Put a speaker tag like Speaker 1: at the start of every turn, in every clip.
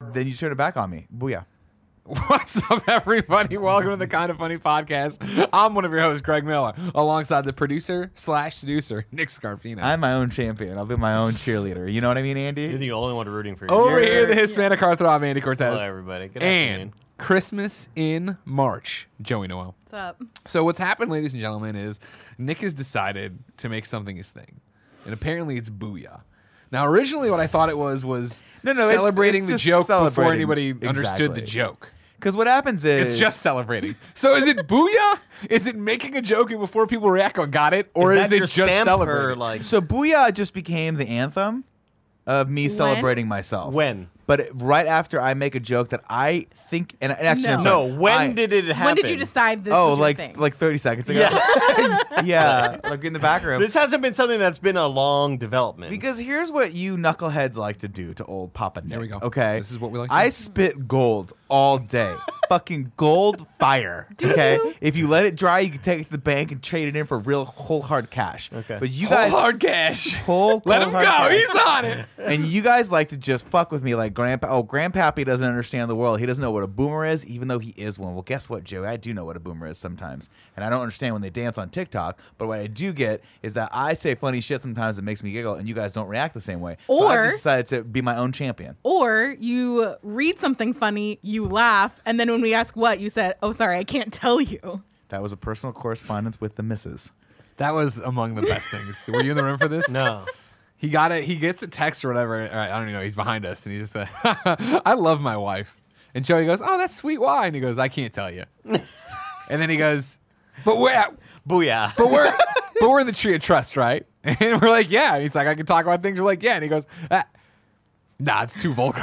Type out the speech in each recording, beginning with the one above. Speaker 1: Then you turn it back on me. Booyah.
Speaker 2: What's up, everybody? Welcome to the Kind of Funny podcast. I'm one of your hosts, Greg Miller, alongside the producer slash seducer, Nick Scarpino.
Speaker 1: I'm my own champion. I'll be my own cheerleader. You know what I mean,
Speaker 3: You're
Speaker 1: Andy?
Speaker 3: the only one rooting for
Speaker 2: Over
Speaker 3: yourself.
Speaker 2: here, the Hispanic heartthrob, Andy Cortez.
Speaker 3: Hello, everybody. Good
Speaker 2: and
Speaker 3: afternoon.
Speaker 2: Christmas in March, Joey Noel.
Speaker 4: What's up?
Speaker 2: So, what's happened, ladies and gentlemen, is Nick has decided to make something his thing. And apparently, it's Booyah. Now, originally, what I thought it was was
Speaker 1: No, no, it's-
Speaker 2: celebrating
Speaker 1: it's
Speaker 2: the
Speaker 1: just
Speaker 2: joke before
Speaker 1: celebrating.
Speaker 2: anybody understood the
Speaker 1: Exactly.
Speaker 2: joke.
Speaker 1: Because what happens is
Speaker 2: It's just celebrating. So is it booyah? Is it making a joke and before people react on got it? Or is,
Speaker 3: that
Speaker 2: it
Speaker 3: your
Speaker 2: just
Speaker 3: stamp Or
Speaker 2: celebrating?
Speaker 3: like
Speaker 1: so booyah just became the anthem of me celebrating myself.
Speaker 3: When?
Speaker 1: But it- right after I make a joke that I think and and actually I'm
Speaker 4: No.
Speaker 1: sorry,
Speaker 3: no, when
Speaker 1: I-
Speaker 3: did it happen?
Speaker 4: When did you decide this
Speaker 1: Oh,
Speaker 4: was your
Speaker 1: like
Speaker 4: thing?
Speaker 1: like 30 seconds ago.
Speaker 3: Yeah.
Speaker 1: yeah, like in the back room.
Speaker 3: This hasn't been something that's been a long development.
Speaker 1: Because here's what you knuckleheads like to do to old Papa Nick.
Speaker 2: There we go.
Speaker 1: Okay.
Speaker 2: This is what we like to
Speaker 1: I
Speaker 2: do.
Speaker 1: spit gold all day. Fucking gold fire. Okay. If you let it dry, you can take it to the bank and trade it in for real whole hard cash.
Speaker 3: Okay.
Speaker 1: But you
Speaker 2: Whole
Speaker 1: guys
Speaker 2: hard cash.
Speaker 1: whole cold
Speaker 2: Let him go.
Speaker 1: hard cash.
Speaker 2: He's on it.
Speaker 1: and you guys like to just fuck with me like grandpa oh grandpappy doesn't understand the world he doesn't know what a boomer is even though he is one well guess what joey i do know what a boomer is sometimes and i don't understand when they dance on tiktok but what i do get is that i say funny shit sometimes that makes me giggle and you guys don't react the same way so i
Speaker 4: Or-
Speaker 1: just decided to be my own champion
Speaker 4: or you read something funny, you laugh, and then when we ask what, you said, "Oh, sorry, I can't tell you."
Speaker 1: that was a personal correspondence with the missus
Speaker 2: That was among the best things. Were you in the room for this?
Speaker 3: no.
Speaker 2: He got it. He gets a text or whatever. All right, I don't even know. He's behind us, and he just said, "I love my wife." And Joey goes, "Oh, that's sweet. Why?" And he goes, "I can't tell you." and then he goes, "But we're at,
Speaker 3: Booyah.
Speaker 2: but we're but we're in the tree of trust, right?" And we're like, "Yeah." And he's like, "I can talk about things." We're like, "Yeah." And he goes, ah, "Nah, it's too vulgar."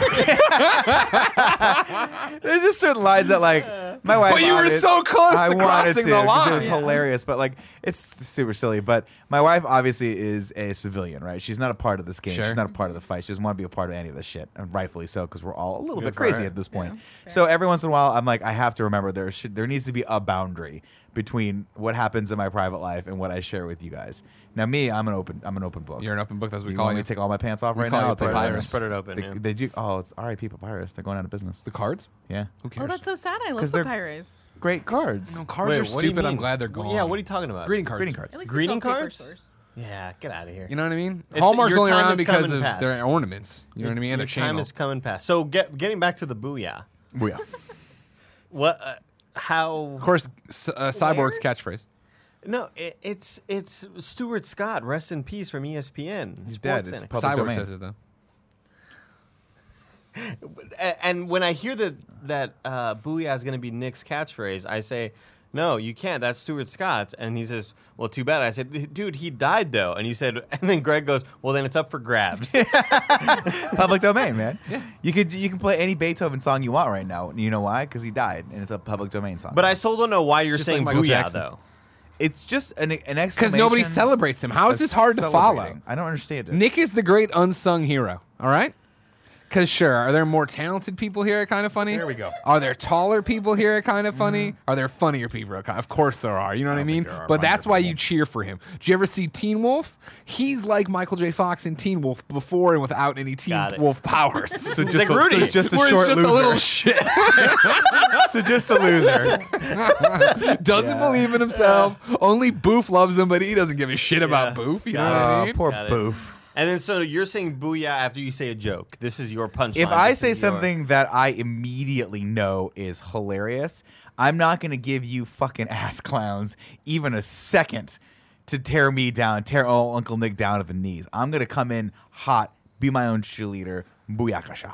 Speaker 1: there's just certain lines that like my wife
Speaker 2: But you were
Speaker 1: wanted-
Speaker 2: so close
Speaker 1: I
Speaker 2: to
Speaker 1: wanted
Speaker 2: crossing
Speaker 1: to,
Speaker 2: the
Speaker 1: 'cause it was
Speaker 2: line.
Speaker 1: hilarious but like it's super silly but my wife obviously is a civilian right she's not a part of this game
Speaker 2: Sure.
Speaker 1: she's not a part of the fight she doesn't want to be a part of any of this shit and rightfully so because we're all a little bit
Speaker 3: for
Speaker 1: crazy
Speaker 3: her.
Speaker 1: at this point so every once in a while i'm like i have to remember there should there needs to be a boundary between what happens in my private life and what i share with you guys now me i'm an open i'm an open book
Speaker 2: You're an open book. That's what we
Speaker 1: you
Speaker 2: call
Speaker 1: want me
Speaker 2: you.
Speaker 1: to take all my pants off
Speaker 2: We
Speaker 1: right
Speaker 2: call
Speaker 1: now?
Speaker 2: it
Speaker 1: I'll throw it in.
Speaker 2: papyrus.
Speaker 3: Spread it open.
Speaker 1: They,
Speaker 3: yeah.
Speaker 1: they do. Oh, it's R.I.P. Papyrus. They're going out of business.
Speaker 2: the cards.
Speaker 1: Yeah,
Speaker 2: Who cares?
Speaker 4: Oh, that's so sad. I
Speaker 1: 'Cause
Speaker 4: love
Speaker 1: they're-
Speaker 4: papyrus.
Speaker 1: great cards.
Speaker 2: No, cards
Speaker 3: Wait,
Speaker 2: are
Speaker 3: what do you
Speaker 2: stupid. I'm
Speaker 3: mean?
Speaker 2: glad they're
Speaker 3: Well,
Speaker 2: gone.
Speaker 3: Yeah, what are you talking about?
Speaker 2: Greeting cards.
Speaker 1: Greeting cards.
Speaker 4: At least
Speaker 3: Greeting
Speaker 4: it's all paper
Speaker 3: cards?
Speaker 4: source.
Speaker 3: Yeah, get out of here.
Speaker 2: You know what I mean?
Speaker 3: It's-
Speaker 2: Hallmark's
Speaker 3: your
Speaker 2: only
Speaker 3: time
Speaker 2: around
Speaker 3: is
Speaker 2: because
Speaker 3: coming
Speaker 2: of
Speaker 3: past.
Speaker 2: their ornaments. You know what I mean? And their
Speaker 3: Your time
Speaker 2: channel.
Speaker 3: is coming past. So get, getting back to the booyah.
Speaker 1: Booyah.
Speaker 3: What? Uh, how?
Speaker 2: of course, s- uh, Cyborg's
Speaker 4: Where?
Speaker 2: catchphrase.
Speaker 3: No, it, it's it's Stuart Scott. Rest in peace from E ESPN.
Speaker 1: He's dead.
Speaker 3: SportsCenter.
Speaker 1: It's public
Speaker 2: Cyborg
Speaker 1: domain.
Speaker 2: says it though.
Speaker 3: A- and when I hear that that uh, "booyah" is going to be Nick's catchphrase, I say, "No, you can't. That's Stuart Scott's." And he says, "Well, too bad." I said, "Dude, he died though." And you said, and then Greg goes, "Well, then it's up for grabs."
Speaker 1: public domain, man. You could you can play any Beethoven song you want right now. You know why? Because he died, and it's a public domain song.
Speaker 3: but I still don't know why you're
Speaker 2: Just like
Speaker 3: saying
Speaker 2: Michael
Speaker 3: "booyah"
Speaker 2: Jackson.
Speaker 3: though.
Speaker 1: it's just an an exclamation.
Speaker 2: Because nobody celebrates him. How is
Speaker 1: of
Speaker 2: this hard to follow?
Speaker 1: celebrating. I don't understand it.
Speaker 2: Nick is the great unsung hero. All right. Because sure, are there more talented people here at Kind of Funny?
Speaker 1: There we go.
Speaker 2: Are there taller people here at Kind of Funny? Are there funnier people? At kind of course there are. You know what I, mean?
Speaker 1: there are
Speaker 2: But that's
Speaker 1: funnier
Speaker 2: why
Speaker 1: people.
Speaker 2: you cheer for him. Did you ever see Teen Wolf? He's like Michael J. Fox in Teen Wolf before and without any Teen
Speaker 3: Got it.
Speaker 2: Wolf powers.
Speaker 1: so
Speaker 3: It's
Speaker 1: just
Speaker 3: like
Speaker 1: a, so
Speaker 3: Rudy.
Speaker 1: just a
Speaker 2: Where it's
Speaker 1: short
Speaker 2: just
Speaker 1: loser.
Speaker 2: a little shit.
Speaker 1: so just a loser.
Speaker 2: doesn't
Speaker 1: Yeah.
Speaker 2: believe in himself. Only Boof loves him, but he doesn't give a shit about Boof. You know what I
Speaker 1: Aw,
Speaker 2: mean?
Speaker 1: Uh, poor
Speaker 3: Got it.
Speaker 1: boof.
Speaker 3: And then so you're saying "booyah" after you say a joke. This is your punchline.
Speaker 1: If I
Speaker 3: This
Speaker 1: say
Speaker 3: is your-
Speaker 1: something that I immediately know is hilarious, I'm not going to give you fucking ass clowns even a second to tear me down, tear old Uncle Nick down to the knees. I'm going to come in hot, be my own cheerleader, booyakasha.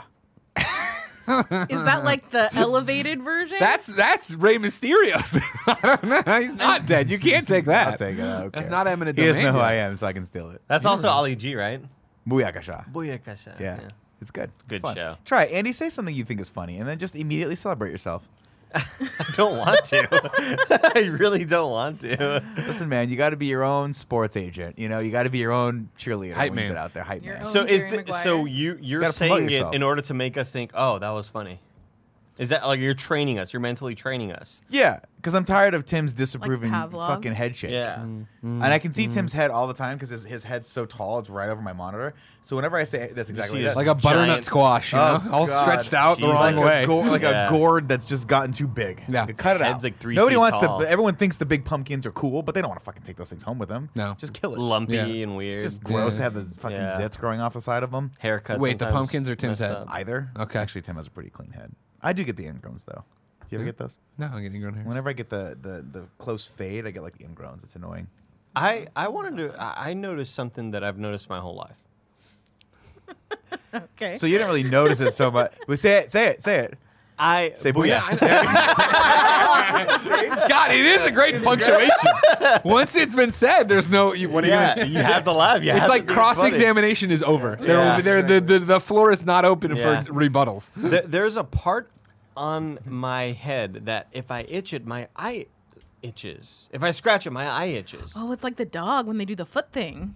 Speaker 4: Is that like the elevated version?
Speaker 2: That's that's Rey Mysterio's. I don't know. He's not dead. You can't take that.
Speaker 1: I'll take it. I don't
Speaker 2: That's
Speaker 1: care.
Speaker 2: not eminent
Speaker 1: He doesn't know
Speaker 2: domain
Speaker 1: who
Speaker 2: yet.
Speaker 1: I am, so I can steal it.
Speaker 3: that's also Ali G, right?
Speaker 1: Booyakasha.
Speaker 3: Booyah, Kasha.
Speaker 1: Yeah. It's good. It's
Speaker 3: Good
Speaker 1: fun.
Speaker 3: show.
Speaker 1: Try it. Andy, say something you think is funny, and then just immediately celebrate yourself.
Speaker 3: I don't want to. I really don't want to.
Speaker 1: Listen, man, you got to be your own sports agent. You know, you got to be your own cheerleader
Speaker 2: Hype
Speaker 1: when
Speaker 2: man.
Speaker 1: you get out there, hype
Speaker 4: Your
Speaker 1: man.
Speaker 4: own-
Speaker 3: So is
Speaker 4: Jerry
Speaker 3: the, so
Speaker 4: Maguire.
Speaker 3: you you're
Speaker 1: Gotta promote
Speaker 3: saying it
Speaker 1: yourself.
Speaker 3: in order to make us think, oh, that was funny. Is that like you're training us? You're mentally training us.
Speaker 1: Yeah, because I'm tired of Tim's disapproving
Speaker 4: Pavlov?
Speaker 1: fucking head shake.
Speaker 3: Yeah.
Speaker 2: Mm,
Speaker 1: And I can see Tim's head all the time because his, his head's so tall, it's right over my monitor. So whenever I say that's exactly what it
Speaker 3: see his-
Speaker 1: is.
Speaker 2: like a butternut
Speaker 3: Giant-
Speaker 2: squash, you know,
Speaker 1: Oh,
Speaker 2: all
Speaker 1: God.
Speaker 2: stretched out the
Speaker 3: Jeez.
Speaker 2: wrong
Speaker 1: like
Speaker 2: way.
Speaker 1: a gourd, like
Speaker 3: Yeah.
Speaker 1: a gourd that's just gotten too big.
Speaker 2: Yeah.
Speaker 1: Like, cut it
Speaker 3: Head's
Speaker 1: out.
Speaker 3: like three
Speaker 1: Nobody
Speaker 3: feet
Speaker 1: wants
Speaker 3: tall.
Speaker 1: the. Everyone thinks the big pumpkins are cool, but they don't want to fucking take those things home with them.
Speaker 2: No.
Speaker 1: just kill it.
Speaker 3: Lumpy
Speaker 2: Yeah.
Speaker 3: and weird.
Speaker 1: It's just gross to
Speaker 2: Yeah.
Speaker 1: have the fucking
Speaker 3: Yeah.
Speaker 1: zits growing off the side of them.
Speaker 3: haircuts.
Speaker 2: Wait, the
Speaker 3: sometimes
Speaker 2: pumpkins or Tim's
Speaker 3: messed
Speaker 2: head?
Speaker 3: up.
Speaker 1: Either.
Speaker 2: Okay.
Speaker 1: Actually, Tim has a pretty clean head. I do get the ingrowns though. Do
Speaker 2: Hmm?
Speaker 1: you ever get those?
Speaker 2: No, I'm getting grown hair.
Speaker 1: Whenever I get the, the, the close fade, I get like the ingrowns. It's annoying.
Speaker 3: I I wanted to. I I noticed something that I've noticed my whole life.
Speaker 4: Okay.
Speaker 3: Eh.
Speaker 1: So you didn't really notice it so much. But say it, say it, say it.
Speaker 3: I
Speaker 1: Say
Speaker 3: Well, yeah,
Speaker 1: booyah.
Speaker 2: God, it is a great punctuation. Once it's been said, there's no. You, what do you?
Speaker 3: yeah, you have to laugh. You
Speaker 2: It's
Speaker 3: have
Speaker 2: like
Speaker 3: to be
Speaker 2: cross
Speaker 3: funny.
Speaker 2: examination is over.
Speaker 3: Yeah.
Speaker 2: They're, they're, the, the, the floor is not open
Speaker 3: Yeah.
Speaker 2: for rebuttals.
Speaker 3: There- there's a part on my head that if I itch it, my eye itches. If I scratch it, my eye itches.
Speaker 4: oh, it's like the dog when they do the foot thing.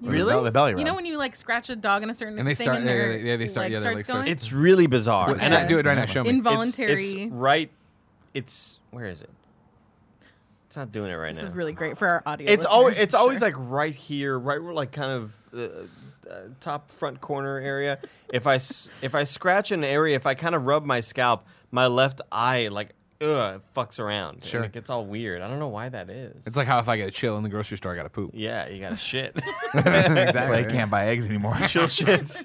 Speaker 3: Really?
Speaker 1: The, bel- the belly rub.
Speaker 4: You know when you like scratch a dog in a certain
Speaker 2: And they
Speaker 4: thing
Speaker 2: start-
Speaker 4: and
Speaker 2: yeah,
Speaker 4: their
Speaker 2: yeah, yeah, they start-
Speaker 4: leg
Speaker 2: yeah, their
Speaker 4: starts
Speaker 2: leg
Speaker 4: going?
Speaker 2: starts-
Speaker 3: It's really bizarre.
Speaker 2: Wait,
Speaker 3: And
Speaker 2: yeah,
Speaker 3: I-
Speaker 2: do it right now. Show me.
Speaker 3: It's-
Speaker 4: involuntary.
Speaker 3: It's right. It's where is it? It's not doing it right
Speaker 4: this
Speaker 3: now.
Speaker 4: is really great for our audio.
Speaker 3: it's always
Speaker 4: listeners,
Speaker 3: it's
Speaker 4: for
Speaker 3: always
Speaker 4: sure.
Speaker 3: like right here, right where like kind of uh, uh, top front corner area. If I s- if I scratch an area, if I kind of rub my scalp, my left eye like ugh it fucks around. and
Speaker 2: Sure.
Speaker 3: it gets all weird. I don't know why that is.
Speaker 2: It's like how if I get a chill in the grocery store, I got to poop.
Speaker 3: yeah, you got to shit.
Speaker 1: That's why I can't buy eggs anymore.
Speaker 3: Chill shits.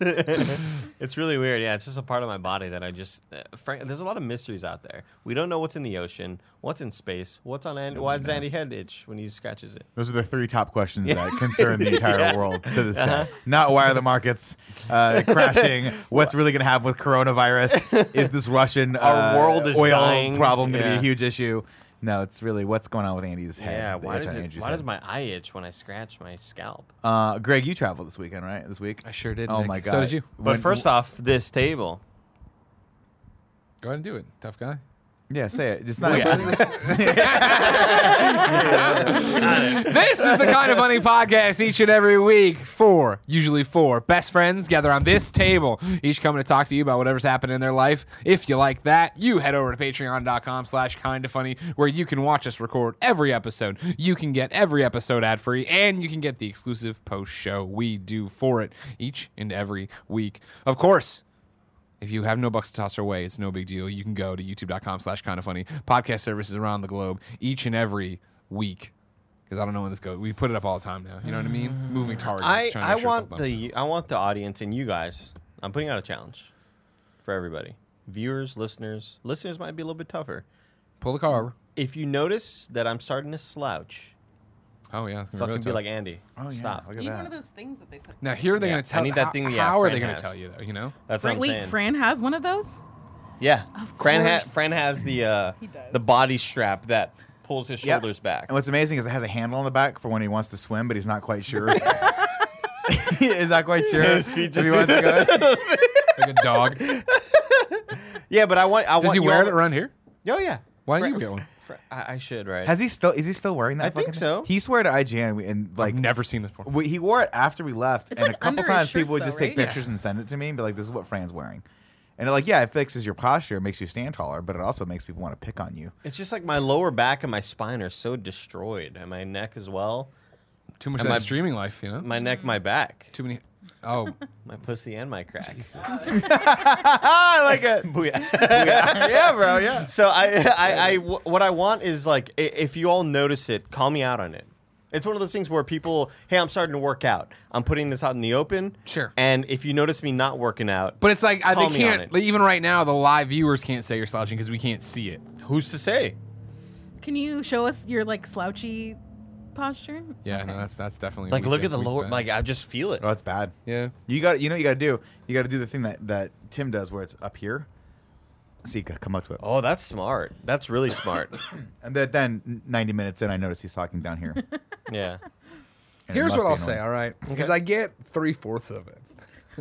Speaker 3: it's really weird. Yeah, it's just a part of my body that I just. Uh, frank, there's a lot of mysteries out there. We don't know what's in the ocean, what's in space, what's on. Andy, why does Andy head itch when he scratches it?
Speaker 1: Those are the three top questions that concern the entire world to this day.
Speaker 3: Uh-huh.
Speaker 1: Not why are the markets uh, crashing? What's really going to happen with coronavirus? Is this Russian
Speaker 3: Our
Speaker 1: uh,
Speaker 3: world is
Speaker 1: oil
Speaker 3: dying.
Speaker 1: problem going to
Speaker 3: Yeah.
Speaker 1: be a huge issue? No, it's really what's going on with Andy's head.
Speaker 3: Yeah,
Speaker 1: the
Speaker 3: why
Speaker 1: itch
Speaker 3: does
Speaker 1: on
Speaker 3: it,
Speaker 1: Andrew's
Speaker 3: why
Speaker 1: head.
Speaker 3: does my eye itch when I scratch my scalp?
Speaker 1: Uh, Greg, you traveled this weekend, right? This week?
Speaker 2: I sure did,
Speaker 1: Oh
Speaker 2: Nick.
Speaker 1: my god!
Speaker 2: So did you.
Speaker 3: But first off, this table.
Speaker 2: Go ahead and do it, tough guy.
Speaker 1: yeah, say it. It's not.
Speaker 2: This is the kind of funny podcast each and every week. Four, usually four, best friends gather on this table, each coming to talk to you about whatever's happened in their life. If you like that, you head over to patreon.com slash kind of funny, where you can watch us record every episode. You can get every episode ad free, and you can get the exclusive post show we do for it each and every week. Of course, if you have no bucks to toss our way, it's no big deal. You can go to youtube.com slash kind of funny. Podcast services around the globe each and every week. Because I don't know when this goes. We put it up all the time now. You know what I mean? Moving targets.
Speaker 3: I,
Speaker 2: trying to
Speaker 3: I
Speaker 2: make sure it's all
Speaker 3: want
Speaker 2: done.
Speaker 3: the I want the audience and you guys. I'm putting out a challenge for everybody. Viewers, listeners. Listeners might be a little bit tougher.
Speaker 2: Pull the car over.
Speaker 3: If you notice that I'm starting to slouch,
Speaker 2: Oh, yeah. it's gonna
Speaker 3: fucking
Speaker 2: really
Speaker 3: be
Speaker 2: tough.
Speaker 3: like Andy.
Speaker 1: Oh, yeah.
Speaker 3: Stop.
Speaker 1: Look at
Speaker 4: You need
Speaker 1: that.
Speaker 4: one of those things that they put.
Speaker 2: Now, here are they
Speaker 3: Yeah,
Speaker 2: going
Speaker 3: I
Speaker 2: to tell
Speaker 3: need that
Speaker 2: how-
Speaker 3: thing that, yeah,
Speaker 2: How are
Speaker 3: Fran
Speaker 2: they going to
Speaker 3: has.
Speaker 2: tell you, though? You know?
Speaker 3: That's
Speaker 4: Fran,
Speaker 3: what I'm
Speaker 4: wait,
Speaker 3: saying.
Speaker 4: Fran has one of those.
Speaker 3: yeah.
Speaker 4: Of
Speaker 3: Fran has
Speaker 4: course.
Speaker 3: Fran has the uh,
Speaker 4: He does.
Speaker 3: the body strap that pulls his
Speaker 1: Yep.
Speaker 3: shoulders back.
Speaker 1: And what's amazing is it has a handle on the back for when he wants to swim, but he's not quite sure. he's not quite sure.
Speaker 3: His feet
Speaker 1: if
Speaker 3: just
Speaker 1: he wants to go.
Speaker 2: Like a dog.
Speaker 3: Yeah, but I want I want
Speaker 2: Does he
Speaker 3: you
Speaker 2: wear
Speaker 3: all-
Speaker 2: it around here?
Speaker 3: Oh yeah.
Speaker 2: Why don't
Speaker 3: Fran-
Speaker 2: you get one?
Speaker 3: Fran- I, I should, right?
Speaker 1: Has he still? Is he still wearing that?
Speaker 3: I think
Speaker 1: fucking
Speaker 3: so.
Speaker 1: Thing? He swore to IGN we- and like
Speaker 2: I've never seen this before.
Speaker 1: we, he wore it after we left,
Speaker 4: It's
Speaker 1: and
Speaker 4: like
Speaker 1: a couple
Speaker 4: under his
Speaker 1: times people would
Speaker 4: shirts,
Speaker 1: just
Speaker 4: though,
Speaker 1: take
Speaker 4: right?
Speaker 1: pictures and send it to me and be like, "This is what Fran's wearing," and they're like, "Yeah, it fixes your posture, it makes you stand taller, but it also makes people want to pick on you."
Speaker 3: It's just like my lower back and my spine are so destroyed, and my neck as well.
Speaker 2: Too much
Speaker 3: Am
Speaker 2: of that
Speaker 3: I-
Speaker 2: streaming life, you know?
Speaker 3: My neck,
Speaker 4: Mm.
Speaker 3: my back,
Speaker 2: Too many. Oh,
Speaker 3: my pussy, and my cracks.
Speaker 1: Ah, I like it.
Speaker 3: yeah, bro. Yeah. So I, I, I w- what I want is like, i- if you all notice it, call me out on it. It's one of those things where people, hey, I'm starting to work out. I'm putting this out in the open.
Speaker 2: Sure.
Speaker 3: And if you notice me not working out,
Speaker 2: but it's like I,
Speaker 3: Call
Speaker 2: they
Speaker 3: me on
Speaker 2: can't.
Speaker 3: it.
Speaker 2: Like, even right now, the live viewers can't say you're slouching because we can't see it.
Speaker 3: who's to say?
Speaker 4: Can you show us your like slouchy posture?
Speaker 2: Yeah, no, that's that's definitely
Speaker 3: Like,
Speaker 2: weak-
Speaker 3: look at the
Speaker 2: weak
Speaker 3: lower.
Speaker 2: back.
Speaker 3: Like, I just feel it.
Speaker 1: Oh, that's bad.
Speaker 2: yeah,
Speaker 1: You got. You know, what you got to do. You got to do the thing that that Tim does, where it's up here, so you c- come up to it.
Speaker 3: Oh, that's smart. That's really smart.
Speaker 1: And then, then 90 minutes in, I notice he's talking down here. And
Speaker 3: yeah.
Speaker 1: it
Speaker 2: Here's
Speaker 1: must
Speaker 2: what
Speaker 1: be
Speaker 2: I'll
Speaker 1: annoying.
Speaker 2: say, all right? Because I get three fourths of it.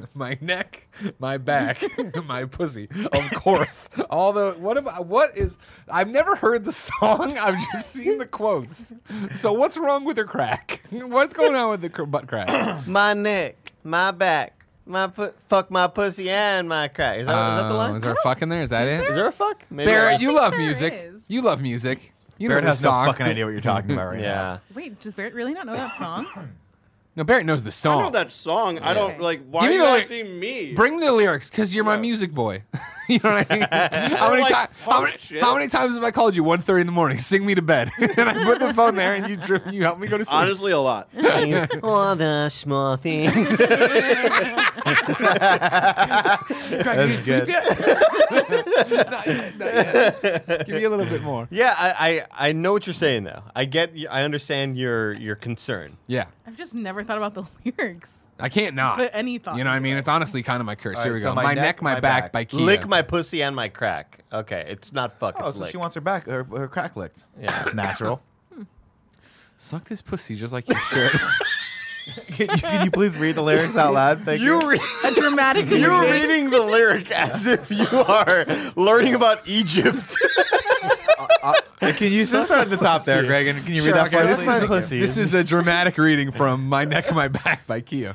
Speaker 2: my neck, my back, my pussy. Of course. All the what about what is I've never heard the song. I've just seen the quotes. So what's wrong with her crack? what's going on with the cr- butt crack?
Speaker 3: My neck, my back, my pu- fuck my pussy and my crack. Is that, is that the
Speaker 2: Oh,
Speaker 3: line?
Speaker 2: Is there a fuck in there? Is that it?
Speaker 3: Is there a fuck? Maybe
Speaker 2: Barrett,
Speaker 3: I-
Speaker 2: you
Speaker 4: think
Speaker 2: love
Speaker 4: there
Speaker 2: music.
Speaker 4: is.
Speaker 2: You love music. You
Speaker 1: Barrett
Speaker 2: know the
Speaker 1: has no
Speaker 2: song.
Speaker 1: fucking idea what you're talking about right now.
Speaker 3: Yeah.
Speaker 4: Wait, does Barrett really not know that song?
Speaker 2: No, Barrett knows the
Speaker 5: I
Speaker 2: song.
Speaker 1: Oh.
Speaker 5: know that song. I don't like. Why
Speaker 2: Give
Speaker 5: are
Speaker 2: me
Speaker 5: you
Speaker 2: the
Speaker 5: asking me?
Speaker 2: Bring the lyrics because you're my
Speaker 5: Yeah.
Speaker 2: music boy. you know what I mean? how, many
Speaker 5: like,
Speaker 2: ti- how,
Speaker 5: fuck
Speaker 2: many,
Speaker 5: shit.
Speaker 2: how many times have I called you 1.30 in the morning? Sing me to bed. and I put the phone there and Oh, you drip, you help me go to sleep.
Speaker 5: Honestly, a lot.
Speaker 3: Things, all the small things.
Speaker 2: Greg,
Speaker 1: That's
Speaker 2: you sleep
Speaker 1: good.
Speaker 2: yet? Not yet, not yet. Give me a little bit more.
Speaker 3: yeah, I, I I know what you're saying though. I get. y- I understand your your concern.
Speaker 2: Yeah.
Speaker 4: I've just never thought about the lyrics.
Speaker 2: I can't not.
Speaker 4: Put any thought
Speaker 2: You know what I
Speaker 4: into
Speaker 2: mean?
Speaker 4: it.
Speaker 2: It's honestly kind of my curse.
Speaker 1: All
Speaker 2: Here
Speaker 1: right,
Speaker 2: we
Speaker 1: so
Speaker 2: go.
Speaker 1: my
Speaker 2: my neck,
Speaker 1: neck,
Speaker 2: my,
Speaker 1: my
Speaker 2: back,
Speaker 1: back.
Speaker 2: by Kia.
Speaker 3: Lick my pussy and my crack. Okay, it's not fuck.
Speaker 1: Oh,
Speaker 3: it's
Speaker 1: so
Speaker 3: lick.
Speaker 1: she wants her back, her, her crack licked.
Speaker 3: Yeah.
Speaker 1: it's natural.
Speaker 2: Suck this pussy just like you should.
Speaker 1: Can you please read the lyrics out loud? Thank you.
Speaker 3: you re-
Speaker 4: A dramatic.
Speaker 3: you're
Speaker 4: lyric.
Speaker 3: reading the lyric as if you are learning about Egypt.
Speaker 1: Can you just start at the top there,
Speaker 3: pussy.
Speaker 1: Greg? And can you
Speaker 3: Sure,
Speaker 1: read that
Speaker 3: okay,
Speaker 1: part,
Speaker 3: this
Speaker 1: please?
Speaker 3: is-
Speaker 1: Thank you.
Speaker 3: pussy.
Speaker 2: This is a dramatic reading from My Neck, My Back by Kia.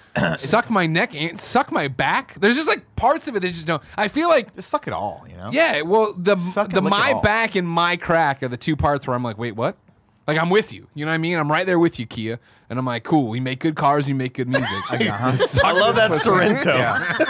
Speaker 2: suck my neck and suck my back. There's just like parts of it that just don't. I feel like
Speaker 1: Just suck it all, you know?
Speaker 2: yeah. Well, the
Speaker 1: Suck and
Speaker 2: the
Speaker 1: lick it
Speaker 2: my
Speaker 1: all.
Speaker 2: back and my crack are the two parts where I'm like, wait, what? Like I'm with you. You know what I mean? I'm right there with you, Kia. And I'm like, cool. We make good cars. We make good music.
Speaker 3: I love that Sorrento.
Speaker 1: Uh-huh.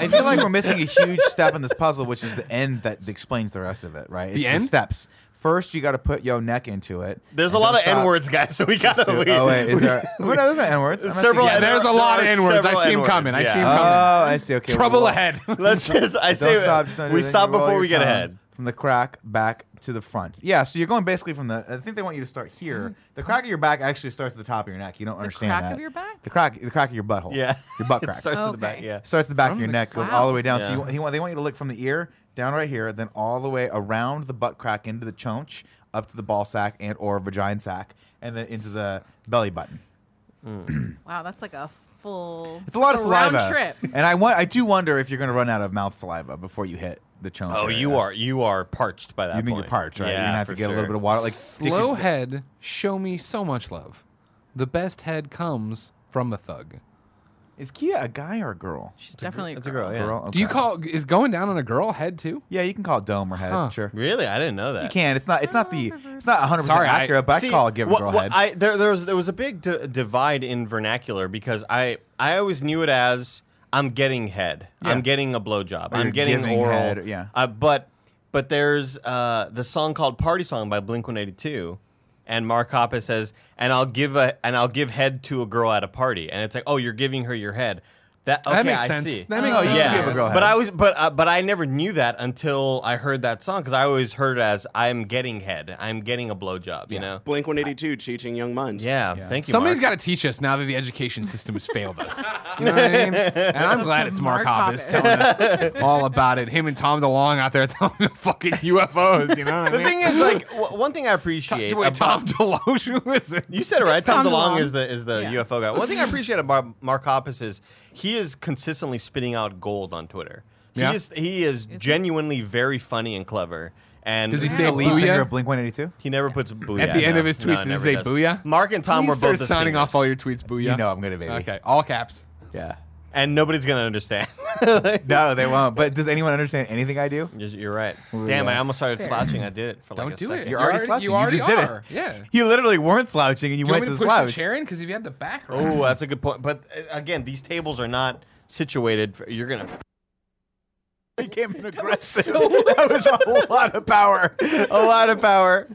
Speaker 1: I feel like we're missing a huge step in this puzzle, which is the end that explains the rest of it, right? It's
Speaker 2: end?
Speaker 1: steps. First, you got to put your neck into it.
Speaker 3: There's a
Speaker 1: And
Speaker 3: lot
Speaker 1: don't
Speaker 3: of
Speaker 1: stop.
Speaker 3: N words, guys, so we gotta.
Speaker 1: Dude,
Speaker 3: we-
Speaker 1: oh wait, is
Speaker 3: we-
Speaker 1: there? well, no, there's not N words.
Speaker 3: Several
Speaker 2: Yeah,
Speaker 3: N-
Speaker 2: there's a
Speaker 3: there
Speaker 2: lot of
Speaker 3: are
Speaker 2: N-words. I
Speaker 3: several
Speaker 2: see 'em
Speaker 3: N-words,
Speaker 2: coming. I see 'em
Speaker 1: Oh,
Speaker 3: yeah.
Speaker 2: coming.
Speaker 1: I see. Okay,
Speaker 2: Trouble
Speaker 1: roll-
Speaker 2: ahead.
Speaker 3: Let's just. I
Speaker 1: Don't
Speaker 3: say
Speaker 1: stop. just don't do
Speaker 3: we
Speaker 1: anything.
Speaker 3: stop
Speaker 1: Roll
Speaker 3: before
Speaker 1: your
Speaker 3: we get
Speaker 1: tongue
Speaker 3: ahead.
Speaker 1: From the crack back to the front. Yeah, so you're going basically from the. I think they want you to start here. The crack of your back actually starts at the top of your neck. You don't understand
Speaker 4: Mm-hmm. crack
Speaker 1: that.
Speaker 4: of your back? Oh.
Speaker 1: The crack. The crack of your butthole.
Speaker 3: Yeah,
Speaker 1: Your butt
Speaker 3: It
Speaker 1: crack.
Speaker 3: starts at the back.
Speaker 4: Okay.
Speaker 3: Yeah.
Speaker 1: starts at the back
Speaker 2: From
Speaker 1: of your
Speaker 2: the-
Speaker 1: neck, goes
Speaker 4: Wow.
Speaker 1: all the way down. So
Speaker 3: Yeah.
Speaker 1: you, he, want- they want you to lick from the ear down right here, then all the way around the butt crack into the chonch, up to the ball sack and or vagina sack, and then into the belly button.
Speaker 4: Wow, that's like a full.
Speaker 1: It's a lot of
Speaker 4: round
Speaker 1: saliva.
Speaker 4: trip.
Speaker 1: And I want, I do wonder if you're going to run out of mouth saliva before you hit the chonch.
Speaker 3: Oh,
Speaker 1: area.
Speaker 3: you are you are parched by that.
Speaker 1: You think
Speaker 3: point.
Speaker 1: you're parched, right?
Speaker 3: Yeah,
Speaker 1: you're gonna have
Speaker 3: for
Speaker 1: to get a
Speaker 3: sure.
Speaker 1: little bit of water, like stick your-
Speaker 2: Slow head, show me so much love. The best head comes from a thug.
Speaker 1: Is Kia a guy or a girl?
Speaker 4: She's definitely a
Speaker 3: That's a
Speaker 4: girl.
Speaker 3: girl. Yeah.
Speaker 1: Girl.
Speaker 2: Do you
Speaker 1: Okay.
Speaker 2: call is going down on a girl head too?
Speaker 1: Yeah, you can call it dome or head.
Speaker 2: Huh.
Speaker 1: Sure,
Speaker 3: Really, I didn't know that.
Speaker 1: you can. It's not. It's not the. It's not 100 percent
Speaker 2: Sorry, I-
Speaker 1: accurate, but I
Speaker 3: See,
Speaker 1: call it give a
Speaker 3: what-
Speaker 1: girl head.
Speaker 3: what I, there, there was there was a big d- divide in vernacular because I I always knew it as I'm getting head,
Speaker 1: Yeah.
Speaker 3: I'm getting a blowjob, I'm
Speaker 1: you're
Speaker 3: getting
Speaker 1: giving
Speaker 3: oral,
Speaker 1: head, yeah.
Speaker 3: Uh, but but there's uh, the song called "Party Song" by Blink 182, and Mark Hoppus says, "And I'll give a and I'll give head to a girl at a party," and it's like, oh, you're giving her your head. That okay,
Speaker 2: That makes
Speaker 3: I
Speaker 2: sense.
Speaker 3: see.
Speaker 2: That makes
Speaker 1: Oh,
Speaker 2: sense.
Speaker 1: you
Speaker 3: yeah,
Speaker 1: give a girl
Speaker 3: but
Speaker 1: head.
Speaker 3: I was, but uh, but I never knew that until I heard that song because I always heard it as "I'm getting head, I'm getting a blowjob," you know.
Speaker 5: Blink 182 teaching young minds.
Speaker 3: Yeah, thank you.
Speaker 2: Somebody's
Speaker 3: Mark.
Speaker 2: got to teach us now that the education system has failed us. You know what I mean? And I'm glad
Speaker 4: to
Speaker 2: it's Mark
Speaker 4: Mark
Speaker 2: Hoppus
Speaker 4: Hoppus.
Speaker 2: telling us all about it. Him and Tom DeLong out there telling the fucking UFOs. You know what I
Speaker 3: The
Speaker 2: mean?
Speaker 3: thing is, like, w- one thing I appreciate.
Speaker 2: Wait,
Speaker 3: about-
Speaker 2: Tom DeLong? Who is it?
Speaker 3: You said it right.
Speaker 4: It's
Speaker 3: Tom,
Speaker 4: Tom
Speaker 3: DeLonge
Speaker 4: DeLonge.
Speaker 3: is the is the
Speaker 4: Yeah.
Speaker 3: UFO guy. One thing I appreciate about Mark Hoppus is he is consistently spitting out gold on Twitter. He
Speaker 2: Yeah.
Speaker 3: is he is genuinely very funny and clever. And
Speaker 2: Does he
Speaker 1: Isn't
Speaker 2: say
Speaker 1: the lead singer
Speaker 2: booyah?
Speaker 1: of Blink 182?
Speaker 3: he never puts booyah?
Speaker 2: At the end
Speaker 3: no.
Speaker 2: of his
Speaker 3: No,
Speaker 2: tweets, does
Speaker 3: never
Speaker 2: he say
Speaker 3: does.
Speaker 2: booyah?
Speaker 3: Mark and Tom
Speaker 2: Please
Speaker 3: were
Speaker 2: start
Speaker 3: both the
Speaker 2: signing
Speaker 3: singers.
Speaker 2: off all your tweets, booyah.
Speaker 1: You know I'm gonna be.
Speaker 2: Okay, all caps.
Speaker 1: Yeah.
Speaker 3: and nobody's gonna understand.
Speaker 1: No, they won't. But does anyone understand anything I do?
Speaker 3: You're, you're right. Damn, I almost started slouching. I did it for like
Speaker 2: Don't
Speaker 3: a
Speaker 2: do
Speaker 3: second.
Speaker 2: it.
Speaker 1: You're already slouching.
Speaker 2: You
Speaker 1: You
Speaker 2: already
Speaker 1: just did it.
Speaker 2: are. Yeah.
Speaker 1: You literally weren't slouching, and you
Speaker 2: Do you want
Speaker 1: went
Speaker 2: me
Speaker 1: to
Speaker 2: to push the
Speaker 1: slouch.
Speaker 2: chair in because if you had the back row.
Speaker 3: Oh, that's a good point. But uh, again, these tables are not situated. For, you're gonna.
Speaker 1: I came in aggressive. that was a lot of power. A lot of power.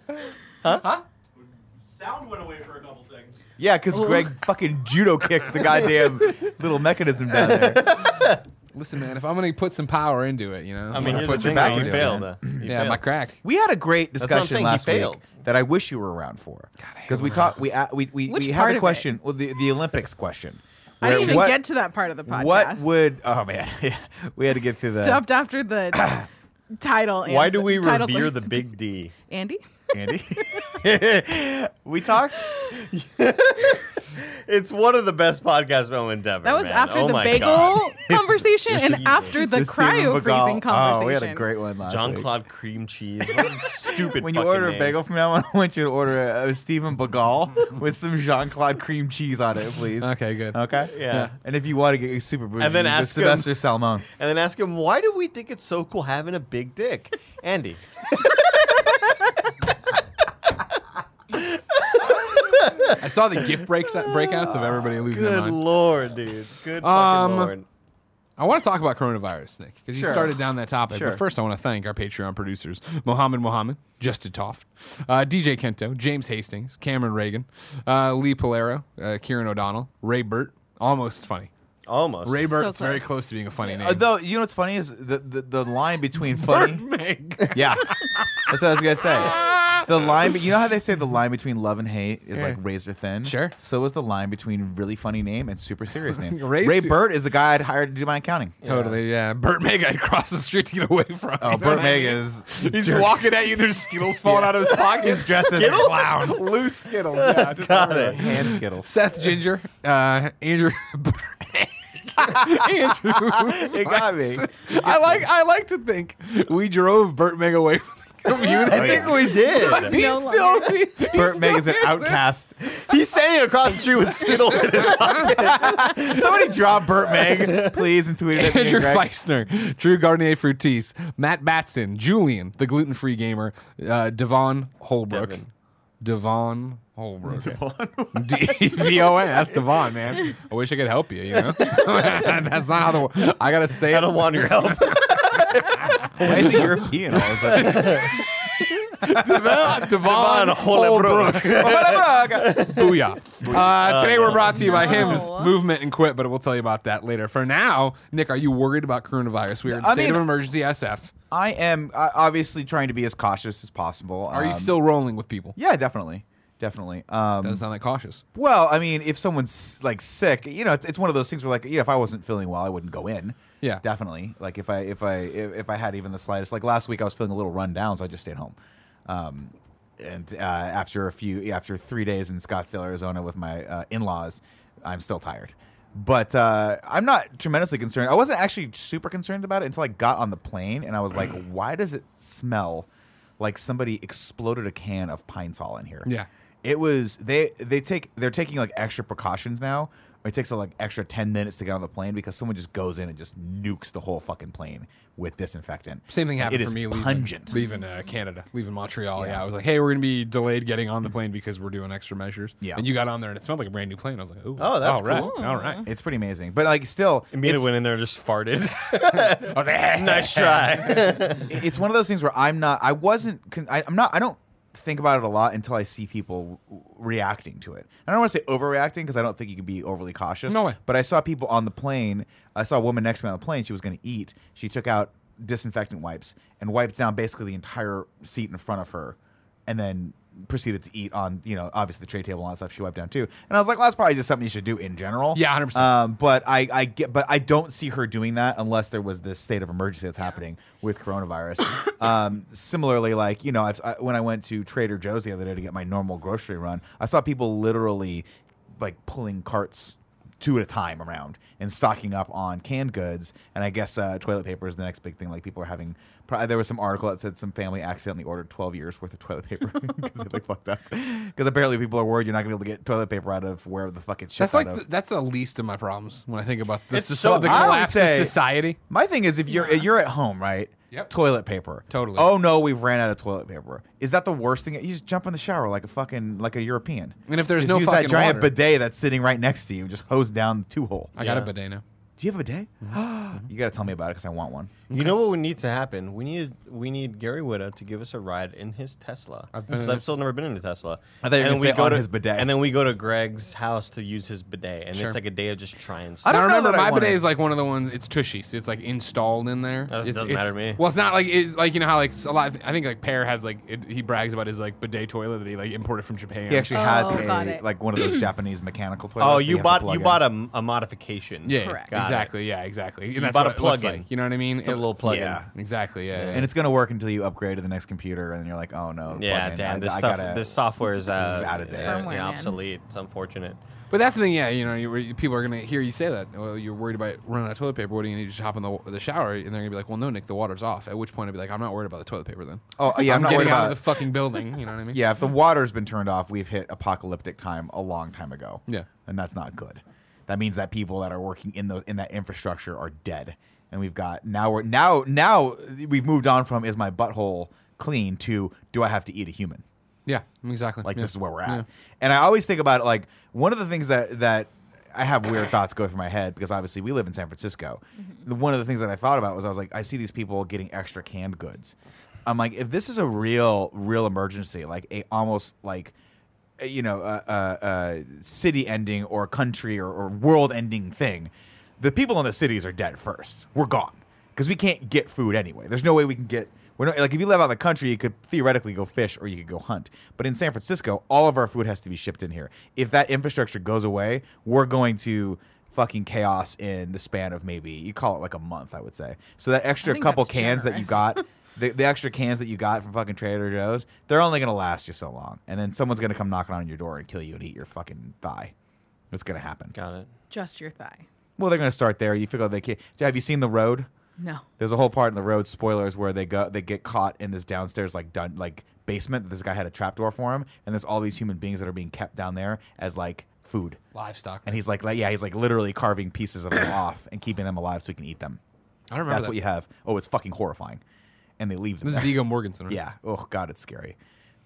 Speaker 5: Sound went away for a couple seconds.
Speaker 1: Yeah, because
Speaker 4: Oh.
Speaker 1: Greg fucking judo kicked the goddamn little mechanism down there.
Speaker 2: Listen, man, if I'm gonna put some power into it, you know.
Speaker 3: I
Speaker 1: Yeah,
Speaker 3: mean, here's
Speaker 1: put your
Speaker 3: the thing.
Speaker 1: back
Speaker 3: though, You
Speaker 1: into it,
Speaker 3: failed.
Speaker 1: man.
Speaker 3: uh, you
Speaker 2: yeah,
Speaker 3: failed.
Speaker 2: my crack.
Speaker 1: We had a great
Speaker 3: what I'm
Speaker 1: discussion
Speaker 3: saying, he
Speaker 1: last week
Speaker 3: failed.
Speaker 1: that I wish you were around for because we talked. We, a- we we
Speaker 4: Which
Speaker 1: we
Speaker 4: part
Speaker 1: had
Speaker 4: of
Speaker 1: the
Speaker 4: it?
Speaker 1: question. Well, the the Olympics question.
Speaker 4: I didn't
Speaker 1: Where-
Speaker 4: even
Speaker 1: what-
Speaker 4: get to that part of the podcast.
Speaker 1: What would? Oh man, yeah, we had to get through that.
Speaker 4: stopped after the title?
Speaker 3: Why
Speaker 4: ans-
Speaker 3: do we
Speaker 4: title
Speaker 3: revere
Speaker 4: question.
Speaker 3: the big D?
Speaker 4: Andy?
Speaker 1: Andy. we talked.
Speaker 3: It's one of the best podcast moments ever.
Speaker 4: That was
Speaker 3: man.
Speaker 4: after
Speaker 3: Oh
Speaker 4: the
Speaker 3: my
Speaker 4: bagel
Speaker 3: God.
Speaker 4: conversation and after the
Speaker 1: This Stephen
Speaker 4: cryo freezing
Speaker 1: Bacall-
Speaker 4: conversation.
Speaker 1: Oh, we had a great one last
Speaker 3: John
Speaker 1: week.
Speaker 3: Claude cream cheese. What a stupid.
Speaker 1: When you
Speaker 3: fucking
Speaker 1: order a
Speaker 3: name.
Speaker 1: bagel from now on, I want you to order a, a Stephen Bagal with some Jean Claude cream cheese on it, please.
Speaker 2: Okay, good.
Speaker 1: Okay.
Speaker 3: Yeah.
Speaker 1: And if you want to get super bougie,
Speaker 3: And then
Speaker 1: you
Speaker 3: ask
Speaker 1: go Sylvester Salmon.
Speaker 3: and then ask him why do we think it's so cool having a big dick, Andy?
Speaker 2: I saw the gift breaks breakouts of everybody losing their
Speaker 3: Good
Speaker 2: mind.
Speaker 3: lord, dude. Good fucking
Speaker 2: Um,
Speaker 3: lord.
Speaker 2: I want to talk about coronavirus, Nick, because you
Speaker 1: Sure.
Speaker 2: started down that topic.
Speaker 1: Sure.
Speaker 2: But first, I want to thank our Patreon producers Mohammed Mohammed, Justin Toft, uh, DJ Kento, James Hastings, Cameron Reagan, uh, Lee Polero, uh, Kieran O'Donnell, Ray Burt. Almost funny.
Speaker 3: Almost.
Speaker 2: Ray Burt's very
Speaker 4: close.
Speaker 2: close to being a funny name.
Speaker 1: uh, Though you know what's funny is the, the, the line between
Speaker 2: Burt
Speaker 1: funny.
Speaker 2: Meg.
Speaker 1: Yeah. That's what I was gonna say. The line, you know how they say the line between love and hate is like
Speaker 2: Yeah.
Speaker 1: razor thin.
Speaker 2: Sure.
Speaker 1: So is the line between really funny name and super serious name.
Speaker 2: Ray's
Speaker 1: Ray
Speaker 2: too-
Speaker 1: Burt is the guy I'd hired to do my accounting.
Speaker 2: Totally, yeah. Burt Meg, I'd cross the street to get away from.
Speaker 1: Oh,
Speaker 2: You know what
Speaker 1: Burt
Speaker 2: I
Speaker 1: Meg
Speaker 2: mean?
Speaker 1: is
Speaker 2: He's walking at you. There's Skittles falling out of his pocket.
Speaker 1: He's dressed as a
Speaker 2: clown. Loose Skittles. Yeah, just everywhere.
Speaker 1: hand skittles.
Speaker 2: Seth Ginger, uh, Andrew. Andrew,
Speaker 1: It got me.
Speaker 2: I like. I like to think we drove Burt Meg away from the community.
Speaker 3: I think we did.
Speaker 2: He's
Speaker 4: No
Speaker 2: still. He, he
Speaker 1: Burt Meg
Speaker 2: still
Speaker 1: is an
Speaker 2: is it.
Speaker 1: outcast.
Speaker 3: He's standing across the street with Skittles in his
Speaker 1: Somebody draw Burt Meg, please, and tweet it at me. and
Speaker 2: Andrew
Speaker 1: Greg.
Speaker 2: Feisner, Drew Garnier Frutis, Matt Batson, Julian, the gluten free gamer, uh, Devon Holbrook.
Speaker 3: Devin.
Speaker 2: Devon Holbrook. D V O N. That's Devon, man. I wish I could help you, you know? That's not how the. wo- I got to say
Speaker 3: I
Speaker 2: it.
Speaker 3: don't want your help.
Speaker 1: Why is he European all of a sudden?
Speaker 2: Devon, Devon
Speaker 3: Devon
Speaker 2: Holbrook.
Speaker 3: Holbrook.
Speaker 2: Booyah. Uh, today we're brought to you by
Speaker 4: No.
Speaker 2: Hims, Movement, and Quit, but we'll tell you about that later. For now, Nick, are you worried about coronavirus? We are in
Speaker 1: I
Speaker 2: state
Speaker 1: mean-
Speaker 2: of emergency SF.
Speaker 1: I am uh, obviously trying to be as cautious as possible.
Speaker 2: Are you
Speaker 1: Um,
Speaker 2: still rolling with people?
Speaker 1: Yeah, definitely, definitely. Um,
Speaker 2: Doesn't sound that cautious.
Speaker 1: Well, I mean, if someone's like sick, you know, it's, it's one of those things where like, yeah, if I wasn't feeling well, I wouldn't go in.
Speaker 2: Yeah.
Speaker 1: definitely. Like if I if I if, if I had even the slightest, like last week, I was feeling a little run down, so I just stayed home. Um, and uh, after a few, after three days in Scottsdale, Arizona, with my uh, in laws, I'm still tired. But uh, I'm not tremendously concerned. I wasn't actually super concerned about it until I got on the plane and I was like, why does it smell like somebody exploded a can of pine sol in here?
Speaker 2: Yeah.
Speaker 1: It was they they take they're taking like extra precautions now. It takes like extra ten minutes to get on the plane because someone just goes in and just nukes the whole fucking plane with disinfectant.
Speaker 2: Same thing
Speaker 1: Like,
Speaker 2: happened
Speaker 1: it
Speaker 2: for
Speaker 1: is
Speaker 2: me leaving,
Speaker 1: Pungent.
Speaker 2: leaving uh, Canada, leaving Montreal. Yeah. I was like, hey, we're going to be delayed getting on the plane because we're doing extra measures.
Speaker 1: Yeah.
Speaker 2: And you got on there and it smelled like a brand new plane. I was like, ooh,
Speaker 3: Oh, that's
Speaker 2: all right,
Speaker 3: cool.
Speaker 2: All right.
Speaker 1: It's pretty amazing, but like still,
Speaker 3: Amina
Speaker 1: it's-
Speaker 3: went in there and just farted. nice try.
Speaker 1: it's one of those things where I'm not. I wasn't. con- I, I'm not. I don't think about it a lot until I see people w- reacting to it. I don't want to say overreacting because I don't think you can be overly cautious.
Speaker 2: No way.
Speaker 1: But I saw people on the plane. I saw a woman next to me on the plane. She was going to eat. She took out disinfectant wipes and wiped down basically the entire seat in front of her, and then proceeded to eat on you know obviously the tray table and all that stuff she wiped down too and i was like well that's probably just something you should do in general
Speaker 2: Yeah, 100%.
Speaker 1: um, but I, I get, but I don't see her doing that unless there was this state of emergency that's happening with coronavirus. um, similarly, like you know, I've, I, when I went to Trader Joe's the other day to get my normal grocery run, I saw people literally like pulling carts two at a time around and stocking up on canned goods. And I guess uh, toilet paper is the next big thing. Like people are having. pro- uh, There was some article that said some family accidentally ordered 12 years worth of toilet paper because they like fucked up. Because apparently people are worried you're not going to be able to get toilet paper out of wherever the fuck it ships
Speaker 2: That's like
Speaker 1: out of.
Speaker 2: the, that's the least of my problems when I think about this.
Speaker 3: It's
Speaker 2: so,
Speaker 3: so-
Speaker 2: the
Speaker 1: I would
Speaker 2: collapse of
Speaker 1: say-
Speaker 2: society.
Speaker 1: My thing is if you're you're at home, right?
Speaker 2: Yep.
Speaker 1: Toilet paper.
Speaker 2: Totally.
Speaker 1: Oh no, we've ran out of toilet paper. Is that the worst thing? You just jump in the shower like a fucking like a European.
Speaker 2: And if there's
Speaker 1: Just
Speaker 2: no
Speaker 1: use
Speaker 2: fucking
Speaker 1: that giant
Speaker 2: water-
Speaker 1: bidet that's sitting right next to you, and just hose down the two hole.
Speaker 2: I Mm-hmm. got a
Speaker 3: Yeah.
Speaker 2: bidet now.
Speaker 1: Do you have a bidet? you got to tell me about it because I want one.
Speaker 3: You know what would need to happen? We need we need Gary Witta to give us a ride in his Tesla.
Speaker 2: I've been
Speaker 3: Because
Speaker 2: in
Speaker 3: I've still never been in a Tesla.
Speaker 1: I thought you were
Speaker 3: And
Speaker 1: gonna
Speaker 3: we
Speaker 1: say
Speaker 3: go
Speaker 1: on
Speaker 3: to
Speaker 1: his bidet.
Speaker 3: And then we go to Greg's house to use his bidet, and
Speaker 2: Sure.
Speaker 3: it's like a day of just trying
Speaker 1: I don't
Speaker 3: stuff.
Speaker 2: Now
Speaker 1: know
Speaker 2: remember,
Speaker 1: that I
Speaker 2: my
Speaker 1: wanna-
Speaker 2: bidet is like one of the ones. It's tushy, so it's like installed in there.
Speaker 3: doesn't-
Speaker 2: It's-
Speaker 3: doesn't
Speaker 2: it's-
Speaker 3: matter to me.
Speaker 2: Well, it's not like it's like you know how like a lot. Of, I think like Pear has like it, he brags about his like bidet toilet that he like imported from Japan.
Speaker 1: He actually
Speaker 4: Oh,
Speaker 1: has
Speaker 4: got
Speaker 1: a
Speaker 4: it.
Speaker 1: like one of those Japanese mechanical toilets.
Speaker 3: Oh,
Speaker 1: that
Speaker 3: you
Speaker 1: have to
Speaker 3: bought
Speaker 1: plug
Speaker 3: you
Speaker 1: in.
Speaker 3: bought a, a modification.
Speaker 2: yeah,
Speaker 4: Correct.
Speaker 3: Got it.
Speaker 2: exactly. Yeah, exactly. And that's
Speaker 3: bought
Speaker 2: what
Speaker 3: a
Speaker 2: it looks
Speaker 3: plug-in.
Speaker 2: like. You know what I mean?
Speaker 3: It's a little plug-in.
Speaker 1: Yeah.
Speaker 2: Exactly. Yeah.
Speaker 1: and it's gonna work until you upgrade to the next computer, and you're like, oh no,
Speaker 3: Yeah,
Speaker 1: plug in.
Speaker 3: damn.
Speaker 1: I-
Speaker 3: This
Speaker 1: I
Speaker 3: stuff,
Speaker 1: gotta-
Speaker 3: this software is, uh,
Speaker 1: is out of date.
Speaker 3: uh,
Speaker 4: Firmware,
Speaker 3: yeah,
Speaker 4: man.
Speaker 3: obsolete. It's unfortunate.
Speaker 2: But that's the thing, yeah. You know, you you- people are gonna hear you say that. Well, you're worried about running out of toilet paper. What do you need? Just hop in the, the shower, and they're gonna be like, "Well, no, Nick, the water's off." At which point, I'd be like, "I'm not worried about the toilet paper then."
Speaker 1: Oh yeah, I'm, not
Speaker 2: getting
Speaker 1: worried
Speaker 2: out
Speaker 1: about.
Speaker 2: of the fucking building. You know what I mean?
Speaker 1: yeah, if the water's been turned off, we've hit apocalyptic time a long time ago.
Speaker 2: Yeah.
Speaker 1: and that's not good. That means that people that are working in the in that infrastructure are dead, and we've got now we're now now we've moved on from is my butthole clean to do I have to eat a human?
Speaker 2: Yeah. Exactly.
Speaker 1: Like
Speaker 2: yeah.
Speaker 1: this is where we're at.
Speaker 2: Yeah.
Speaker 1: And I always think about it like one of the things that that I have weird thoughts go through my head because obviously we live in San Francisco. The- One of the things that I thought about was I was like, I see these people getting extra canned goods. I'm like, if this is a real, real emergency, like a almost like uh, you know, a, a, a city ending or country or, or world ending thing, the people in the cities are dead first. We're gone because we can't get food anyway. There's no way we can get. We're not, like if you live out in the country, you could theoretically go fish or you could go hunt. But in San Francisco, all of our food has to be shipped in here. If that infrastructure goes away, we're going to fucking chaos in the span of maybe you call it like a month, I would say. So that extra
Speaker 4: think
Speaker 1: couple
Speaker 4: that's
Speaker 1: cans that you
Speaker 4: generous.
Speaker 1: got the, the extra cans that you got from fucking Trader Joe's, they're only gonna last you so long, and then someone's gonna come knocking on your door and kill you and eat your fucking thigh. That's gonna happen.
Speaker 3: Got it.
Speaker 4: Just your thigh.
Speaker 1: Well, they're gonna start there. You figure they can't. Have you seen the road?
Speaker 4: No.
Speaker 1: There's a whole part in the road spoilers where they go, they get caught in this downstairs like done like basement that this guy had a trapdoor for him, and there's all these human beings that are being kept down there as like food,
Speaker 2: Livestock.
Speaker 1: and he's like, like yeah, he's like literally carving pieces of them off and keeping them alive so he can eat them.
Speaker 2: I remember
Speaker 1: That's
Speaker 2: that.
Speaker 1: what you have. Oh, it's fucking horrifying, and they leave them.
Speaker 2: This is
Speaker 1: there.
Speaker 2: Vigo Morganson. Right?
Speaker 1: Yeah. Oh God, it's scary.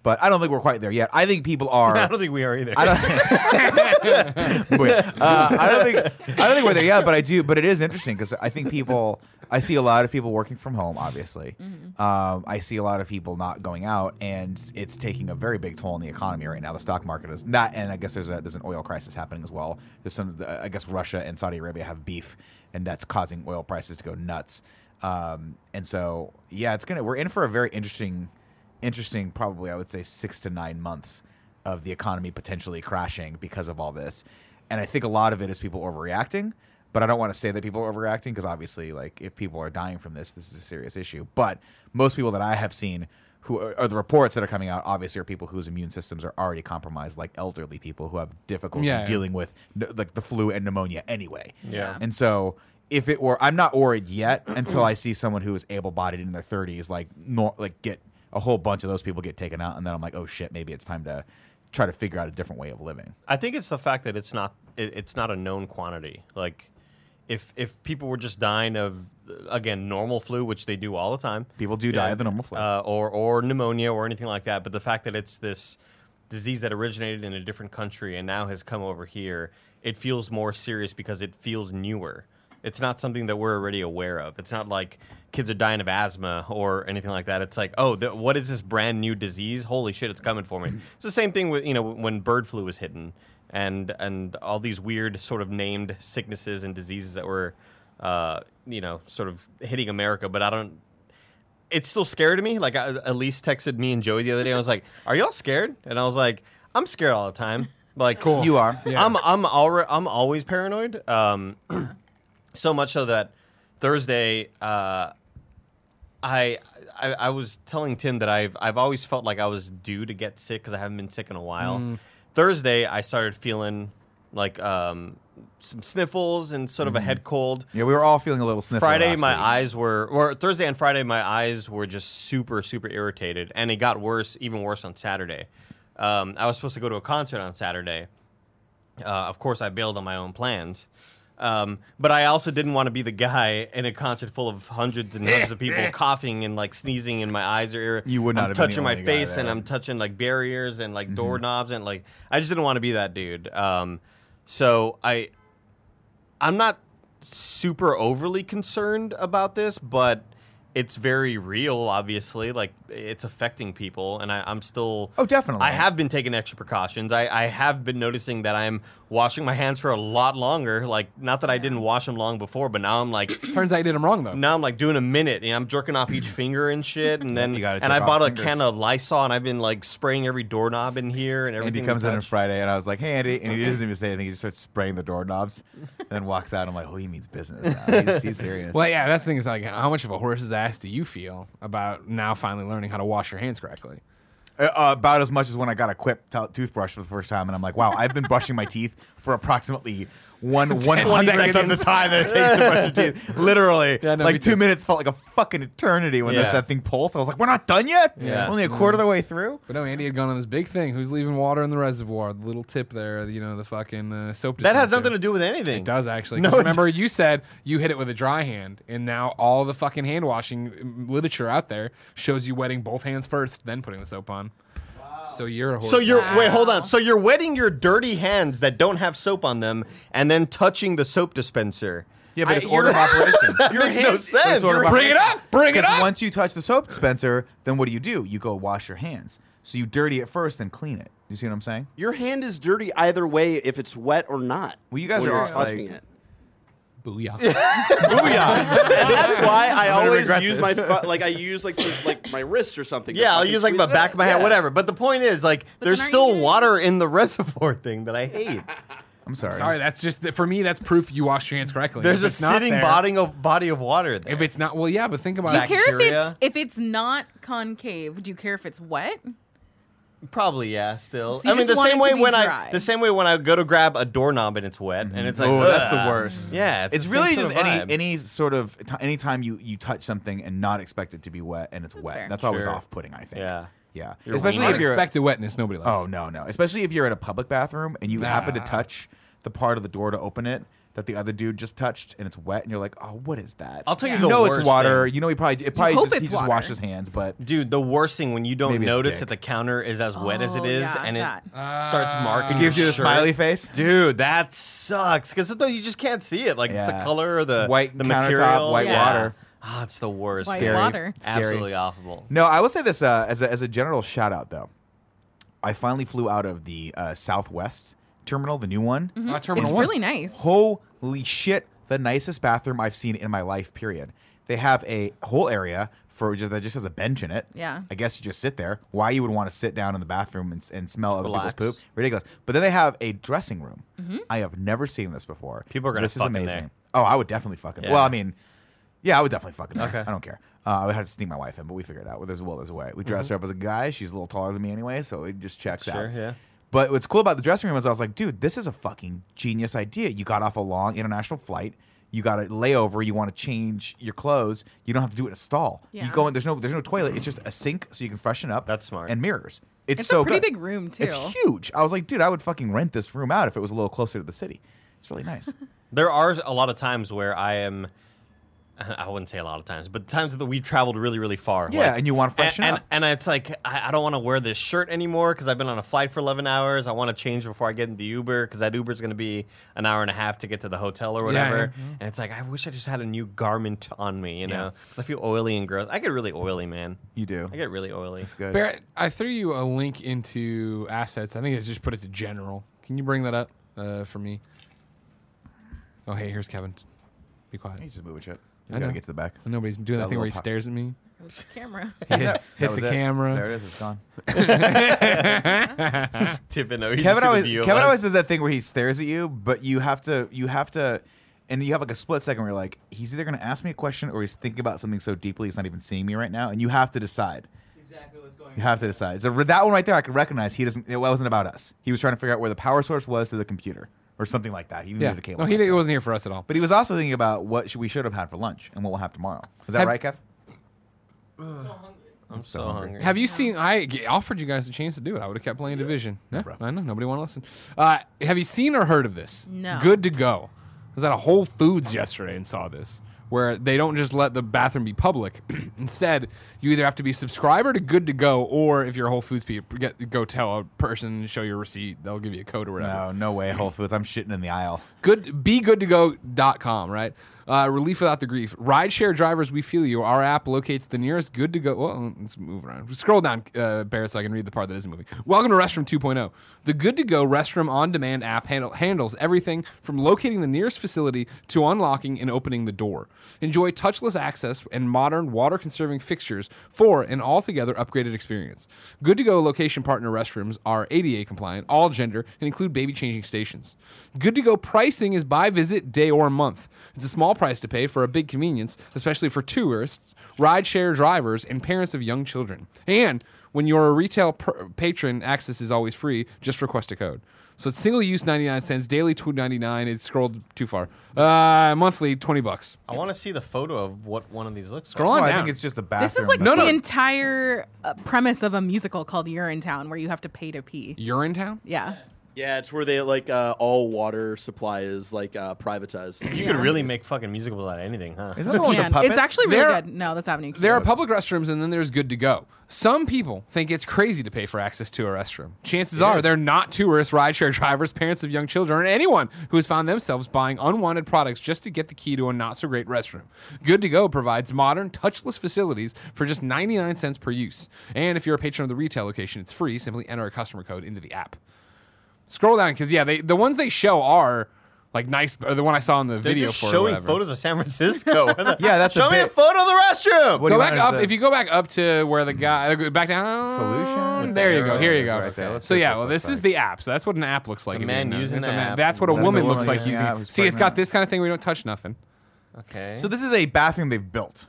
Speaker 1: But I don't think we're quite there yet. I think people are.
Speaker 3: I don't think we are either.
Speaker 1: I don't. Wait, uh, I don't think I don't think we're there yet, but I do. But it is interesting because I think people. I see a lot of people working from home. Obviously, um, I see a lot of people not going out, and it's taking a very big toll on the economy right now. The stock market is not, and I guess there's a there's an oil crisis happening as well. There's some. I guess Russia and Saudi Arabia have beef, and that's causing oil prices to go nuts. Um, and so, yeah, it's gonna. We're in for a very interesting, interesting. Probably, I would say six to nine months of the economy potentially crashing because of all this. And I think a lot of it is people overreacting. But I don't want to say that people are overreacting because obviously, like, if people are dying from this, this is a serious issue. But most people that I have seen who are, are the reports that are coming out obviously are people whose immune systems are already compromised, like elderly people who have difficulty
Speaker 2: Yeah.
Speaker 1: dealing with n- like the flu and pneumonia anyway.
Speaker 3: Yeah.
Speaker 1: And so if it were, I'm not worried yet until I see someone who is able-bodied in their 30s, like nor, like get a whole bunch of those people get taken out, and then I'm like, oh shit, maybe it's time to try to figure out a different way of living.
Speaker 3: I think it's the fact that it's not it, it's not a known quantity. Like if if people were just dying of again normal flu, which they do all the time,
Speaker 1: People do die of the normal flu.
Speaker 3: uh, or or pneumonia or anything like that. But the fact that it's this disease that originated in a different country and now has come over here, it feels more serious because it feels newer. It's not something that we're already aware of. It's not like kids are dying of asthma or anything like that. It's like, oh, th- what is this brand new disease? Holy shit, it's coming for me. It's the same thing with you know when bird flu was hidden and and all these weird sort of named sicknesses and diseases that were uh, you know sort of hitting America. But I don't it's still scary to me. Like I, Elise texted me and Joey the other day. I was like, "Are y'all scared?" And I was like, "I'm scared all the time." Like, cool.
Speaker 1: You are.
Speaker 3: I'm I'm alre I'm always paranoid. Um, so much so that Thursday, uh, I, I I was telling Tim that I've I've always felt like I was due to get sick because I haven't been sick in a while. Thursday, I started feeling like um, some sniffles and sort of a head cold.
Speaker 1: yeah, we were all feeling a little sniffly.
Speaker 3: Friday,
Speaker 1: last
Speaker 3: my
Speaker 1: week.
Speaker 3: eyes were, or Thursday and Friday, my eyes were just super, super irritated, and it got worse, even worse on Saturday. Um, I was supposed to go to a concert on Saturday. Uh, of course, I bailed on my own plans, um, but I also didn't want to be the guy in a concert full of hundreds and hundreds of people coughing and like sneezing, and my eyes are. irri-
Speaker 1: You would not
Speaker 3: I'm
Speaker 1: have been the
Speaker 3: touching my
Speaker 1: only guy
Speaker 3: face, and
Speaker 1: there. Mm-hmm.
Speaker 3: I'm touching like barriers and like doorknobs, and like I just didn't want to be that dude. Um, so I, I'm not super overly concerned about this, but it's very real. Obviously, like it's affecting people, and I, I'm still.
Speaker 1: Oh, definitely.
Speaker 3: I have been taking extra precautions. I, I have been noticing that I'm washing my hands for a lot longer. Like, not that I didn't wash them long before, but now I'm like
Speaker 2: Turns out you did him wrong though.
Speaker 3: now I'm like doing a minute and I'm jerking off each finger and shit. And then
Speaker 1: You gotta
Speaker 3: and I
Speaker 1: jerk
Speaker 3: bought
Speaker 1: off
Speaker 3: a
Speaker 1: fingers.
Speaker 3: can of Lysol and I've been like spraying every doorknob in here and
Speaker 1: Andy
Speaker 3: everything.
Speaker 1: comes
Speaker 3: we
Speaker 1: in on
Speaker 3: touch.
Speaker 1: Friday, and I was like, "Hey, Andy," and he doesn't even say anything. He just starts spraying the doorknobs, and then walks out. I'm like, "Oh, he means business. Now. He's, he's serious."
Speaker 2: Well, yeah, that's the thing is like, how much of a horse's ass do you feel about now finally learning how to wash your hands correctly?
Speaker 1: Uh, uh, about as much as when I got a Quip to- toothbrush for the first time, and I'm like, "Wow, I've been brushing my teeth for approximately one one hundredth of the
Speaker 3: seconds.
Speaker 1: time that it takes to brush your teeth. Literally,
Speaker 2: Yeah, no, me
Speaker 1: like two
Speaker 2: too.
Speaker 1: minutes felt like a fucking eternity when this,
Speaker 3: Yeah.
Speaker 1: that thing pulsed. I was like, "We're not done yet.
Speaker 3: Yeah.
Speaker 1: Only a quarter of the way through."
Speaker 2: But no, Andy had gone on this big thing. Who's leaving water in the reservoir? The little tip there, you know, the fucking uh, soap.
Speaker 3: That has
Speaker 2: dispenser.
Speaker 3: nothing to do with anything.
Speaker 2: It does actually. 'Cause remember, you said you hit it with a dry hand, and now all the fucking hand washing mm, literature out there shows you wetting both hands first, then putting the soap on. So you're a horse.
Speaker 3: So you're
Speaker 4: Wow.
Speaker 3: wait, hold on. So you're wetting your dirty hands that don't have soap on them and then touching the soap dispenser.
Speaker 1: Yeah,
Speaker 2: I-
Speaker 1: but it's order of operations.
Speaker 3: Your makes no hand- sense.
Speaker 1: It's order of
Speaker 2: Bring it
Speaker 1: operations.
Speaker 2: up, bring it
Speaker 1: 'Cause
Speaker 2: up.
Speaker 1: Once you touch the soap dispenser, then what do you do? You go wash your hands. So you dirty it first, then clean it. You see what I'm saying?
Speaker 5: Your hand is dirty either way if it's wet or not.
Speaker 1: Well, you guys
Speaker 5: when
Speaker 1: are
Speaker 5: you're
Speaker 1: all,
Speaker 5: touching
Speaker 1: like-
Speaker 5: it.
Speaker 2: booyah.
Speaker 5: That's why I
Speaker 1: gonna
Speaker 5: always
Speaker 1: regret
Speaker 5: use
Speaker 1: this.
Speaker 5: my fu- like I use like the- like my wrist or something. to
Speaker 3: Yeah, I'll
Speaker 5: fucking
Speaker 3: use like the
Speaker 5: squeeze it
Speaker 3: back of my
Speaker 5: out.
Speaker 3: hand,
Speaker 5: Yeah.
Speaker 3: whatever. But the point is, like,
Speaker 4: But
Speaker 3: there's
Speaker 4: then aren't
Speaker 3: still
Speaker 4: you-
Speaker 3: water in the reservoir thing that I hate.
Speaker 1: I'm sorry.
Speaker 2: Sorry, that's just for me. That's proof you wash your hands correctly.
Speaker 3: There's
Speaker 2: If
Speaker 3: a
Speaker 2: it's not
Speaker 3: sitting
Speaker 2: there-
Speaker 3: body of body of water there.
Speaker 2: If it's not, well, yeah, but think about
Speaker 4: Do
Speaker 2: it.
Speaker 4: you care if it's
Speaker 3: Bacteria?
Speaker 4: if it's not concave? Do you care if it's wet?
Speaker 3: Probably yeah, still.
Speaker 4: So you
Speaker 3: I mean
Speaker 4: just
Speaker 3: the
Speaker 4: want
Speaker 3: same
Speaker 4: it to
Speaker 3: way
Speaker 4: be
Speaker 3: when
Speaker 4: dry.
Speaker 3: I the same way when I go to grab a doorknob and it's wet and it's like
Speaker 1: Oh, that's the
Speaker 3: ugh.
Speaker 1: worst.
Speaker 3: Yeah,
Speaker 1: It's
Speaker 3: the same
Speaker 1: really
Speaker 3: sort
Speaker 1: just
Speaker 3: of vibe.
Speaker 1: any any sort of t- any time you you touch something and not expect it to be wet and it's wet.
Speaker 4: fair.
Speaker 1: That's always
Speaker 3: Sure.
Speaker 1: off putting. I think.
Speaker 3: Yeah.
Speaker 1: Yeah.
Speaker 3: You're
Speaker 1: Especially if you're.
Speaker 2: unexpected wetness. Nobody likes.
Speaker 1: Oh no no. Especially if you're at a public bathroom and you happen to
Speaker 2: Ah.
Speaker 1: touch the part of the door to open it that the other dude just touched and it's wet and you're like, oh, what is that?
Speaker 3: I'll tell you
Speaker 1: You
Speaker 3: the
Speaker 1: know it's
Speaker 3: worst
Speaker 1: water.
Speaker 3: thing.
Speaker 1: You know he probably it probably
Speaker 4: hope
Speaker 1: just he
Speaker 4: it's
Speaker 1: just
Speaker 4: water.
Speaker 1: washed his hands, but
Speaker 3: Dude, the worst thing when you don't
Speaker 1: Maybe it's
Speaker 3: notice
Speaker 1: dick.
Speaker 3: that the counter is as wet as it
Speaker 4: Oh,
Speaker 3: is
Speaker 4: yeah,
Speaker 3: and it
Speaker 4: that.
Speaker 3: starts marking.
Speaker 1: it gives you
Speaker 3: your
Speaker 1: the
Speaker 3: shirt.
Speaker 1: smiley face.
Speaker 3: Dude, that sucks because sometimes you just can't see it. Like it's
Speaker 1: Yeah.
Speaker 3: the color or the
Speaker 1: It's white
Speaker 3: the
Speaker 1: countertop,
Speaker 3: material,
Speaker 1: white
Speaker 4: Yeah.
Speaker 1: water.
Speaker 3: Ah, it's the worst.
Speaker 4: White
Speaker 3: Scary.
Speaker 4: water.
Speaker 1: Scary.
Speaker 3: Absolutely awful.
Speaker 1: No, I will say this uh, as, a, as a general shout out, though. I finally flew out of the uh, Southwest terminal, the new one.
Speaker 2: Uh, terminal
Speaker 4: It's
Speaker 2: one.
Speaker 4: really nice.
Speaker 1: Holy shit, the nicest bathroom I've seen in my life, period. They have a whole area for just, that just has a bench in it.
Speaker 4: Yeah.
Speaker 1: I guess you just sit there. Why you would want to sit down in the bathroom and, s- and smell other
Speaker 3: Relax.
Speaker 1: people's poop? Ridiculous. But then they have a dressing room.
Speaker 4: Mm-hmm.
Speaker 1: I have never seen this before.
Speaker 3: People are gonna
Speaker 1: This is
Speaker 3: fuck in
Speaker 1: amazing.
Speaker 3: there.
Speaker 1: Oh, I would definitely fucking.
Speaker 3: Yeah.
Speaker 1: Well, I mean, yeah, I would definitely fucking. Okay.
Speaker 3: Okay.
Speaker 1: I don't care. Uh, I would have to sneak my wife in, but we figured it out. Well, there's a will, there's a way. We dressed her up as a guy. She's a little taller than me anyway, so it just checks
Speaker 3: Mm-hmm. Sure,
Speaker 1: out.
Speaker 3: yeah.
Speaker 1: But what's cool about the dressing room is I was like, dude, this is a fucking genius idea. You got off a long international flight. You got a layover. You want to change your clothes. You don't have to do it in a stall.
Speaker 4: Yeah.
Speaker 1: You go in. There's no. There's no toilet. It's just a sink, so you can freshen up.
Speaker 3: That's smart.
Speaker 1: And mirrors. It's,
Speaker 4: It's
Speaker 1: so
Speaker 4: a pretty
Speaker 1: good.
Speaker 4: big room too.
Speaker 1: It's huge. I was like, dude, I would fucking rent this room out if it was a little closer to the city. It's really nice.
Speaker 3: There are a lot of times where I am. I wouldn't say a lot of times, but times that we've traveled really, really far.
Speaker 1: Yeah, and you wanna freshen
Speaker 3: and,
Speaker 1: up.
Speaker 3: And, and it's like I, I don't want to wear this shirt anymore because I've been on a flight for eleven hours. I want to change before I get in the Uber because that Uber's going to be an hour and a half to get to the hotel or whatever.
Speaker 2: yeah.
Speaker 3: And it's like I wish I just had a new garment on me, you know? 'Cause I feel oily and gross. I get really oily, man.
Speaker 1: You do.
Speaker 3: I get really oily.
Speaker 1: It's good.
Speaker 2: Barrett, I threw you a link into assets. I think I just put it to general. Can you bring that up uh, for me? Oh, hey, here's Kevin. Be
Speaker 1: You
Speaker 2: quiet.
Speaker 1: just move a shit.
Speaker 2: I
Speaker 1: You gotta
Speaker 2: know.
Speaker 1: get to the back.
Speaker 2: Nobody's doing that
Speaker 1: That
Speaker 2: thing where he
Speaker 1: little pop-
Speaker 2: stares at me.
Speaker 4: camera.
Speaker 2: Hit,
Speaker 1: That
Speaker 2: hit
Speaker 1: was
Speaker 2: the
Speaker 1: it.
Speaker 2: camera.
Speaker 1: There it is. It's gone.
Speaker 3: Tipping over. you just
Speaker 1: Kevin
Speaker 3: see the
Speaker 1: always
Speaker 3: view of
Speaker 1: Kevin
Speaker 3: us.
Speaker 1: always does that thing where he stares at you, but you have to you have to and you have like a split second where you're like, he's either gonna ask me a question or he's thinking about something so deeply he's not even seeing me right now, and you have to decide.
Speaker 6: exactly what's going on.
Speaker 1: You have to decide. So re- that one right there, I could recognize he doesn't. It wasn't about us. He was trying to figure out where the power source was to the computer or something like that. He
Speaker 2: Yeah.
Speaker 1: needed a cable.
Speaker 2: No, he
Speaker 1: back.
Speaker 2: didn't- it wasn't here for us at all.
Speaker 1: But he was also thinking about what should, we should have had for lunch and what we'll have tomorrow. Is that
Speaker 2: Have-
Speaker 1: right, Kev?
Speaker 3: I'm so
Speaker 1: so hungry.
Speaker 3: hungry.
Speaker 2: Have you seen? I g- offered you guys a chance to do it. I would have kept playing Division. Yeah,
Speaker 1: bro.
Speaker 2: I know nobody want to listen. Uh, have you seen or heard of this?
Speaker 4: No.
Speaker 2: Good to go. I was at a Whole Foods yesterday and saw this. where they don't just let the bathroom be public. Instead, you either have to be subscriber to Good to Go, or if you're a Whole Foods people, get, go tell a person, show your receipt, they'll give you a code or whatever.
Speaker 1: No, no way, Whole Foods. I'm shitting in the aisle.
Speaker 2: Good, be good to go.com, right? Uh, relief without the grief. Rideshare drivers, we feel you. Our app locates the nearest good to go. Well, let's move around. Scroll down, uh, Barrett, so I can read the part that isn't moving. Welcome to Restroom 2.0. The Good to Go Restroom on demand app handle, handles everything from locating the nearest facility to unlocking and opening the door. Enjoy touchless access and modern water conserving fixtures for an altogether upgraded experience. Good to Go location partner restrooms are ADA compliant, all gender, and include baby changing stations. Good to Go pricing is by visit, day, or month. It's a small price to pay for a big convenience, especially for tourists, rideshare drivers, and parents of young children. And when you're a retail pr- patron, access is always free. Just request a code. So it's single use 99 cents, daily 2.99. It's scrolled too far. Uh, monthly 20 bucks.
Speaker 3: I want to see the photo of what one of these looks
Speaker 2: Scroll
Speaker 3: like.
Speaker 2: on
Speaker 1: Well, I
Speaker 2: down.
Speaker 1: think it's just the bathroom.
Speaker 4: This is like
Speaker 2: No,
Speaker 4: the
Speaker 2: no.
Speaker 4: entire uh, premise of a musical called Urinetown, where you have to pay to pee.
Speaker 2: Urinetown?
Speaker 4: Yeah.
Speaker 5: Yeah, it's where they like uh, all water supply is like uh, privatized.
Speaker 3: You could really make fucking musicals out of anything, huh?
Speaker 1: Is that Oh, the one with
Speaker 4: Can.
Speaker 1: the puppets?
Speaker 4: It's actually really
Speaker 2: There-
Speaker 4: good. No, that's Avenue Q.
Speaker 2: There are public restrooms and then there's good to go. Some people think it's crazy to pay for access to a restroom. Chances are they're not tourists, rideshare drivers, parents of young children, or anyone who has found themselves buying unwanted products just to get the key to a not so great restroom. Good to go provides modern, touchless facilities for just 99 cents per use. And if you're a patron of the retail location, it's free. Simply enter a customer code into the app. Scroll down because yeah, they, the ones they show are like nice. Or the one I saw in the
Speaker 3: They're
Speaker 2: video
Speaker 3: just
Speaker 2: for or
Speaker 3: showing
Speaker 2: whatever.
Speaker 3: photos of San Francisco.
Speaker 1: Yeah, that's a
Speaker 3: show me a
Speaker 1: bit-
Speaker 3: photo of the restroom.
Speaker 1: What do
Speaker 2: Go
Speaker 1: you
Speaker 2: back
Speaker 1: want us
Speaker 2: up.
Speaker 1: to-
Speaker 2: If you go back up to where the guy, go back down.
Speaker 1: Solution? With
Speaker 2: There
Speaker 1: the
Speaker 2: you go. Here you
Speaker 1: arrow
Speaker 2: go.
Speaker 1: right there. Let's
Speaker 2: so
Speaker 1: see what
Speaker 2: yeah,
Speaker 1: this
Speaker 2: well,
Speaker 1: looks
Speaker 2: this is
Speaker 1: like.
Speaker 2: the apps. that's what an app looks like.
Speaker 3: a
Speaker 2: if you
Speaker 3: man
Speaker 2: didn't know.
Speaker 3: using
Speaker 2: It's
Speaker 3: an app.
Speaker 2: That's what a
Speaker 1: That's a
Speaker 2: woman
Speaker 1: woman
Speaker 2: looks like
Speaker 1: using an
Speaker 2: using.
Speaker 1: app
Speaker 2: it.
Speaker 1: who's
Speaker 2: See, it's
Speaker 1: pregnant.
Speaker 2: got this kind of thing. We don't touch nothing.
Speaker 3: Okay.
Speaker 1: So this is a bathroom they've built.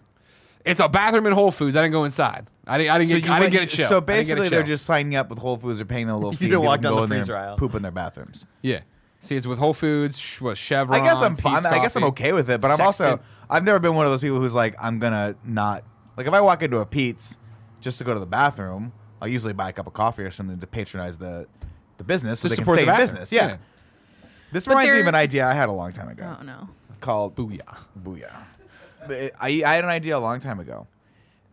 Speaker 2: It's a bathroom in WholeOods. I didn't go inside. I didn't. I didn't
Speaker 1: So
Speaker 2: get.
Speaker 1: you
Speaker 2: I didn't
Speaker 1: went-
Speaker 2: get a chill.
Speaker 1: So
Speaker 2: I didn't get a
Speaker 1: basically, they're
Speaker 2: chill.
Speaker 1: just signing up with Whole Foods or paying them a little fee.
Speaker 3: didn't
Speaker 1: to
Speaker 3: walk
Speaker 1: them
Speaker 3: down
Speaker 1: go
Speaker 3: the
Speaker 1: in there
Speaker 3: freezer
Speaker 1: and
Speaker 3: aisle.
Speaker 1: Poop in their bathrooms.
Speaker 2: Yeah. See, it's with Whole Foods, sh- what, Chevron.
Speaker 1: I guess I'm
Speaker 2: Pete's
Speaker 1: fine. I guess I'm
Speaker 2: Coffee.
Speaker 1: okay with it, but I'm also
Speaker 2: Sexton.
Speaker 1: I've never been one of those people who's like I'm gonna not like if I walk into a Pete's just to go to the bathroom, I'll usually buy a cup of coffee or something to patronize the the business so
Speaker 2: To
Speaker 1: they can
Speaker 2: support
Speaker 1: stay
Speaker 2: the
Speaker 1: in
Speaker 2: bathroom.
Speaker 1: business. Yeah.
Speaker 2: Yeah.
Speaker 1: This
Speaker 4: But
Speaker 1: reminds me of
Speaker 4: they're-
Speaker 1: an idea I had a long time ago
Speaker 4: Oh no.
Speaker 1: called
Speaker 2: Booyah.
Speaker 1: Booyah. The- I, I had an idea a long time ago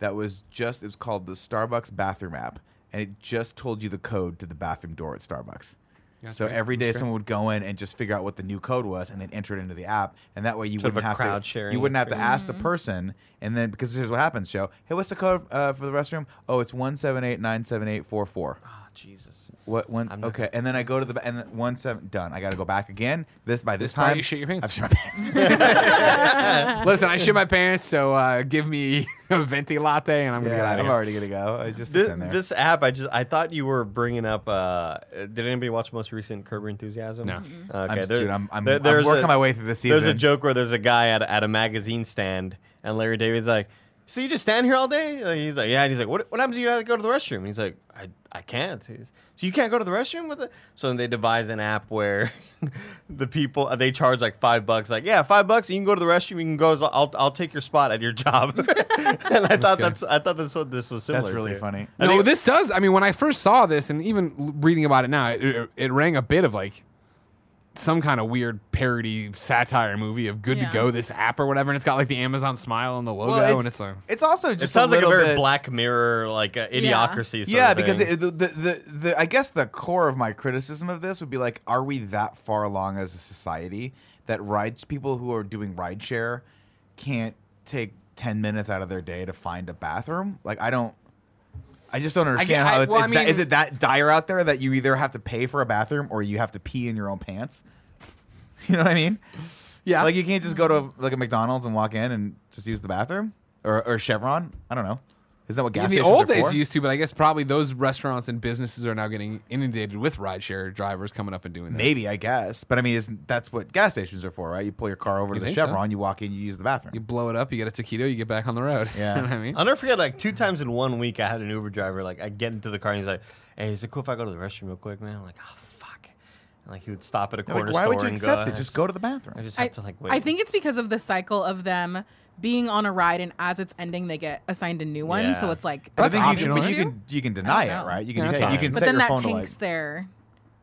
Speaker 1: that was just, it was called the Starbucks bathroom app, and it just told you the code to the bathroom door at Starbucks.
Speaker 2: that's
Speaker 1: so
Speaker 2: great.
Speaker 1: every
Speaker 2: That's
Speaker 1: day
Speaker 2: great.
Speaker 1: someone would go in and just figure out what the new code was and then enter it into the app and that way you
Speaker 3: Sort of
Speaker 1: wouldn't have
Speaker 3: a crowd
Speaker 1: to
Speaker 3: sharing
Speaker 1: you wouldn't have to ask
Speaker 2: Mm-hmm.
Speaker 1: the person and then because here's what happens Joe hey what's the code uh, for the restroom oh it's one seven eight nine seven eight four four
Speaker 3: oh, Jesus.
Speaker 1: what one?
Speaker 3: I'm not
Speaker 1: Okay, and then I go to the ba- and then one seven done. I got to go back again. This by this,
Speaker 2: This part
Speaker 1: time
Speaker 2: you shit your pants.
Speaker 1: I've shit my pants.
Speaker 2: Listen, I shit my pants, so uh, give me a venti latte, and I'm gonna get
Speaker 1: yeah,
Speaker 2: out of
Speaker 1: I'm
Speaker 2: here.
Speaker 1: already gonna go. I just it's
Speaker 3: This,
Speaker 1: in there.
Speaker 3: this app, I just I thought you were bringing up. Uh, did anybody watch the most recent Curb Your Enthusiasm? Uh,
Speaker 2: No.
Speaker 1: I'm,
Speaker 3: Okay,
Speaker 1: just-
Speaker 3: there-
Speaker 1: dude, I'm, I'm,
Speaker 3: there-
Speaker 1: I'm
Speaker 3: there's
Speaker 1: working
Speaker 3: a-
Speaker 1: my way through this season.
Speaker 3: There's a joke where there's a guy at, at a magazine stand, and Larry David's like, "So you just stand here all day?" And he's like, "Yeah." And he's like, "What? What happens if you have to go to the restroom?" And he's like, "I, I can't." He's, so you can't go to the restroom with it. So then they devise an app where the people uh, they charge like five bucks. Like, yeah, five bucks. You can go to the restroom. You can go. as- I'll, I'll take your spot at your job. and I thought
Speaker 2: good.
Speaker 3: that's I thought that's what this was similar.
Speaker 1: That's really
Speaker 3: to.
Speaker 1: funny.
Speaker 3: I
Speaker 2: no,
Speaker 3: think-
Speaker 2: this does. I mean, when I first saw this, and even l- reading about it now, it, it, it rang a bit of like some kind of weird parody satire movie of "Good
Speaker 4: Yeah.
Speaker 2: to Go" this app or whatever, and it's got like the Amazon smile on the logo,
Speaker 1: Well,
Speaker 2: and it's like
Speaker 1: it's also just
Speaker 3: It sounds like a
Speaker 1: little
Speaker 3: very
Speaker 1: bit-
Speaker 3: Black Mirror like uh, idiocracy. Sort
Speaker 1: Yeah,
Speaker 3: of
Speaker 1: because
Speaker 3: thing.
Speaker 1: it, the, the, the, the I guess the core of my criticism of this would be like, are we that far along as a society that rides people who are doing rideshare can't take ten minutes out of their day to find a bathroom? Like, I don't. I just don't understand
Speaker 2: I-
Speaker 1: how it's,
Speaker 2: well, I
Speaker 1: it's that-
Speaker 2: mean-
Speaker 1: is it that dire out there that you either have to pay for a bathroom or you have to pee in your own pants? You know what I mean?
Speaker 2: yeah,
Speaker 1: Like you can't just go to like a McDonald's and walk in and just use the bathroom or, or Chevron. I don't know. Is that what gas
Speaker 2: in the
Speaker 1: stations
Speaker 2: old
Speaker 1: are
Speaker 2: days
Speaker 1: for?
Speaker 2: you used to, but I guess probably those restaurants and businesses are now getting inundated with rideshare drivers coming up and doing that.
Speaker 1: Maybe I guess, but I mean, isn't, that's what gas stations are for, right? You pull your car over to
Speaker 2: You
Speaker 1: the
Speaker 2: think so?
Speaker 1: Chevron, you walk in, you use the bathroom.
Speaker 2: You blow it up, you get a taquito, you get back on the road.
Speaker 1: Yeah.
Speaker 2: you know what I mean.
Speaker 3: I'll never forget, like, two times in one week, I had an Uber driver. Like, I get into the car and he's like, hey, is it cool if I go to the restroom real quick, man? I'm like, oh, fuck. And, like, he would stop at a
Speaker 1: You're
Speaker 3: corner
Speaker 1: like, why
Speaker 3: store
Speaker 1: would you
Speaker 3: and
Speaker 1: accept
Speaker 3: go,
Speaker 1: it? Just go to the bathroom.
Speaker 3: I just have
Speaker 4: I,
Speaker 3: to, like, wait.
Speaker 4: I think it's because of the cycle of them being on a ride, and as it's ending, they get assigned a new one.
Speaker 3: Yeah.
Speaker 4: So it's like,
Speaker 1: But I
Speaker 2: That's
Speaker 1: think
Speaker 2: optional,
Speaker 1: you can, but you
Speaker 2: isn't
Speaker 1: can you can deny
Speaker 4: I
Speaker 1: it,
Speaker 4: don't
Speaker 1: right? You can
Speaker 2: know. Yeah,
Speaker 1: take-
Speaker 2: that's
Speaker 1: you can
Speaker 2: fine.
Speaker 4: but
Speaker 1: set
Speaker 4: then
Speaker 1: your
Speaker 4: that
Speaker 1: phone to like.
Speaker 4: tanks their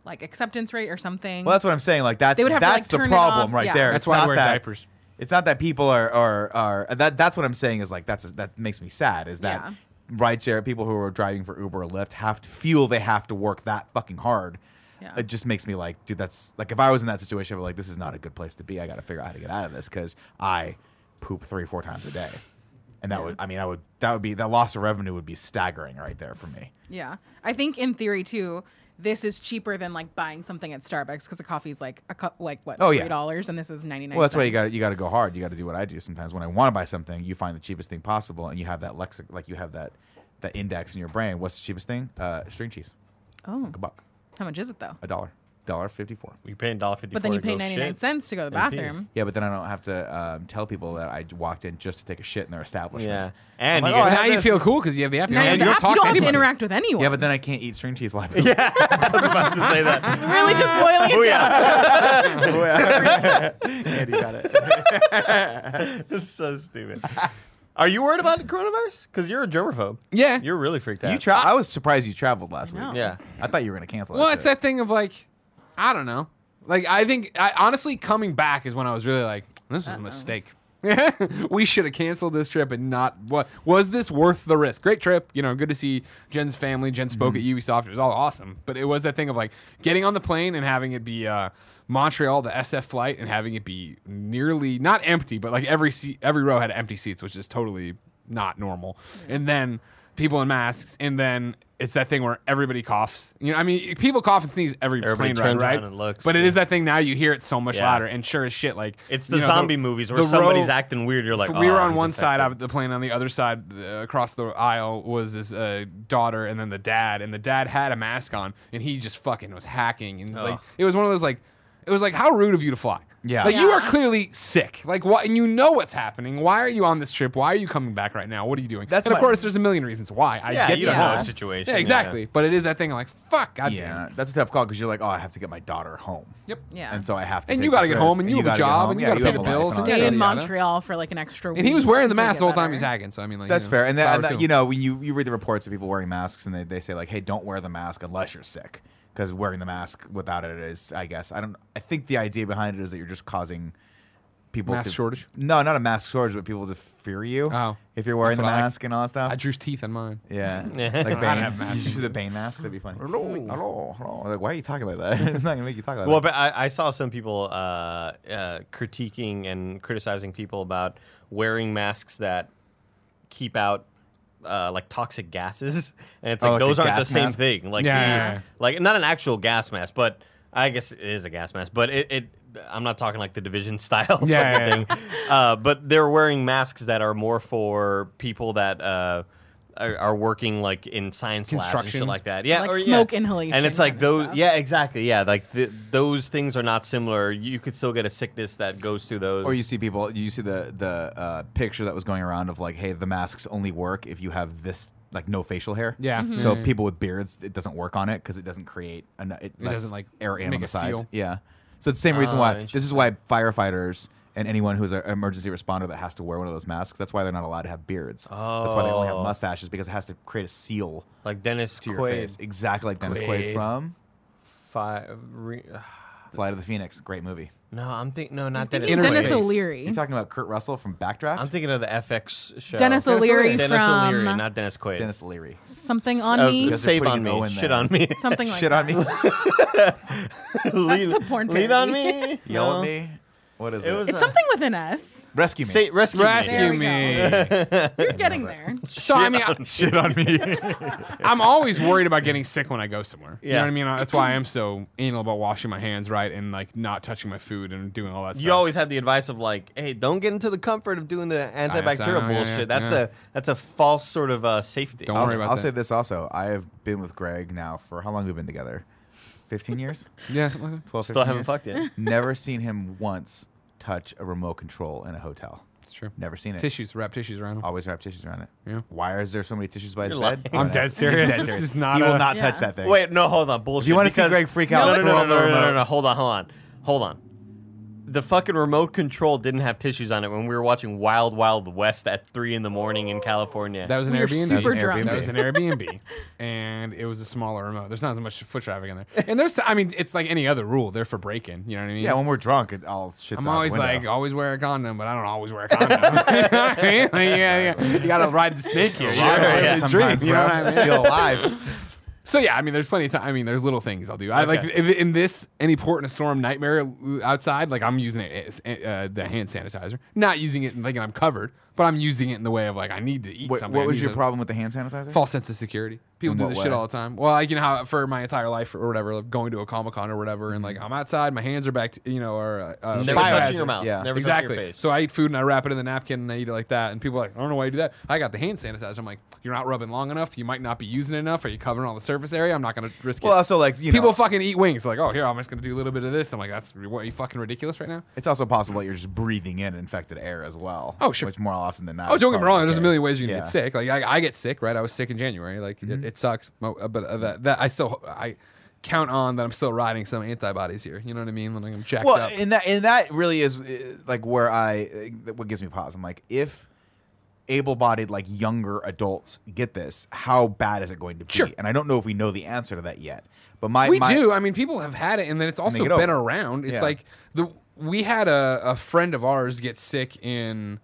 Speaker 4: like acceptance rate or something.
Speaker 1: Well, that's what I'm saying. Like that's
Speaker 4: They would have to, like,
Speaker 1: that's the
Speaker 4: turn it
Speaker 1: problem
Speaker 4: off.
Speaker 1: right
Speaker 4: Yeah.
Speaker 1: there.
Speaker 2: That's
Speaker 1: It's
Speaker 2: why I
Speaker 1: not
Speaker 2: wear
Speaker 1: that-
Speaker 2: diapers.
Speaker 1: It's not that people are are are that. That's what I'm saying is like that's that makes me sad. Is that
Speaker 4: Yeah.
Speaker 1: ride share people who are driving for Uber or Lyft have to feel they have to work that fucking hard.
Speaker 4: Yeah.
Speaker 1: It just makes me like, dude, that's like if I was in that situation, I'd be like, this is not a good place to be. I got to figure out how to get out of this because I poop three, four times a day, and that would, I mean, I would, that would be that loss of revenue would be staggering right there for me.
Speaker 4: Yeah. I think in theory too, this is cheaper than like buying something at Starbucks because a coffee's like a cup like what
Speaker 1: Oh,
Speaker 4: three
Speaker 1: yeah.
Speaker 4: dollars and this is ninety nine.
Speaker 1: Well, that's why you got you got to go hard. You got to do what I do sometimes. When I want to buy something, you find the cheapest thing possible, and you have that lexic, like you have that that index in your brain. What's the cheapest thing? Uh, string cheese,
Speaker 4: Oh,
Speaker 1: like a buck,
Speaker 4: how much is it though?
Speaker 1: a dollar, dollar fifty four.
Speaker 3: We pay dollar fifty.
Speaker 4: But then you pay ninety nine cents to go to the
Speaker 3: And pee.
Speaker 4: bathroom.
Speaker 1: Yeah, but then I don't have to um, tell people that I walked in just to take a shit in their establishment.
Speaker 3: Yeah, and
Speaker 1: I'm
Speaker 3: you
Speaker 1: like, oh, I
Speaker 3: get
Speaker 2: now you
Speaker 1: this.
Speaker 2: feel cool because you have the app.
Speaker 4: Now you,
Speaker 2: you
Speaker 4: have the
Speaker 2: don't
Speaker 4: app, you
Speaker 2: talk
Speaker 4: don't
Speaker 2: to
Speaker 4: have to
Speaker 2: anybody.
Speaker 4: interact with anyone.
Speaker 1: Yeah, but then I can't eat string cheese live. Yeah.
Speaker 3: I was about to say that.
Speaker 4: really just boiling
Speaker 3: Oh,
Speaker 4: it down.
Speaker 1: Andy got it.
Speaker 3: That's so stupid. Are you worried about coronavirus? Because you're a germaphobe.
Speaker 2: Yeah.
Speaker 3: You're really freaked out.
Speaker 1: You tra- I was surprised you traveled last
Speaker 4: I know.
Speaker 1: week.
Speaker 3: yeah.
Speaker 1: I thought you were gonna cancel.
Speaker 2: Well,
Speaker 1: that
Speaker 2: it's
Speaker 1: shit.
Speaker 2: that thing of like, I don't know. Like, I think, I, honestly, coming back is when I was really like, this was a mistake. we should have canceled this trip and not what was this worth the risk? Great trip, you know. Good to see Jen's family. Jen spoke at Ubisoft; it was all awesome. But it was that thing of like getting on the plane and having it be uh, Montreal, the SF flight, and having it be nearly not empty, but like every seat, every row had empty seats, which is totally not normal. And then people in masks, and then it's that thing where everybody coughs. You know, I mean, people cough and sneeze every
Speaker 3: Everybody
Speaker 2: plane ride,
Speaker 3: turns around
Speaker 2: right?
Speaker 3: and looks,
Speaker 2: but it
Speaker 3: yeah.
Speaker 2: is that thing now. You hear it so much
Speaker 3: Yeah.
Speaker 2: louder, and sure as shit, like
Speaker 3: It's the
Speaker 2: you know,
Speaker 3: zombie movies where
Speaker 2: the
Speaker 3: somebody's
Speaker 2: row-
Speaker 3: acting weird. You're like,
Speaker 2: f- we were
Speaker 3: "Oh,
Speaker 2: on
Speaker 3: he's
Speaker 2: one side
Speaker 3: infected."
Speaker 2: of the plane, on the other side, uh, across the aisle was his uh, daughter and then the dad, and the dad had a mask on, and he just fucking was hacking, and it's like it was one of those like, it was like how rude of you to fly.
Speaker 1: Yeah.
Speaker 2: like you
Speaker 4: Yeah.
Speaker 2: are clearly sick. Like what, and you know what's happening. Why are you on this trip? Why are you coming back right now? What are you doing?
Speaker 1: That's
Speaker 2: and
Speaker 1: my-
Speaker 2: of course, there's a million reasons why. I
Speaker 3: Yeah,
Speaker 2: get
Speaker 3: you
Speaker 2: that.
Speaker 3: don't know the situation.
Speaker 2: Yeah, exactly. But it is that thing like fuck, goddamn.
Speaker 1: Yeah, that's a tough call because you're like, oh, I have to get my daughter home.
Speaker 2: Yep.
Speaker 4: Yeah.
Speaker 1: And so I have to.
Speaker 2: And
Speaker 1: take
Speaker 2: you gotta
Speaker 1: this
Speaker 2: get home,
Speaker 1: risk,
Speaker 2: and you have a
Speaker 1: gotta get
Speaker 2: job,
Speaker 1: home.
Speaker 2: and you
Speaker 1: Yeah,
Speaker 2: gotta pay
Speaker 1: have
Speaker 2: the
Speaker 1: a life and
Speaker 2: bills,
Speaker 1: all
Speaker 2: and
Speaker 1: that
Speaker 2: yada,
Speaker 4: Stay
Speaker 1: shit.
Speaker 4: in
Speaker 2: yada.
Speaker 4: Montreal for like an extra week.
Speaker 2: And he was wearing the
Speaker 4: until you
Speaker 2: mask
Speaker 4: get
Speaker 2: the whole time
Speaker 4: better.
Speaker 2: he's hacking. So I mean, like
Speaker 1: That's
Speaker 2: you know,
Speaker 1: fair. And, that,
Speaker 2: power
Speaker 1: and that-
Speaker 2: to
Speaker 1: you
Speaker 2: him.
Speaker 1: know, when you, you read the reports of people wearing masks and they, they say, like, hey, don't wear the mask unless you're sick. Because wearing the mask without it is, I guess, I don't, I think the idea behind it is that you're just causing people
Speaker 2: Mask
Speaker 1: to-
Speaker 2: shortage?
Speaker 1: No, not a mask shortage, but people to fear you.
Speaker 2: Oh.
Speaker 1: If you're wearing the
Speaker 2: That's what I-
Speaker 1: mask and all that stuff.
Speaker 2: I drew teeth on mine.
Speaker 1: yeah.
Speaker 3: Yeah.
Speaker 1: Like
Speaker 2: don't
Speaker 1: Bane.
Speaker 2: have masks.
Speaker 1: You should do the Bane mask. That'd be funny. Hello. Hello. Hello. Like, why are you talking like that? it's not going to make you talk like
Speaker 3: Well,
Speaker 1: that.
Speaker 3: but I, I saw some people uh, uh, critiquing and criticizing people about wearing masks that keep out uh, like toxic gases, and it's
Speaker 1: Oh,
Speaker 3: like
Speaker 1: like a
Speaker 3: those aren't the
Speaker 1: gas
Speaker 3: same
Speaker 1: mask?
Speaker 3: thing. Like,
Speaker 2: Yeah,
Speaker 3: the-
Speaker 2: yeah, yeah.
Speaker 3: like not an actual gas mask, but I guess it is a gas mask. But it, it I'm not talking like the division style
Speaker 2: Yeah, yeah,
Speaker 3: fucking thing. Uh, but they're wearing masks that are more for people that. Uh, are are working like in science labs and
Speaker 2: Construction.
Speaker 3: shit like that. Yeah,
Speaker 4: Like
Speaker 3: or, yeah.
Speaker 4: smoke inhalation
Speaker 3: And it's like
Speaker 4: kind of
Speaker 3: those.
Speaker 4: stuff.
Speaker 3: Yeah, exactly. Yeah, like th those things are not similar. You could still get a sickness that goes through those.
Speaker 1: Or you see people, you see the the uh, picture that was going around of like, hey, the masks only work if you have this, like, no facial hair.
Speaker 2: Yeah. Mhm.
Speaker 1: So
Speaker 2: Yeah.
Speaker 1: people with beards, it doesn't work on it because it doesn't create an it, lets
Speaker 2: doesn't, like,
Speaker 1: air in
Speaker 2: make
Speaker 1: on the
Speaker 2: a
Speaker 1: sides.
Speaker 2: seal.
Speaker 1: Yeah. So it's the same reason
Speaker 3: Ah,
Speaker 1: why this is why firefighters and anyone who's an emergency responder that has to wear one of those masks, that's why they're not allowed to have beards. That's why they only have
Speaker 3: Oh.
Speaker 1: mustaches because it has to create a seal
Speaker 3: like Dennis
Speaker 1: to your
Speaker 3: Quaid,
Speaker 1: face, exactly like Dennis Quaid
Speaker 2: Quaid.
Speaker 1: from
Speaker 3: Fi- re-
Speaker 1: Flight of the Phoenix, great movie.
Speaker 3: no, I'm thinking. No, not Dennis.
Speaker 4: Dennis,
Speaker 2: Interface.
Speaker 4: O'Leary.
Speaker 1: You talking about Kurt Russell from Backdraft?
Speaker 3: I'm thinking of the FX show.
Speaker 4: Dennis O'Leary
Speaker 3: Dennis
Speaker 4: from
Speaker 3: O'Leary, not Dennis Quaid.
Speaker 1: Dennis Leary.
Speaker 4: something on
Speaker 3: Uh,
Speaker 4: me.
Speaker 1: Because they're
Speaker 3: Save
Speaker 1: putting
Speaker 3: on
Speaker 1: an
Speaker 3: me.
Speaker 1: O in
Speaker 3: Shit
Speaker 1: there.
Speaker 3: on me.
Speaker 4: Something like
Speaker 1: Shit on
Speaker 4: that.
Speaker 1: me.
Speaker 3: lead,
Speaker 4: the porn
Speaker 3: lead
Speaker 4: parody.
Speaker 3: on me.
Speaker 1: Yell at
Speaker 3: No.
Speaker 1: me. What is
Speaker 3: It
Speaker 1: it?
Speaker 3: was-
Speaker 4: It's something within us.
Speaker 1: Rescue me.
Speaker 3: Say, rescue,
Speaker 2: Rescue
Speaker 4: we
Speaker 3: me.
Speaker 2: me.
Speaker 4: You're getting there.
Speaker 2: so I mean, I,
Speaker 1: Shit on me.
Speaker 2: I'm always worried about getting sick when I go somewhere. You know
Speaker 3: Yeah.
Speaker 2: what I mean? That's why I'm so anal about washing my hands right and like not touching my food and doing all that stuff.
Speaker 3: You always have the advice of like, hey, don't get into the comfort of doing the antibacterial
Speaker 2: know, yeah, yeah,
Speaker 3: bullshit. that's
Speaker 2: yeah.
Speaker 3: a that's a false sort of uh, safety.
Speaker 2: Don't
Speaker 1: I'll,
Speaker 2: worry about
Speaker 1: I'll
Speaker 2: that.
Speaker 1: say this also. I have been with Greg now for how long have we been together? 15 years?
Speaker 2: yeah, something like that.
Speaker 1: 12, 15
Speaker 3: Still haven't
Speaker 1: years?
Speaker 3: fucked yet.
Speaker 1: Never seen him once touch a remote control in a hotel.
Speaker 2: It's true.
Speaker 1: Never seen it.
Speaker 2: Tissues, wrap tissues around. them.
Speaker 1: Always wrap tissues around it.
Speaker 2: Yeah.
Speaker 1: Why is there so many tissues by his
Speaker 3: You're lying.
Speaker 1: bed?
Speaker 3: I'm
Speaker 1: Honest.
Speaker 2: dead
Speaker 1: He's
Speaker 2: serious. This is not
Speaker 1: He will
Speaker 2: a-
Speaker 1: not
Speaker 4: Yeah.
Speaker 1: touch that thing.
Speaker 3: Wait, no, hold on, bullshit.
Speaker 1: you wanna see
Speaker 3: because-
Speaker 1: Greg freak out,
Speaker 3: No, no,
Speaker 1: throw
Speaker 3: no,
Speaker 1: him
Speaker 3: no,
Speaker 1: the
Speaker 3: no, no, no,
Speaker 1: remote.
Speaker 3: no, Hold on, hold on, hold on. the fucking remote control didn't have tissues on it when we were watching Wild Wild West at three in the morning in California.
Speaker 2: That was an
Speaker 4: We were
Speaker 2: Airbnb.
Speaker 4: super
Speaker 1: That was an
Speaker 4: drunk.
Speaker 1: Airbnb.
Speaker 2: That was an Airbnb, and it was a smaller remote. There's not as much foot traffic in there, and there's. I mean, it's like any other rule. They're for breaking. You know what I mean?
Speaker 1: Yeah, when we're drunk, it all shit.
Speaker 2: I'm always like, always wear a condom, but I don't always wear a condom. You know what I mean? Like, yeah, yeah. You gotta ride the snake here. You gotta live the
Speaker 1: sometimes,
Speaker 2: dream, you know
Speaker 1: bro.
Speaker 2: what I mean?
Speaker 1: Feel alive.
Speaker 2: So yeah, I mean, there's plenty of time. I mean, there's little things I'll do. I like if, in this any port in a storm nightmare outside. Like I'm using it as, uh, the hand sanitizer, not using it and thinking I'm covered, but I'm using it in the way of like I need to eat
Speaker 1: What,
Speaker 2: something.
Speaker 1: what
Speaker 2: I
Speaker 1: was
Speaker 2: need
Speaker 1: your
Speaker 2: to-
Speaker 1: problem with the hand sanitizer?
Speaker 2: False sense of security. People
Speaker 1: In
Speaker 2: do
Speaker 1: what
Speaker 2: this
Speaker 1: way?
Speaker 2: shit all the time. Well, like you know how for my entire life or whatever, like, going to a comic con or whatever, and
Speaker 1: Mm-hmm.
Speaker 2: like I'm outside, my hands are back, to, you know, or uh, uh,
Speaker 3: Never touching
Speaker 2: biohazard
Speaker 3: your mouth.
Speaker 1: Yeah.
Speaker 3: Never
Speaker 2: exactly.
Speaker 3: touching your face.
Speaker 2: So I eat food and I wrap it in the napkin and I eat it like that. And people are like, I don't know why you do that. I got the hand sanitizer. I'm like, you're not rubbing long enough. You might not be using it enough. Are you covering all the surface area? I'm not going to risk
Speaker 1: Well,
Speaker 2: it.
Speaker 1: also like you
Speaker 2: people
Speaker 1: know,
Speaker 2: fucking eat wings. Like, oh, here, I'm just going to do a little bit of this. I'm like, that's what, are you fucking ridiculous right now?
Speaker 1: it's also possible that you're just breathing in infected air as well.
Speaker 2: Oh, sure.
Speaker 1: Which more often than not.
Speaker 2: Oh,
Speaker 1: is
Speaker 2: don't get me
Speaker 1: probably
Speaker 2: wrong.
Speaker 1: the
Speaker 2: There's a
Speaker 1: case.
Speaker 2: million ways you can
Speaker 1: Yeah. Mm-hmm.
Speaker 2: get sick. Like I, I get sick, right? I was sick in January. Like it, it sucks, Mo- uh, but uh, that, that I still I count on that I'm still riding some antibodies here. You know what I mean? Like I'm jacked
Speaker 1: Well,
Speaker 2: up.
Speaker 1: and that and that really is uh, like where I uh, what gives me pause. I'm like, if able-bodied like younger adults get this, how bad is it going to be?
Speaker 2: Sure.
Speaker 1: And I don't know if we know the answer to that yet. But my
Speaker 2: we
Speaker 1: my,
Speaker 2: do. I mean, people have had it, and then it's also
Speaker 1: get over
Speaker 2: been
Speaker 1: it.
Speaker 2: around. It's
Speaker 1: Yeah.
Speaker 2: like the we had a, a friend of ours get sick in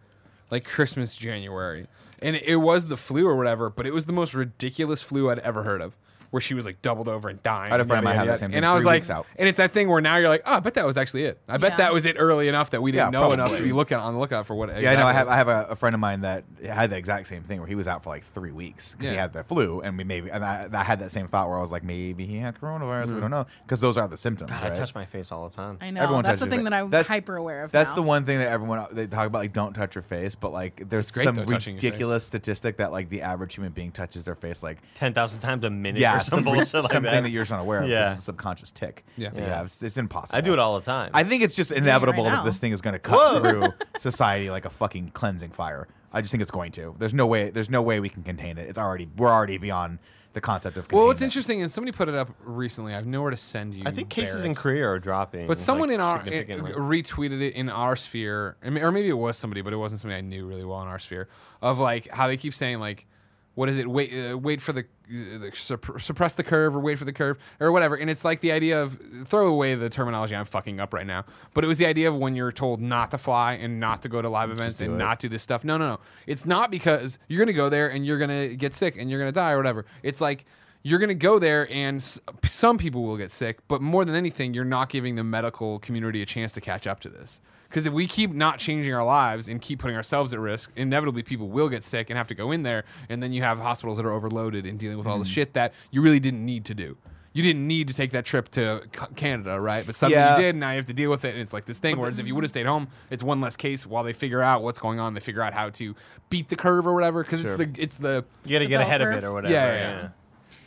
Speaker 2: like Christmas, January, and it was the flu or whatever, but it was the most ridiculous flu I'd ever heard of. Where she was like doubled over and dying.
Speaker 1: I had a friend of mine
Speaker 2: and
Speaker 1: have the
Speaker 2: yada,
Speaker 1: same
Speaker 2: yada.
Speaker 1: thing,
Speaker 2: And I was
Speaker 1: three
Speaker 2: like,
Speaker 1: weeks out.
Speaker 2: and it's that thing where now you're like, oh, I bet that was actually it. I bet
Speaker 4: Yeah.
Speaker 2: that was it early enough that we didn't
Speaker 1: Yeah,
Speaker 2: know
Speaker 1: probably.
Speaker 2: enough to be looking on the lookout for what. Exactly.
Speaker 1: Yeah, I know. I have I have a, a friend of mine that had the exact same thing where he was out for like three weeks because he
Speaker 2: Yeah.
Speaker 1: had the flu, and we maybe and I, I had that same thought where I was like, maybe he had coronavirus.
Speaker 2: Hmm.
Speaker 1: We don't know because those are the symptoms.
Speaker 3: God, I
Speaker 1: right?
Speaker 3: touch my face all the time.
Speaker 4: I know.
Speaker 1: Everyone
Speaker 4: that's the
Speaker 1: touches
Speaker 4: thing
Speaker 1: it.
Speaker 4: that I'm
Speaker 1: That's-
Speaker 4: hyper aware of.
Speaker 1: That's
Speaker 4: now.
Speaker 1: the one thing that everyone uh, they talk about, like don't touch your face. But like, there's
Speaker 2: great,
Speaker 1: some
Speaker 2: though, touching your face.
Speaker 1: ridiculous statistic that like the average human being touches their face like
Speaker 3: Ten thousand times a minute.
Speaker 1: yeah,
Speaker 3: or some
Speaker 1: some-
Speaker 3: bullshit like
Speaker 1: something
Speaker 3: that.
Speaker 1: that. you're just not aware of.
Speaker 3: Yeah.
Speaker 1: it's a subconscious tick.
Speaker 2: Yeah.
Speaker 1: yeah, it's, it's impossible.
Speaker 3: I do it all the time.
Speaker 1: I think it's just inevitable
Speaker 4: right
Speaker 1: that this
Speaker 4: now.
Speaker 1: thing is going to cut through society like a fucking cleansing fire. I just think it's going to. There's no way. There's no way we can contain it. It's already. We're already beyond the concept of.
Speaker 2: Well, what's
Speaker 1: containment.
Speaker 2: interesting is somebody put it up recently. I have nowhere to send you.
Speaker 3: I think cases
Speaker 2: Barrett.
Speaker 3: in Korea are dropping.
Speaker 2: But someone
Speaker 3: like,
Speaker 2: in
Speaker 1: eh,
Speaker 2: our it, uh,
Speaker 3: significantly.
Speaker 1: uh,
Speaker 2: retweeted it in our sphere, I mean, or maybe it was somebody, but it wasn't somebody I knew really well in our sphere. Of like how they keep saying like, what is it? Wait, uh, wait for the, uh, the supp- suppress the curve or wait for the curve or whatever. And it's like the idea of throw away the terminology I'm fucking up right now. But it was the idea of when you're told not to fly and not to go to live events and not do this stuff. No, no, no. It's not because you're gonna go there and you're gonna get sick and you're gonna die or whatever. It's like you're going to go there and s- some people will get sick but more than anything you're not giving the medical community a chance to catch up to this because if we keep not changing our lives and keep putting ourselves at risk inevitably people will get sick and have to go in there and then you have hospitals that are overloaded and dealing with
Speaker 1: Mm.
Speaker 2: all the shit that you really didn't need to do you didn't need to take that trip to C- Canada, right? But suddenly
Speaker 1: Yeah.
Speaker 2: you did, and now you have to deal with it. And it's like this thing. Whereas if you would have stayed home, it's one less case while they figure out what's going on. They figure out how to beat the curve or whatever. Because
Speaker 1: Sure.
Speaker 2: it's the it's the
Speaker 3: you got to get
Speaker 4: The
Speaker 3: ahead of
Speaker 4: bell
Speaker 3: it or
Speaker 4: curve?
Speaker 3: whatever.
Speaker 2: Yeah, yeah, yeah.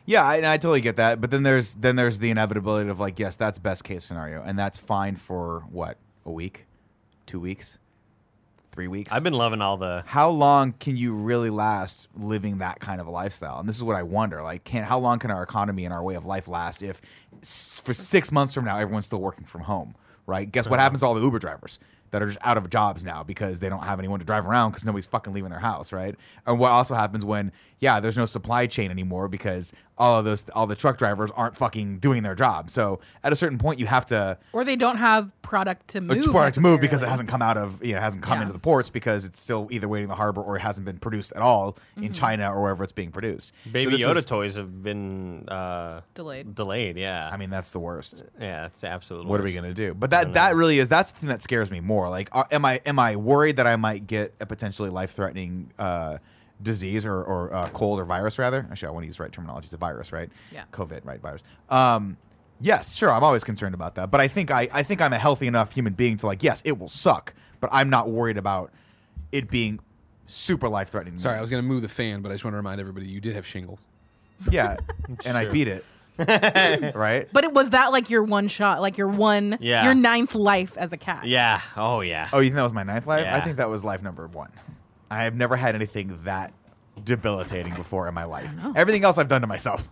Speaker 1: Yeah, I, and I totally get that. But then there's then there's the inevitability of like, yes, that's best case scenario, and that's fine for what a week, two weeks, three weeks.
Speaker 3: I've been loving all the.
Speaker 1: How long can you really last living that kind of a lifestyle? And this is what I wonder: like, can how long can our economy and our way of life last if s- for six months from now everyone's still working from home? Right? Guess what happens to all the Uber drivers that are just out of jobs now because they don't have anyone to drive around because nobody's fucking leaving their house, right? And what also happens when yeah, there's no supply chain anymore because all of those all the truck drivers aren't fucking doing their job. So at a certain point, you have to
Speaker 4: Or they don't have product to move.
Speaker 1: it's product to move because it
Speaker 4: necessarily.
Speaker 1: hasn't come out of you know, it hasn't come
Speaker 4: Yeah.
Speaker 1: into the ports because it's still either waiting in the harbor or it hasn't been produced at all
Speaker 4: Mm-hmm.
Speaker 1: in China or wherever it's being produced. So
Speaker 3: Baby
Speaker 1: this
Speaker 3: Yoda
Speaker 1: is-
Speaker 3: toys have been uh,
Speaker 4: Delayed.
Speaker 3: Delayed, yeah.
Speaker 1: I mean, that's the worst.
Speaker 3: yeah, it's absolutely.
Speaker 1: What are we gonna do? But that
Speaker 2: Mm-hmm.
Speaker 1: that really is that's the thing that scares me more. Like, are, am I am I worried that I might get a potentially life threatening uh, disease or or uh, cold or virus rather? Actually, I want to use the right terminology. It's a virus, right?
Speaker 4: Yeah.
Speaker 1: COVID, right? Virus. Um, yes, sure. I'm always concerned about that, but I think I I think I'm a healthy enough human being to like, yes, it will suck, but I'm not worried about it being super life threatening.
Speaker 2: Sorry, I was going to move the fan, but I just want to remind everybody you did have shingles.
Speaker 1: yeah, and I beat it. right.
Speaker 4: But it was that like your one shot, like your one,
Speaker 3: Yeah.
Speaker 4: your ninth life as a cat.
Speaker 3: Yeah. Oh yeah.
Speaker 1: Oh, you think that was my ninth life? I
Speaker 3: Yeah.
Speaker 1: think that was life number one. I have never had anything that debilitating before in my life. Everything else I've done to myself.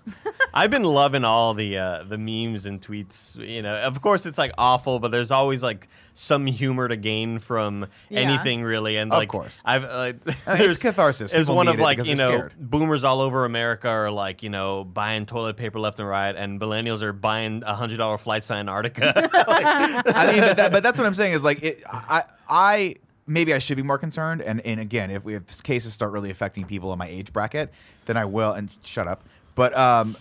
Speaker 3: I've been loving all the uh, the memes and tweets. You know, of course it's like awful, but there's always like some humor to gain from
Speaker 4: Yeah.
Speaker 3: anything really. And
Speaker 1: Of
Speaker 3: like,
Speaker 1: course.
Speaker 3: I've uh,
Speaker 1: it's catharsis.
Speaker 3: It's
Speaker 1: People
Speaker 3: one
Speaker 1: need
Speaker 3: of
Speaker 1: it
Speaker 3: like
Speaker 1: because
Speaker 3: you
Speaker 1: they're
Speaker 3: know
Speaker 1: scared.
Speaker 3: boomers all over America are like you know buying toilet paper left and right, and millennials are buying a hundred dollar flights to Antarctica.
Speaker 1: I mean, but, that, but that's what I'm saying is like, it, I, I maybe I should be more concerned. And and again, if, if cases start really affecting people in my age bracket, then I will. And shut up. But um,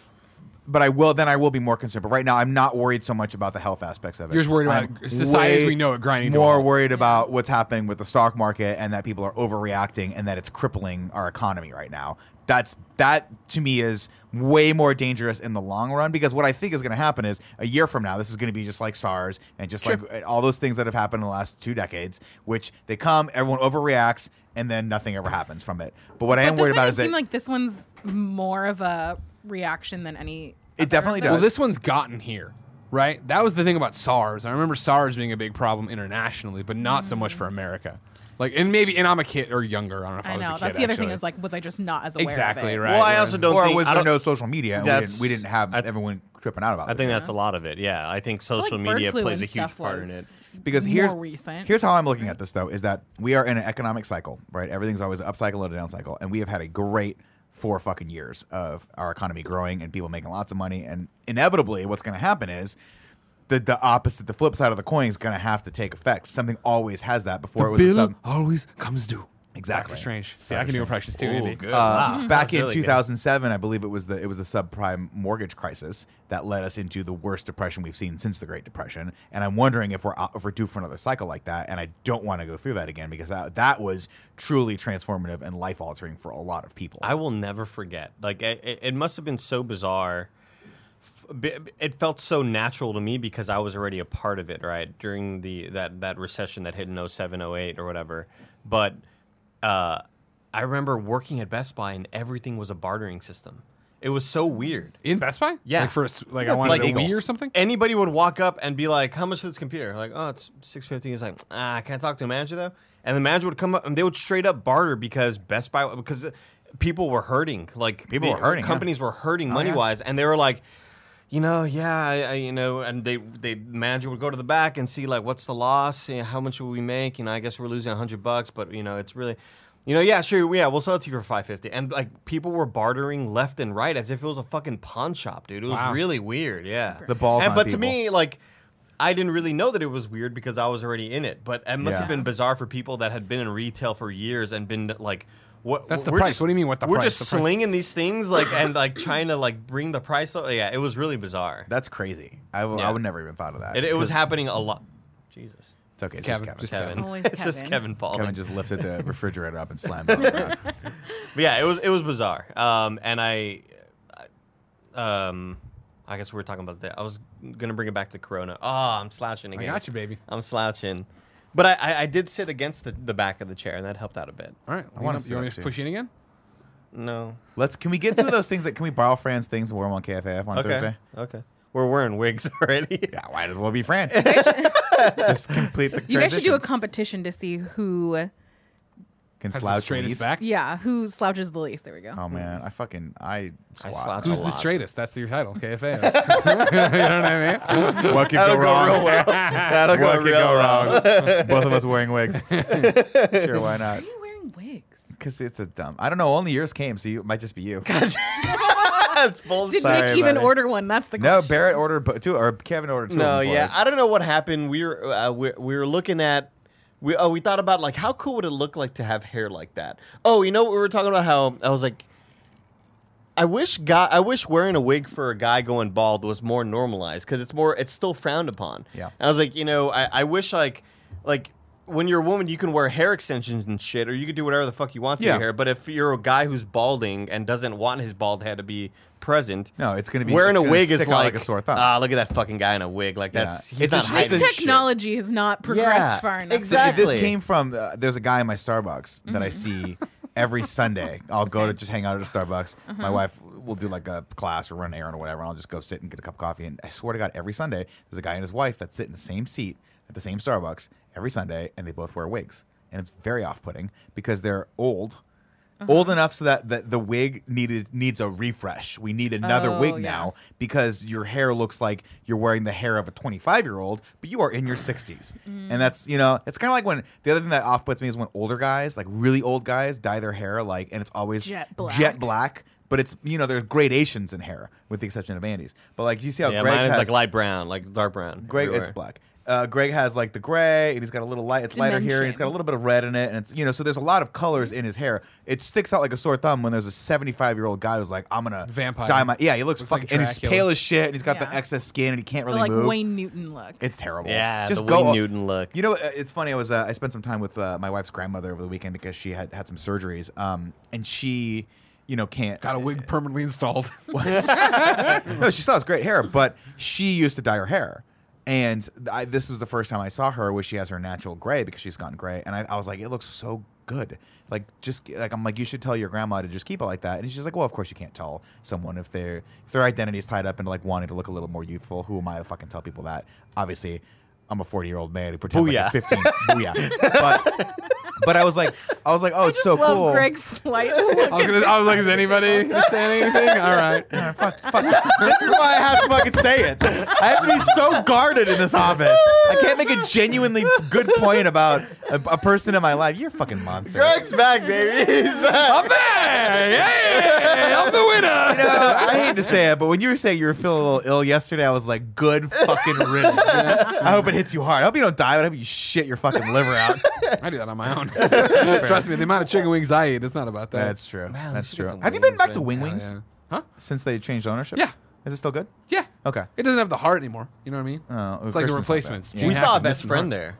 Speaker 1: but I will. Then I will be more concerned. But right now, I'm not worried so much about the health aspects of it.
Speaker 2: You're just worried about
Speaker 1: I'm
Speaker 2: society as
Speaker 1: way
Speaker 2: we know it grinding to a
Speaker 1: More
Speaker 2: halt.
Speaker 1: worried about what's happening with the stock market and that people are overreacting and that it's crippling our economy right now. That's that to me is way more dangerous in the long run because what I think is going to happen is a year from now this is going to be just like SARS and just like all those things that have happened in the last two decades, which they come, everyone overreacts, and then nothing ever happens from it. But what I am
Speaker 4: But
Speaker 1: worried
Speaker 4: doesn't
Speaker 1: about
Speaker 4: it
Speaker 1: is that
Speaker 4: seem like this one's more of a reaction than any?
Speaker 1: It
Speaker 4: other
Speaker 1: definitely
Speaker 4: of those?
Speaker 1: does.
Speaker 2: Well, this one's gotten here, right? That was the thing about SARS. I remember SARS being a big problem internationally, but not so much for America. Like, and maybe, and I'm a kid or younger. I don't know if I,
Speaker 4: I
Speaker 2: was
Speaker 4: know.
Speaker 2: a kid.
Speaker 4: That's the other thing
Speaker 2: actually.
Speaker 4: is like, was I just not as aware
Speaker 2: exactly
Speaker 4: of it?
Speaker 2: right.
Speaker 3: Well, I
Speaker 2: yeah.
Speaker 3: also don't
Speaker 1: or
Speaker 3: think
Speaker 1: was
Speaker 3: I
Speaker 1: there
Speaker 3: don't-
Speaker 1: no social media? And we, didn't, we
Speaker 3: That's-
Speaker 1: didn't have
Speaker 3: I-
Speaker 1: everyone tripping out about
Speaker 3: I
Speaker 1: it.
Speaker 3: think that's a lot of it. Yeah, I think
Speaker 4: I feel
Speaker 3: social
Speaker 4: like bird
Speaker 3: media
Speaker 4: flu
Speaker 3: plays a
Speaker 4: and
Speaker 3: huge
Speaker 4: stuff
Speaker 3: part in it.
Speaker 4: was
Speaker 1: because
Speaker 4: more
Speaker 1: here's
Speaker 4: recent.
Speaker 1: here's how I'm looking at this though is that we are in an economic cycle, right? Everything's always an up cycle and a down cycle, and we have had a great four fucking years of our economy growing and people making lots of money, and inevitably, what's going to happen is. The, the opposite, the flip side of the coin is going to have to take effect. Something always has that before it was a
Speaker 2: bill
Speaker 1: sub.
Speaker 2: always comes due.
Speaker 1: Exactly.
Speaker 2: Doctor Strange. See, I can do impressions too.
Speaker 3: Ooh,
Speaker 2: Andy.
Speaker 3: good.
Speaker 1: Uh,
Speaker 3: Wow.
Speaker 1: Back
Speaker 3: That's
Speaker 1: in
Speaker 3: really good.
Speaker 1: 2007, I believe it was the it was the subprime mortgage crisis that led us into the worst depression we've seen since the Great Depression. And I'm wondering if we're out- if we're due for another cycle like that. And I don't want to go through that again because that that was truly transformative and life altering for a lot of people.
Speaker 3: I will never forget. Like it, it- it must have been so bizarre. F- b- b- It felt so natural to me because I was already a part of it, right? During the that that recession that hit in 07, 08 or whatever. But uh, I remember working at Best Buy and everything was a bartering system. It was so weird.
Speaker 2: In Best Buy?
Speaker 3: Yeah.
Speaker 2: Like for a, s- like I
Speaker 3: That's
Speaker 2: wanted a
Speaker 3: illegal.
Speaker 2: Wii or something.
Speaker 3: Anybody would walk up and be like, "How much for this computer?" Like, "Oh, it's 650 He's like, "Ah, can I talk to a manager though?" And the manager would come up and they would straight up barter because Best Buy because people were hurting. Like
Speaker 1: People
Speaker 3: the
Speaker 1: were hurting, yeah.
Speaker 3: Companies were
Speaker 2: Oh,
Speaker 3: hurting money wise, and they were like. You know, yeah, I, I, you know, and they, they manager would go to the back and see like what's the loss, you know, how much will we make? You know, I guess we're losing hundred bucks, but you know, it's really, you know, yeah, sure, yeah, we'll sell it to you for five fifty. And like people were bartering left and right as if it was a fucking pawn shop, dude. It was
Speaker 2: Wow.
Speaker 3: really weird, yeah.
Speaker 1: The balls
Speaker 3: And,
Speaker 1: on
Speaker 3: but to
Speaker 1: people.
Speaker 3: me, like, I didn't really know that it was weird because I was already in it. But it must have
Speaker 1: Yeah.
Speaker 3: been bizarre for people that had been in retail for years and been like, what?
Speaker 2: That's the
Speaker 3: we're
Speaker 2: price.
Speaker 3: just-
Speaker 2: What do you mean, what the
Speaker 3: We're
Speaker 2: price?
Speaker 3: just
Speaker 2: The price-
Speaker 3: slinging these things like and like trying to like bring the price up. Yeah, it was really bizarre.
Speaker 1: That's crazy. I, w- I
Speaker 3: Yeah.
Speaker 1: would never even thought of that.
Speaker 3: It, it
Speaker 1: Because-
Speaker 3: was happening a lot. Jesus,
Speaker 1: it's okay. It's
Speaker 2: Kevin,
Speaker 1: just Kevin.
Speaker 2: just-
Speaker 3: Kevin.
Speaker 4: Always
Speaker 3: it's just
Speaker 4: Kevin.
Speaker 3: Kevin Paul.
Speaker 1: Kevin just lifted the refrigerator up and slammed it. on the ground.
Speaker 3: But yeah, it was it was bizarre. Um, and I, I- um, I guess we were talking about that. I was gonna bring it back to Corona. Oh, I'm slouching
Speaker 2: I
Speaker 3: again.
Speaker 2: got you, baby.
Speaker 3: I'm slouching, but I, I, I did sit against the, the back of the chair, and that helped out a bit.
Speaker 2: All right.
Speaker 1: wanna
Speaker 2: want
Speaker 1: sit
Speaker 2: you want
Speaker 1: up
Speaker 2: me to
Speaker 1: too.
Speaker 2: push you in again?
Speaker 3: No.
Speaker 1: Let's. Can we get two of those things that can we borrow Fran's things and wear them on KFAF on
Speaker 3: Okay.
Speaker 1: Thursday?
Speaker 3: Okay. We're wearing wigs already.
Speaker 1: Yeah, might as well be Fran. just complete the.
Speaker 4: You guys should do
Speaker 1: transition.
Speaker 4: a competition to see who,
Speaker 1: Can
Speaker 2: That's the
Speaker 1: slouch
Speaker 2: straightest
Speaker 1: least.
Speaker 2: back.
Speaker 4: yeah, who slouches the least. There we go.
Speaker 1: Oh man, I fucking I squat.
Speaker 3: slouch
Speaker 2: Who's
Speaker 3: a
Speaker 2: the
Speaker 3: lot.
Speaker 2: straightest? That's your title, KFA. you know what I mean?
Speaker 1: What could go wrong?
Speaker 3: That'll
Speaker 1: What could go wrong? Both of us wearing wigs. sure, why
Speaker 4: Why
Speaker 1: not?
Speaker 4: are you wearing wigs?
Speaker 1: Because it's a dumb. I don't know. Only yours came, so you, it might just be you.
Speaker 3: That's bullshit.
Speaker 4: Did
Speaker 1: Sorry
Speaker 4: Nick
Speaker 1: about
Speaker 4: even
Speaker 1: it.
Speaker 4: order one? That's the
Speaker 1: no,
Speaker 4: question.
Speaker 1: Barrett ordered but two, or Kevin ordered two.
Speaker 3: No,
Speaker 1: of them for
Speaker 3: yeah,
Speaker 1: us.
Speaker 3: I don't know what happened. We were uh, we, we were looking at we oh we thought about like how cool would it look like to have hair like that. Oh, you know what we were talking about how I was like, I wish guy I wish wearing a wig for a guy going bald was more normalized because it's more it's still frowned upon.
Speaker 1: Yeah.
Speaker 3: and I was like, you know, I, I wish like like. When you're a woman, you can wear hair extensions and shit, or you can do whatever the fuck you want to
Speaker 1: Yeah.
Speaker 3: your hair. But if you're a guy who's balding and doesn't want his bald head to be present,
Speaker 1: No, it's gonna be-
Speaker 3: wearing
Speaker 1: it's
Speaker 3: a
Speaker 1: gonna
Speaker 3: wig is
Speaker 1: stick out like
Speaker 3: like,
Speaker 1: a sore thumb.
Speaker 3: "Ah, look at that fucking guy in a wig. Like
Speaker 1: Yeah.
Speaker 3: that's he's
Speaker 1: It's a
Speaker 3: not
Speaker 1: sh-
Speaker 3: hiding
Speaker 4: Like
Speaker 1: it's a
Speaker 3: shit.
Speaker 4: technology has not progressed
Speaker 3: Yeah,
Speaker 4: far enough.
Speaker 3: exactly.
Speaker 1: Th- This came from uh, there's a guy in my Starbucks that I see every Sunday. I'll go to just hang out at a Starbucks. My wife will do like a class or run an errand or whatever. and I'll just go sit and get a cup of coffee. And I swear to God, every Sunday there's a guy and his wife that sit in the same seat at the same Starbucks every Sunday, and they both wear wigs. And it's very off-putting because they're old. Old enough so that the, the wig needed needs a refresh. We need another
Speaker 4: Oh,
Speaker 1: wig
Speaker 4: yeah.
Speaker 1: now because your hair looks like you're wearing the hair of a 25 year old, but you are in your 60s.
Speaker 4: Mm.
Speaker 1: And that's, you know, it's kind of like when the other thing that off puts me is when older guys, like really old guys, dye their hair like, and it's always
Speaker 4: Jet black.
Speaker 1: jet black, But it's, you know, there's gradations in hair with the exception of Andy's. But like, you see how
Speaker 3: Yeah,
Speaker 1: Greg's
Speaker 3: mine is
Speaker 1: has-
Speaker 3: like light brown, like dark brown.
Speaker 1: Greg, it's
Speaker 3: everywhere.
Speaker 1: black. Uh, Greg has like the gray, and he's got a little light. It's lighter here, and he's
Speaker 4: Dimension.
Speaker 1: got a little bit of red in it, and it's you know. So there's a lot of colors in his hair. It sticks out like a sore thumb when there's a 75 year old guy who's like, "I'm gonna
Speaker 2: Vampire.
Speaker 1: dye my yeah." He looks,
Speaker 2: Looks like
Speaker 1: fucking and he's
Speaker 2: Dracula.
Speaker 1: pale as shit, and he's got the
Speaker 4: Yeah.
Speaker 1: excess skin, and he can't
Speaker 4: The,
Speaker 1: really
Speaker 4: like
Speaker 1: move.
Speaker 4: Wayne Newton look.
Speaker 1: It's terrible.
Speaker 3: Yeah,
Speaker 1: just
Speaker 3: the
Speaker 1: go
Speaker 3: Wayne Newton look.
Speaker 1: You know, uh, it's funny. I was uh, I spent some time with uh, my wife's grandmother over the weekend because she had had some surgeries, um, and she, you know, can't
Speaker 2: Got a wig permanently installed.
Speaker 1: no, she still has great hair, but she used to dye her hair. And I, this was the first time I saw her where she has her natural gray because she's gone gray. And I, I was like, it looks so good. Like, just like, I'm like, you should tell your grandma to just keep it like that. And she's like, well, of course you can't tell someone if their, if their identity is tied up into like wanting to look a little more youthful. Who am I to fucking tell people that? Obviously, I'm a 40 year old man who pretends
Speaker 3: Booyah.
Speaker 1: like he's 15. Booyah. But, but I was like, I was like, oh,
Speaker 4: I
Speaker 1: it's
Speaker 4: just
Speaker 1: so
Speaker 4: love
Speaker 1: cool.
Speaker 4: Greg's slight look.
Speaker 2: I was, gonna, I was like, is anybody saying anything? All right.
Speaker 1: fuck, fuck. This is why I have to fucking say it. I have to be so guarded in this office. I can't make a genuinely good point about a, a person in my life. You're a fucking monster.
Speaker 3: Greg's back, baby. He's back.
Speaker 2: I'm back! Hey, I'm the winner!
Speaker 1: You know, I hate to say it, but when you were saying you were feeling a little ill yesterday, I was like, good fucking riddance. I hope it hits you hard. I hope you don't die, but I hope you shit your fucking liver out.
Speaker 2: I do that on my own. Trust me, the amount of chicken wings I eat, it's not about that.
Speaker 1: That's true.
Speaker 2: Man, we
Speaker 1: That's
Speaker 2: should get
Speaker 1: true.
Speaker 2: some
Speaker 1: Have you been
Speaker 2: wings,
Speaker 1: back to
Speaker 2: man.
Speaker 1: Wing
Speaker 2: Hell
Speaker 1: Wings
Speaker 2: yeah. Huh?
Speaker 1: since they changed ownership?
Speaker 2: Yeah.
Speaker 1: Is it still good?
Speaker 2: Yeah.
Speaker 1: Okay.
Speaker 2: It doesn't have the heart anymore. You know what I mean?
Speaker 1: Oh,
Speaker 2: it's like
Speaker 1: Christian's not
Speaker 2: the
Speaker 1: bad.
Speaker 2: replacements.
Speaker 1: Yeah.
Speaker 2: Gene
Speaker 3: We saw a
Speaker 2: Hackman,
Speaker 3: best
Speaker 2: Mr.
Speaker 3: friend
Speaker 2: Hart.
Speaker 3: there.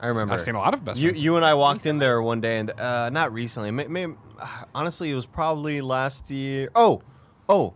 Speaker 3: I remember.
Speaker 2: I've seen a lot of best
Speaker 3: You,
Speaker 2: friends.
Speaker 3: you and I walked in there one day, and uh, not recently. May, may, uh, honestly, it was probably last year. Oh, oh,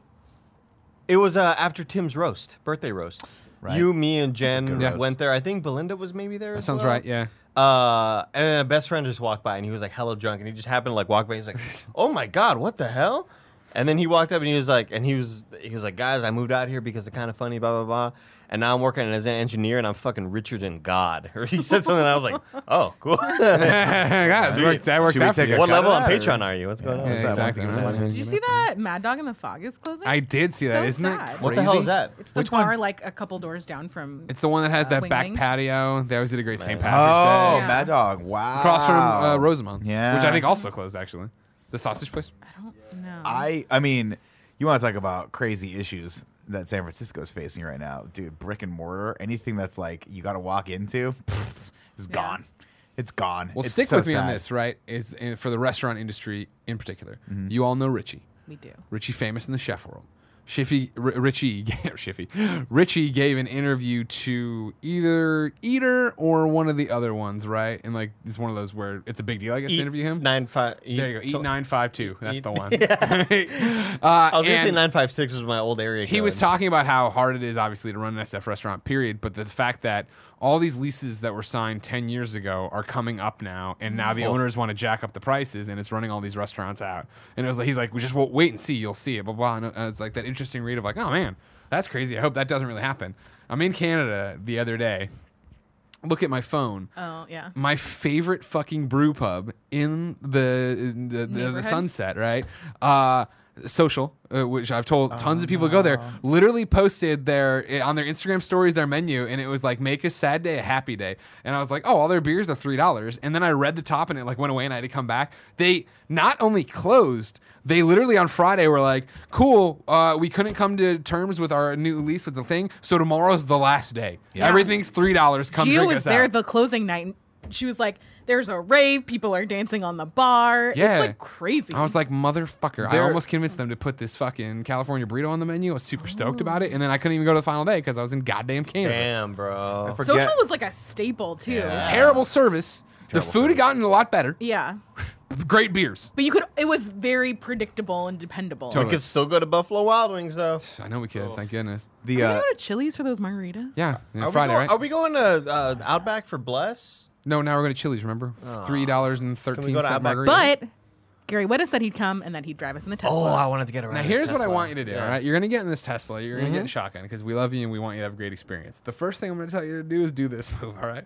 Speaker 3: it was uh, after Tim's roast, birthday roast.
Speaker 1: Right.
Speaker 3: You, me, and
Speaker 1: good
Speaker 3: Jen
Speaker 2: roast.
Speaker 3: went there. I think Belinda was maybe there.
Speaker 2: that
Speaker 3: as
Speaker 2: sounds
Speaker 3: well.
Speaker 2: right, yeah.
Speaker 3: Uh, and then a best friend just walked by, and he was like hella drunk, and he just happened to like walk by. He's like, "Oh my god, what the hell?" And then he walked up, and he was like, and he was he was like, "Guys, I moved out here because it's kind of funny, blah blah blah." And now I'm working as an engineer, and I'm fucking richer than God. Or he said something, and I was like, "Oh, cool."
Speaker 2: Guys, that worked, that worked
Speaker 1: Should we
Speaker 2: out for
Speaker 1: take
Speaker 2: you.
Speaker 1: a
Speaker 3: what
Speaker 1: cut
Speaker 3: level
Speaker 1: of
Speaker 3: on
Speaker 1: that,
Speaker 3: Patreon
Speaker 1: or-
Speaker 3: are you? What's going on?
Speaker 1: What's
Speaker 2: Yeah,
Speaker 1: that
Speaker 2: exactly.
Speaker 1: one?
Speaker 2: Give us that one.
Speaker 4: Did you see that Mad Dog and the Fog is closing?
Speaker 2: I did see that.
Speaker 4: So
Speaker 2: not
Speaker 4: sad.
Speaker 2: it
Speaker 4: What
Speaker 3: What the hell
Speaker 2: crazy?
Speaker 3: is that?
Speaker 4: It's the
Speaker 1: Which
Speaker 4: bar
Speaker 1: one's-
Speaker 4: like a couple doors down from.
Speaker 2: It's the one that has
Speaker 4: Uh,
Speaker 2: that
Speaker 4: Wing
Speaker 2: back
Speaker 4: Wings?
Speaker 2: patio. They always did a great St. Patrick's
Speaker 1: Oh,
Speaker 2: Day.
Speaker 4: Yeah.
Speaker 1: Mad Dog. Wow.
Speaker 2: Across from uh, Rosamond's,
Speaker 1: Yeah.
Speaker 2: which I think also closed, actually. The sausage place.
Speaker 4: I don't know.
Speaker 1: I I mean, you want to talk about crazy issues that San Francisco is facing right now, dude. Brick and mortar, anything that's like you got to walk into, pff, is
Speaker 4: Yeah.
Speaker 1: gone. It's gone.
Speaker 2: Well,
Speaker 1: It's
Speaker 2: stick
Speaker 1: so
Speaker 2: with me on
Speaker 1: sad.
Speaker 2: this, right? Is uh, for the restaurant industry in particular.
Speaker 1: Mm-hmm.
Speaker 2: You all know Richie.
Speaker 4: we do.
Speaker 2: Richie famous in the chef world. Shiffy R- Richie Shiffy Richie gave an interview to either Eater or one of the other ones, right? And like it's one of those where it's a big deal, I guess, to interview him.
Speaker 3: Nine five.
Speaker 2: there you go, Eat nine five two. That's
Speaker 3: Eat-
Speaker 2: the one. uh, I
Speaker 3: I was gonna say nine five six was my old area.
Speaker 2: he was
Speaker 3: code.
Speaker 2: talking about how hard it is obviously to run an sf restaurant period but the fact that all these leases that were signed 10 years ago are coming up now and now the owners want to jack up the prices and it's running all these restaurants out and it was like he's like we just wa- wait and see you'll see it blah blah and uh, it's like that interesting read of like oh man that's crazy i hope that doesn't really happen i'm in canada the other day look at my phone
Speaker 4: Oh, yeah.
Speaker 2: my favorite fucking brew pub in the in the, the, the
Speaker 4: Neighborhood?
Speaker 2: sunset, right? Uh, social, uh, which I've told tons of people go
Speaker 4: Oh.
Speaker 2: there, literally posted their eh, on their Instagram stories their menu, and it was like make a sad day a happy day. And I was like, oh, all their beers are three dollars. And then I read the top, and it like went away, and I had to come back. They not only closed. They literally on Friday were like, "Cool, uh, we couldn't come to terms with our new lease with the thing, so tomorrow's the last day. Everything's three dollars. Come
Speaker 4: Gia
Speaker 2: drink
Speaker 4: was
Speaker 2: us
Speaker 4: there
Speaker 2: out."
Speaker 4: the closing night. And she was like, "There's a rave. People are dancing on the bar.
Speaker 2: Yeah.
Speaker 4: It's like crazy."
Speaker 2: I was like, motherfucker. I
Speaker 1: They're-
Speaker 2: almost convinced them to put this fucking California burrito on the menu. I was super stoked about it. And then I couldn't even go to the final day because I was in goddamn Canada.
Speaker 3: Damn, bro.
Speaker 1: forget-
Speaker 4: social was like a staple too. Yeah.
Speaker 2: Terrible service. the food had gotten a lot better. Great beers.
Speaker 4: but you could. It was very predictable and dependable.
Speaker 2: Totally.
Speaker 3: We could still go to Buffalo Wild Wings though.
Speaker 2: I know we could. Thank goodness.
Speaker 1: The
Speaker 4: Can
Speaker 1: uh,
Speaker 4: we go to Chili's for those margaritas?
Speaker 2: Yeah. yeah,
Speaker 3: Are
Speaker 2: Friday,
Speaker 3: we going,
Speaker 2: right?
Speaker 3: Are we going to uh, Outback for Bless?
Speaker 2: no, now we're going to Chili's, remember? $3.13
Speaker 3: Can we go to Outback?
Speaker 2: margarita.
Speaker 4: But Gary Whitta said he'd come and that he'd drive us in the
Speaker 1: Oh,
Speaker 2: Oh,
Speaker 4: Tesla.
Speaker 3: wanted to get around.
Speaker 2: Now here's what I want you to do. All right, you're gonna get in this Tesla. You're gonna get in shotgun because we love you and we want you to have a great experience. The first thing I'm gonna tell you to do is do this move. All right.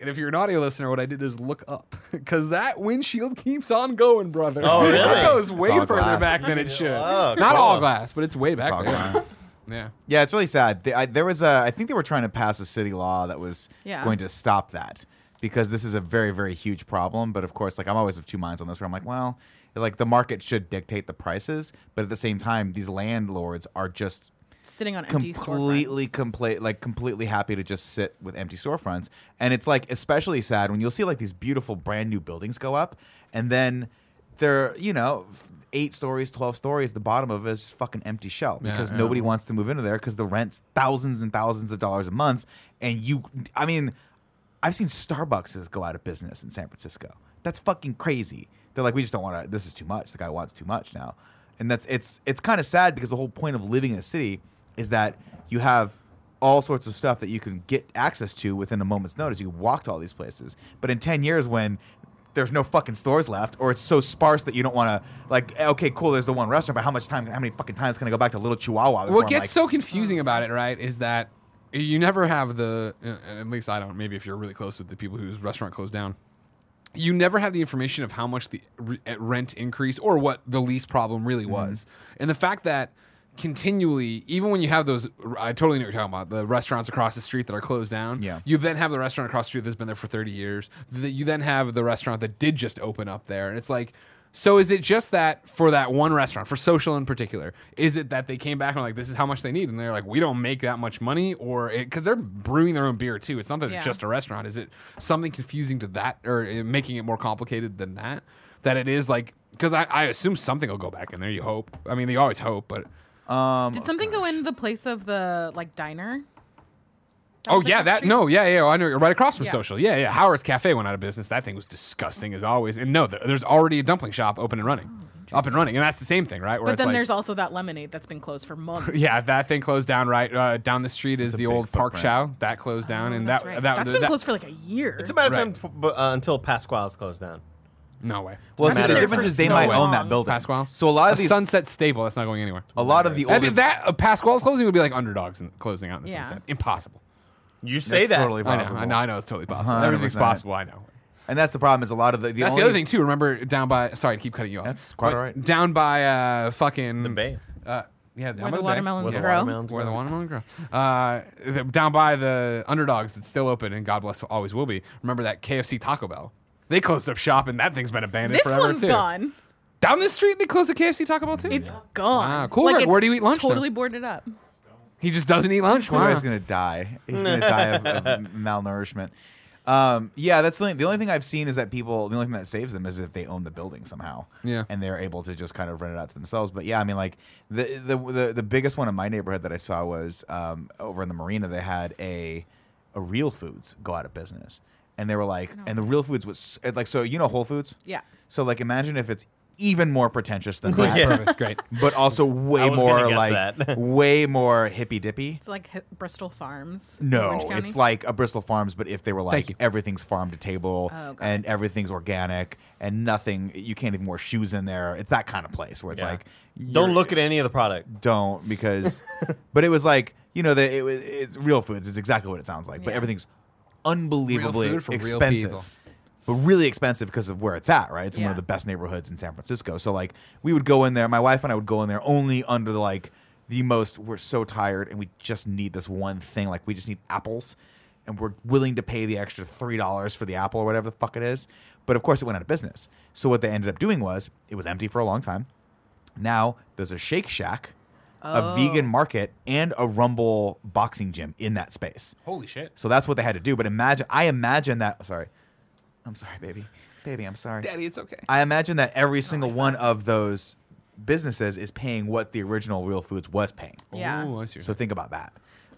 Speaker 2: And if you're an audio listener, what I did is look up because that windshield keeps on going, brother.
Speaker 3: Oh, really?
Speaker 2: It goes way
Speaker 1: all
Speaker 2: further
Speaker 1: glass.
Speaker 2: back than it should.
Speaker 3: Oh,
Speaker 2: Not all
Speaker 3: cool.
Speaker 2: glass, but it's way back
Speaker 1: all
Speaker 2: there.
Speaker 1: glass.
Speaker 2: Yeah.
Speaker 1: Yeah, it's really sad. They, I, there was a, I think they were trying to pass a city law that was
Speaker 4: Yeah.
Speaker 1: going to stop that because this is a very, very huge problem. But of course, like I'm always of two minds on this, where I'm like, well, like the market should dictate the prices, but at the same time, these landlords are just
Speaker 4: Sitting on empty
Speaker 1: completely
Speaker 4: storefronts.
Speaker 1: compla- like completely happy to just sit with empty storefronts and it's like especially sad when you'll see like these beautiful brand new buildings go up and then they're you know f- eight stories 12 stories the bottom of it is just fucking empty shell
Speaker 2: Yeah,
Speaker 1: because
Speaker 2: yeah.
Speaker 1: nobody wants to move into there because the rent's thousands and thousands of dollars a month and you i mean i've seen starbucks go out of business in san francisco that's fucking crazy they're like we just don't want to this is too much the guy wants too much now and that's it's it's kind of sad because the whole point of living in a city is that you have all sorts of stuff that you can get access to within a moment's notice. You can walk to all these places. But in 10 years, when there's no fucking stores left, or it's so sparse that you don't want to, like, okay, cool, there's the one restaurant, but how much time, how many fucking times can I go back to Little Chihuahua? before
Speaker 2: What
Speaker 1: I'm
Speaker 2: gets
Speaker 1: like,
Speaker 2: so confusing about it, right, is that you never have the, uh, at least I don't, maybe if you're really close with the people whose restaurant closed down, you never have the information of how much the re- uh, rent increase or what the lease problem really was. And the fact that continually, even when you have those, I totally know what you're talking about, the restaurants across the street that are closed down,
Speaker 1: Yeah.
Speaker 2: you then have the restaurant across the street that's been there for 30 years. Th- you then have the restaurant that did just open up there. And it's like, so is it just that for that one restaurant, for social in particular? Is it that they came back and were like, this is how much they need? And they're like, we don't make that much money? Or because they're brewing their own beer too. It's not that
Speaker 4: Yeah.
Speaker 2: it's just a restaurant. Is it something confusing to that or uh, making it more complicated than that? That it is like, because I, I assume something will go back in there. You hope. I mean, they always hope, but
Speaker 4: Did something go in the place of the like diner?
Speaker 2: Oh
Speaker 4: was
Speaker 2: yeah,
Speaker 4: across the
Speaker 2: that
Speaker 4: street?
Speaker 2: no, yeah, yeah, I know right across from
Speaker 4: Yeah.
Speaker 2: social. Yeah, yeah. Howard's Cafe went out of business. That thing was disgusting as always. And no, th- there's already a dumpling shop open and running, up and running, and that's the same thing, right? Where
Speaker 4: Oh, But
Speaker 2: it's
Speaker 4: then
Speaker 2: like-
Speaker 4: there's also that lemonade that's been closed for months.
Speaker 2: yeah, that thing closed down. Right uh, down the street is the
Speaker 1: big
Speaker 2: old Park
Speaker 1: footprint.
Speaker 2: Chow that closed down, and
Speaker 4: Oh, that's
Speaker 2: that
Speaker 4: right.
Speaker 2: that
Speaker 4: has
Speaker 2: that-
Speaker 4: been closed for like a year.
Speaker 3: It's a matter of
Speaker 2: Right.
Speaker 3: time b- uh, until Pasquale's closed down.
Speaker 2: no way.
Speaker 1: Well,
Speaker 3: Matter
Speaker 1: see, the
Speaker 3: of-
Speaker 1: difference is they
Speaker 4: so
Speaker 1: might
Speaker 4: long.
Speaker 1: own that building.
Speaker 2: Pasquale's.
Speaker 1: So a lot of these,
Speaker 2: Sunset Staple that's not going anywhere.
Speaker 1: a lot of the
Speaker 2: I
Speaker 1: older,
Speaker 2: mean, that uh, Pasquale's closing would be like underdogs in, closing out in the
Speaker 4: Yeah.
Speaker 2: Sunset. Impossible.
Speaker 3: You say
Speaker 1: that's
Speaker 3: that.
Speaker 1: totally
Speaker 2: I know,
Speaker 1: possible.
Speaker 2: I know. I know. It's totally possible.
Speaker 1: 100%.
Speaker 2: Everything's possible. I know.
Speaker 1: And that's the problem is a lot of the, the
Speaker 2: That's
Speaker 1: only,
Speaker 2: the other thing too. Remember down by sorry to keep cutting you off.
Speaker 1: That's quite
Speaker 2: But
Speaker 1: all right.
Speaker 2: Down by uh fucking the
Speaker 3: Bay.
Speaker 2: Uh, yeah, down
Speaker 4: Where
Speaker 2: by
Speaker 4: the
Speaker 2: Bay.
Speaker 4: watermelons
Speaker 3: Where the
Speaker 4: grow.
Speaker 3: watermelons
Speaker 2: Where the
Speaker 3: grow.
Speaker 2: watermelon grow. Uh, the- down by the underdogs that's still open and God bless always will be. Remember that KFC Taco Bell. They closed up shop and that thing's been abandoned
Speaker 4: This
Speaker 2: forever
Speaker 4: one's
Speaker 2: too.
Speaker 4: gone.
Speaker 2: Down the street they closed the KFC Taco Bell too.
Speaker 4: It's gone.
Speaker 2: Wow, cool.
Speaker 4: Like,
Speaker 2: Where-
Speaker 4: it's
Speaker 2: where do you eat lunch,
Speaker 4: Totally
Speaker 2: then?
Speaker 4: boarded up.
Speaker 2: he just doesn't eat lunch. Wow.
Speaker 1: Leroy's gonna die. He's gonna die of, of malnourishment. Um, yeah, that's the only, the only thing I've seen is that people. The only thing that saves them is if they own the building somehow.
Speaker 2: Yeah.
Speaker 1: and they're able to just kind of rent it out to themselves. But yeah, I mean, like the the the, the biggest one in my neighborhood that I saw was um, over in the marina. They had a a Real Foods go out of business, and they were like, and the Real Foods was like, so you know Whole Foods.
Speaker 4: Yeah.
Speaker 1: So like, imagine if it's even more pretentious than that.
Speaker 3: Yeah.
Speaker 2: Perfect. Great.
Speaker 1: But also way
Speaker 3: I was gonna
Speaker 1: more
Speaker 3: guess
Speaker 1: like
Speaker 3: that.
Speaker 1: way more hippy dippy.
Speaker 4: It's like Hi- Bristol Farms. in Orange
Speaker 1: No,
Speaker 4: County.
Speaker 1: it's like a Bristol Farms, but if they were
Speaker 2: Thank
Speaker 1: like
Speaker 2: you.
Speaker 1: everything's farm to table
Speaker 4: Oh, got
Speaker 1: and everything's organic and nothing, you can't even wear shoes in there. It's that kind of place where it's
Speaker 3: Yeah.
Speaker 1: like
Speaker 3: Don't
Speaker 1: you're-
Speaker 3: look at any of the product.
Speaker 1: don't because, but it was like you know that it was it's real foods. It's exactly what it sounds like, but
Speaker 4: Yeah.
Speaker 1: everything's unbelievably
Speaker 2: Real food for real
Speaker 1: expensive.
Speaker 2: people.
Speaker 1: but really expensive because of where it's at, right? It's one of
Speaker 4: Yeah.
Speaker 1: the best neighborhoods in San Francisco. So like we would go in there, my wife and I would go in there only under the like the most we're so tired and we just need this one thing. Like we just need apples and we're willing to pay the extra three dollars for the apple or whatever the fuck it is. But of course it went out of business. So what they ended up doing was it was empty for a long time. Now there's a Shake Shack, a vegan market, and a Rumble boxing gym in that space.
Speaker 2: Holy shit.
Speaker 1: So that's what they had to do. But imagine, I imagine that. oh, Sorry, I'm sorry, baby, baby, I'm sorry.
Speaker 2: Daddy, it's okay.
Speaker 1: I imagine that
Speaker 2: Oh
Speaker 1: every single one of those businesses is paying what the original Real Foods was paying.
Speaker 4: Yeah.
Speaker 2: Ooh, I see.
Speaker 1: So think about that.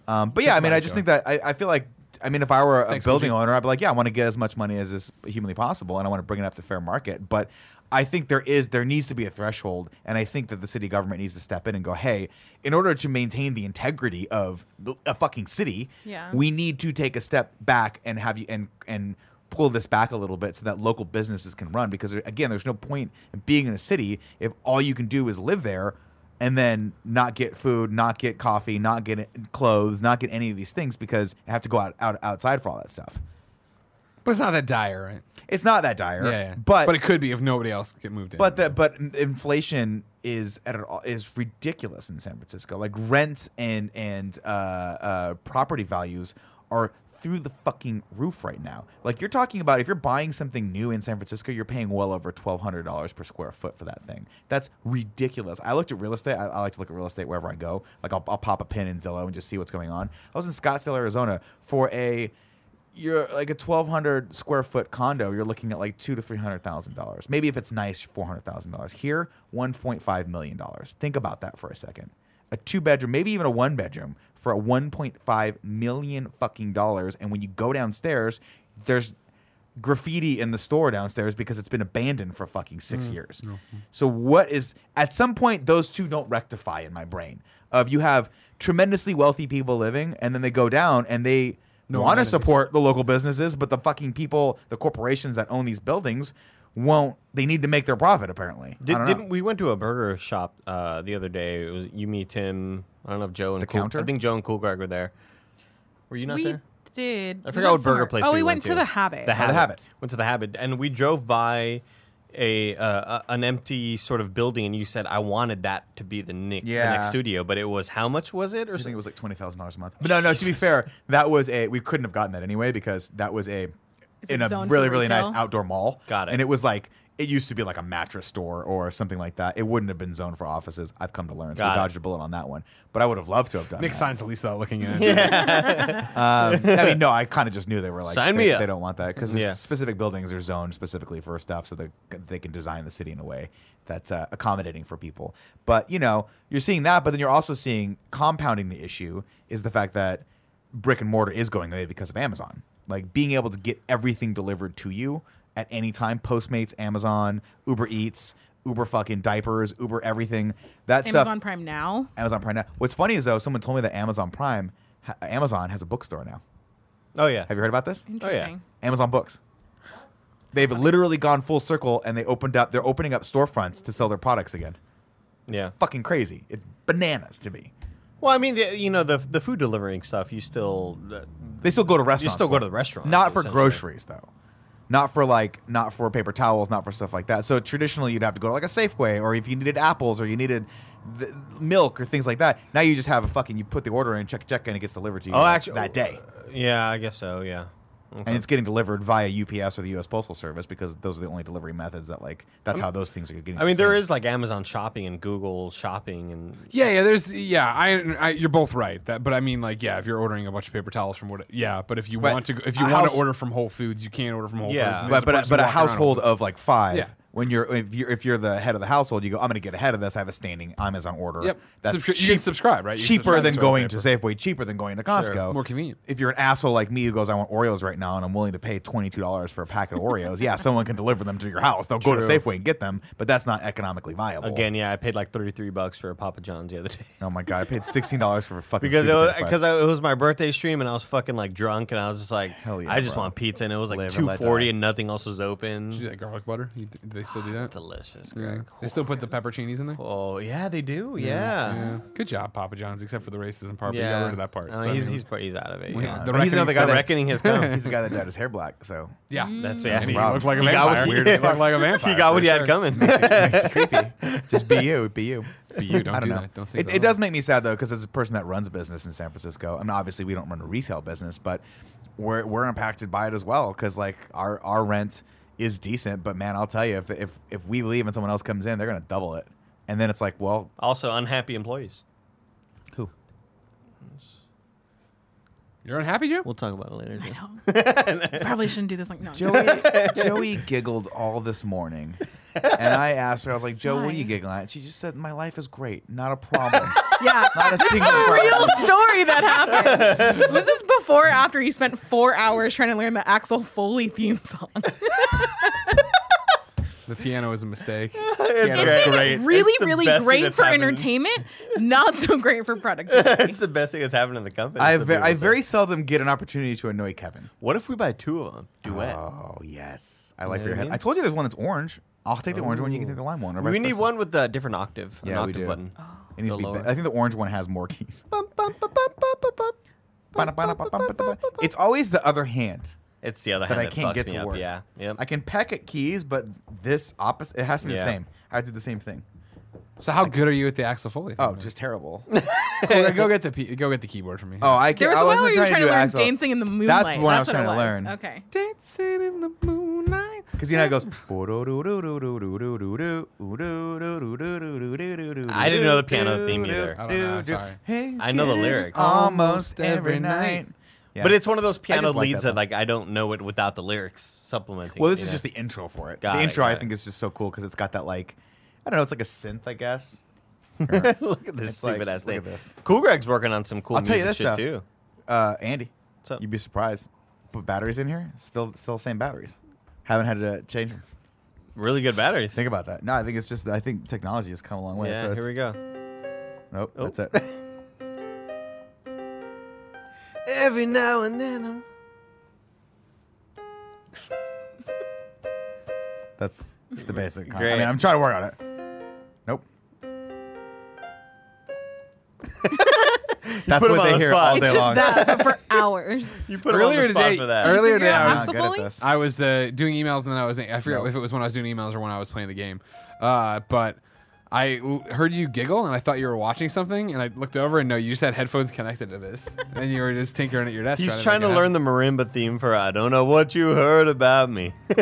Speaker 1: Um, but yeah, I mean, I just
Speaker 2: Joe.
Speaker 1: think that I, I feel like, I mean, if I were a
Speaker 2: Thanks,
Speaker 1: building
Speaker 2: Muji.
Speaker 1: owner, I'd be like, yeah, I want to get as much money as is humanly possible, and I want to bring it up to fair market. But I think there is there needs to be a threshold, and I think that the city government needs to step in and go, hey, in order to maintain the integrity of the, a fucking city,
Speaker 4: Yeah.
Speaker 1: we need to take a step back and have you and and pull this back a little bit so that local businesses can run because there- again there's no point in being in a city if all you can do is live there and then not get food not get coffee not get clothes not get any of these things because you have to go out, out outside for all that stuff
Speaker 2: But it's not that dire, right?
Speaker 1: It's not that dire.
Speaker 2: Yeah, yeah.
Speaker 1: But
Speaker 2: but it could be if nobody else get moved in.
Speaker 1: But the but in- inflation is at an all is ridiculous in San Francisco. Like rents and and uh, uh, property values are through the fucking roof right now. Like you're talking about if you're buying something new in San Francisco, you're paying well over twelve hundred dollars per square foot for that thing. That's ridiculous. I looked at real estate. I, I like to look at real estate wherever I go. Like I'll, I'll pop a pin in Zillow and just see what's going on. I was in Scottsdale, Arizona, for a you're like a twelve hundred square foot condo, you're looking at like two to three hundred thousand dollars. Maybe if it's nice, four hundred thousand dollars. Here, one point five million dollars. Think about that for a second. A two bedroom, maybe even a one bedroom, for a one point five million fucking dollars. And when you go downstairs, there's graffiti in the store downstairs because it's been abandoned for fucking six years. So what is at some point those two don't rectify in my brain. Of you have tremendously wealthy people living, and then they go down and they
Speaker 2: No
Speaker 1: want to
Speaker 2: amenities.
Speaker 1: support the local businesses, but the fucking people, the corporations that own these buildings, won't. They need to make their profit apparently. I
Speaker 3: Did,
Speaker 1: don't know.
Speaker 3: didn't we went to a burger shop uh, the other day? It was you, me, Tim. I don't know if Joe and
Speaker 1: The
Speaker 3: Cool-
Speaker 1: counter?
Speaker 3: I think Joe and Coolgreg were there. Were you not
Speaker 4: we
Speaker 3: there?
Speaker 4: did.
Speaker 3: I
Speaker 4: We
Speaker 3: forgot
Speaker 4: went
Speaker 3: what burger
Speaker 4: somewhere.
Speaker 3: place.
Speaker 4: Oh,
Speaker 3: we,
Speaker 4: we, went, to the Habit.
Speaker 3: The habit.
Speaker 1: Habit.
Speaker 3: Went to the habit, and we drove by a uh, a- an empty sort of building, and you said I wanted that to be the Nick, the
Speaker 1: Yeah.
Speaker 3: next studio, but it was how much was it or
Speaker 1: I think
Speaker 3: something?
Speaker 1: it was like twenty thousand dollars a month. But no, no. To be fair, that was a we couldn't have gotten that anyway because that was a
Speaker 4: Is
Speaker 1: in
Speaker 4: it
Speaker 1: a
Speaker 4: zoned for
Speaker 1: really really nice
Speaker 4: retail?
Speaker 1: outdoor mall.
Speaker 3: Got it.
Speaker 1: And it was like it used to be like a mattress store or something like that. It wouldn't have been zoned for offices. I've come to learn. So we
Speaker 3: Got it.
Speaker 1: dodged a bullet on that one. But I would have loved to have done.
Speaker 2: Nick
Speaker 1: that.
Speaker 2: signs at least without looking at it.
Speaker 1: Um, I mean, no, I kind of just knew they were like
Speaker 3: Sign
Speaker 1: they,
Speaker 3: me up.
Speaker 1: they don't want that because
Speaker 3: Yeah.
Speaker 1: specific buildings are zoned specifically for stuff, so they they can design the city in a way that's uh, accommodating for people. But you know, you're seeing that, but then you're also seeing compounding the issue is the fact that brick and mortar is going away because of Amazon. Like being able to get everything delivered to you at any time, Postmates, Amazon, Uber Eats, Uber fucking diapers, Uber everything. That stuff
Speaker 4: Amazon Prime now.
Speaker 1: Amazon Prime now. What's funny is though, someone told me that Amazon Prime, ha- Amazon has a bookstore now.
Speaker 3: oh yeah,
Speaker 1: Have you heard about this?
Speaker 4: Interesting.
Speaker 1: Amazon Books. They've literally gone full circle and they opened up. They're opening up storefronts to sell their products again.
Speaker 3: yeah.
Speaker 1: Fucking crazy. It's bananas to me.
Speaker 3: Well, I mean, the, you know, the the food delivering stuff, you still uh,
Speaker 1: They still go to restaurants.
Speaker 3: still go
Speaker 1: for
Speaker 3: to
Speaker 1: it.
Speaker 3: the restaurants,
Speaker 1: Not for
Speaker 3: essentially.
Speaker 1: groceries though. Not for like, not for paper towels, not for stuff like that. So traditionally, you'd have to go to like a Safeway, or if you needed apples, or you needed th- milk, or things like that. Now you just have a fucking. You put the order in, check check, and it gets delivered to you.
Speaker 3: oh actually
Speaker 1: that day.
Speaker 3: Uh, Yeah, I guess so. Yeah. Okay.
Speaker 1: and it's getting delivered via UPS or the U.S. Postal Service because those are the only delivery methods that like that's how those things are getting.
Speaker 3: I mean, there
Speaker 1: sustained.
Speaker 3: is like Amazon Shopping and Google Shopping, and
Speaker 2: Yeah, yeah. There's yeah. I, I you're both right. That, but I mean, like, yeah. If you're ordering a bunch of paper towels from what, yeah. But if you
Speaker 1: But
Speaker 2: want to, go- if
Speaker 1: a
Speaker 2: you want
Speaker 1: house-
Speaker 2: to order from Whole Foods, you can't order from Whole
Speaker 3: Yeah.
Speaker 2: Foods.
Speaker 1: but
Speaker 2: and there's
Speaker 1: but,
Speaker 2: person
Speaker 1: but a
Speaker 2: walking around with-
Speaker 1: household of like five.
Speaker 2: Yeah.
Speaker 1: When you're if you're if you're the head of the household, you go. I'm going to get ahead of this. I have a standing Amazon order.
Speaker 2: Yep.
Speaker 1: That's
Speaker 2: Subscri- you
Speaker 1: cheap,
Speaker 2: can subscribe, right? You can
Speaker 1: cheaper
Speaker 2: subscribe
Speaker 1: than
Speaker 2: to
Speaker 1: going
Speaker 2: toilet
Speaker 1: to Safeway. Cheaper than going to Costco.
Speaker 2: more convenient.
Speaker 1: If you're an asshole like me who goes, I want Oreos right now, and I'm willing to pay twenty two dollars for a packet of Oreos. Yeah, someone can deliver them to your house. They'll go to
Speaker 3: True.
Speaker 1: Safeway and get them, but that's not economically viable.
Speaker 3: again, yeah, I paid like thirty three bucks for a Papa John's the other day.
Speaker 1: Oh my god, I paid sixteen dollars for a fucking
Speaker 3: because it
Speaker 1: stupid
Speaker 3: was
Speaker 1: thing.
Speaker 3: because it was my birthday stream and I was fucking like drunk and I was just like,
Speaker 1: Hell yeah,
Speaker 3: I just
Speaker 1: bro.
Speaker 3: want pizza and it was like
Speaker 1: Live and
Speaker 3: two
Speaker 1: let die.
Speaker 3: forty and nothing else was open.
Speaker 2: Do that garlic butter? You- Do they still do that?
Speaker 3: Delicious,
Speaker 2: Yeah.
Speaker 3: Greg.
Speaker 2: They still put the pepperoncinis in there.
Speaker 3: Oh yeah, they do. Yeah,
Speaker 2: Yeah. Good job, Papa John's. Except for the racism part,
Speaker 3: yeah.
Speaker 2: but you got rid of that part.
Speaker 3: No,
Speaker 2: So, I
Speaker 3: he's,
Speaker 2: mean,
Speaker 3: he's he's out of it.
Speaker 2: Yeah.
Speaker 3: Yeah,
Speaker 2: The
Speaker 1: But he's
Speaker 2: reckoning's
Speaker 1: another guy
Speaker 3: the
Speaker 1: that-
Speaker 3: reckoning has come.
Speaker 1: He's the guy that dyed his hair black, so
Speaker 2: yeah.
Speaker 3: That's yeah.
Speaker 2: And he
Speaker 1: Wow.
Speaker 2: looked like a
Speaker 3: He got
Speaker 2: vampire.
Speaker 3: what-
Speaker 2: Weird as fuck like a vampire.
Speaker 3: He got what
Speaker 2: for
Speaker 3: he had
Speaker 2: sure.
Speaker 3: coming.
Speaker 1: makes it creepy. Just be you, be you.
Speaker 2: But you don't
Speaker 1: I don't
Speaker 2: do
Speaker 1: know.
Speaker 2: that. Don't say
Speaker 1: It, it does make me sad though, because as a person that runs a business in San Francisco, I mean, obviously we don't run a retail business, but we're we're impacted by it as well, because like our our rent is decent, but man, I'll tell you, if if if we leave and someone else comes in, they're gonna double it, and then it's like, well,
Speaker 3: also, unhappy employees.
Speaker 1: who?
Speaker 2: You're unhappy, Joe?
Speaker 3: We'll talk about it later.
Speaker 4: I
Speaker 3: Jim.
Speaker 4: know. Probably shouldn't do this. Like no.
Speaker 1: Joey, Joey giggled all this morning, and I asked her, I was like, Joe, what
Speaker 4: Why?
Speaker 1: are you giggling at? And she just said, my life is great, not a problem,
Speaker 4: Yeah.
Speaker 1: not a single problem.
Speaker 4: Real story that happened. Was this before or after you spent four hours trying to learn the Axel Foley theme song?
Speaker 2: The piano is a mistake.
Speaker 1: It's
Speaker 4: It's been
Speaker 3: great.
Speaker 4: really,
Speaker 3: It's the
Speaker 4: really
Speaker 3: best thing
Speaker 4: great
Speaker 3: that's
Speaker 4: for
Speaker 3: happened.
Speaker 4: entertainment, not so great for productivity.
Speaker 3: It's the best thing that's happened in the company.
Speaker 1: I,
Speaker 3: so
Speaker 1: ve-
Speaker 3: people
Speaker 1: I
Speaker 3: say.
Speaker 1: very seldom get an opportunity to annoy Kevin.
Speaker 3: What if we buy two of them? Duet.
Speaker 1: Oh yes, I like
Speaker 3: know
Speaker 1: your
Speaker 3: what I
Speaker 1: head.
Speaker 3: mean?
Speaker 1: I told you there's one that's orange. I'll take the orange one. You can take the lime one. or vice
Speaker 3: we need
Speaker 1: versa.
Speaker 3: one with a different octave. an
Speaker 1: Yeah, we
Speaker 3: octave
Speaker 1: do.
Speaker 3: button.
Speaker 1: It needs to
Speaker 3: The
Speaker 1: be.
Speaker 3: lower.
Speaker 1: ba- I think the orange one has more keys.
Speaker 3: Bum, bum, bum, bum, bum, bum, bum.
Speaker 1: It's always the other hand.
Speaker 3: It's the other
Speaker 1: that
Speaker 3: hand
Speaker 1: I
Speaker 3: that
Speaker 1: can't
Speaker 3: fucks
Speaker 1: get
Speaker 3: me
Speaker 1: to
Speaker 3: up.
Speaker 1: work.
Speaker 3: Yeah. Yep.
Speaker 1: I can peck at keys, but this opposite, it has to be
Speaker 3: Yeah.
Speaker 1: the same. I do the same thing.
Speaker 2: So how good are you at the Axel Foley? thing,
Speaker 1: Oh,
Speaker 2: man?
Speaker 1: just terrible.
Speaker 2: Cool, go get the pe- go get the keyboard for me.
Speaker 1: Oh, I
Speaker 4: There
Speaker 1: can't.
Speaker 4: was
Speaker 1: I
Speaker 4: a while where
Speaker 1: wasn't
Speaker 4: you were
Speaker 1: trying,
Speaker 4: trying to
Speaker 1: do
Speaker 4: learn
Speaker 1: Axl.
Speaker 4: dancing in the moonlight.
Speaker 1: That's what I was
Speaker 4: what
Speaker 1: trying
Speaker 4: it
Speaker 1: to
Speaker 4: was.
Speaker 1: learn.
Speaker 4: Okay.
Speaker 2: dancing in the moonlight.
Speaker 1: Because you know it goes. I
Speaker 3: I didn't know the piano theme either.
Speaker 2: I don't know, sorry.
Speaker 3: I know the lyrics.
Speaker 1: Almost every night. Yeah.
Speaker 3: But it's one of those piano
Speaker 1: just like
Speaker 3: leads
Speaker 1: that
Speaker 3: that, like I don't know it without the lyrics supplementing.
Speaker 1: well,
Speaker 3: it,
Speaker 1: this
Speaker 3: you
Speaker 1: is
Speaker 3: know?
Speaker 1: just the intro for it.
Speaker 3: Got
Speaker 1: the
Speaker 3: it,
Speaker 1: intro, I
Speaker 3: got it.
Speaker 1: think, is just so cool because it's got that like, I don't know, it's like a synth, I guess.
Speaker 3: look at this
Speaker 1: It's like,
Speaker 3: stupid ass
Speaker 1: look
Speaker 3: thing.
Speaker 1: at this.
Speaker 3: Cool Greg's working on some cool
Speaker 1: I'll tell you
Speaker 3: music
Speaker 1: this,
Speaker 3: shit
Speaker 1: though.
Speaker 3: too.
Speaker 1: Uh, Andy,
Speaker 3: What's up?
Speaker 1: you'd be surprised. Put batteries in here, still, still same batteries. Haven't had to change them.
Speaker 3: Really good batteries.
Speaker 1: Think about that. No, I think it's just I think technology has come a long way.
Speaker 3: yeah,
Speaker 1: so it's,
Speaker 3: here we go.
Speaker 1: Nope,
Speaker 3: Oh.
Speaker 1: that's it.
Speaker 3: Every now and then I'm
Speaker 1: That's the basic. con- I
Speaker 3: Great.
Speaker 1: mean, I'm trying to work on it. Nope. That's
Speaker 3: put him
Speaker 1: what
Speaker 3: on
Speaker 1: they
Speaker 3: the
Speaker 1: hear
Speaker 3: spot.
Speaker 1: all
Speaker 3: It's
Speaker 1: day
Speaker 4: It's
Speaker 1: long.
Speaker 4: just that but for hours.
Speaker 3: you put
Speaker 2: Earlier
Speaker 3: him on the spot
Speaker 2: today-
Speaker 3: for that.
Speaker 2: earlier
Speaker 4: Figure
Speaker 2: today
Speaker 4: out
Speaker 2: I
Speaker 1: I'm
Speaker 2: was
Speaker 1: not
Speaker 4: Axel
Speaker 1: good at
Speaker 4: Foley?
Speaker 1: this.
Speaker 2: I was uh, doing emails and then I was I forgot
Speaker 1: No.
Speaker 2: if it was when I was doing emails or when I was playing the game. Uh, but I l- heard you giggle and I thought you were watching something and I looked over and no, you just had headphones connected to this and you were just tinkering at your desk.
Speaker 3: He's trying to
Speaker 2: make it
Speaker 3: learn
Speaker 2: happen.
Speaker 3: the marimba theme for I don't know what you heard about me,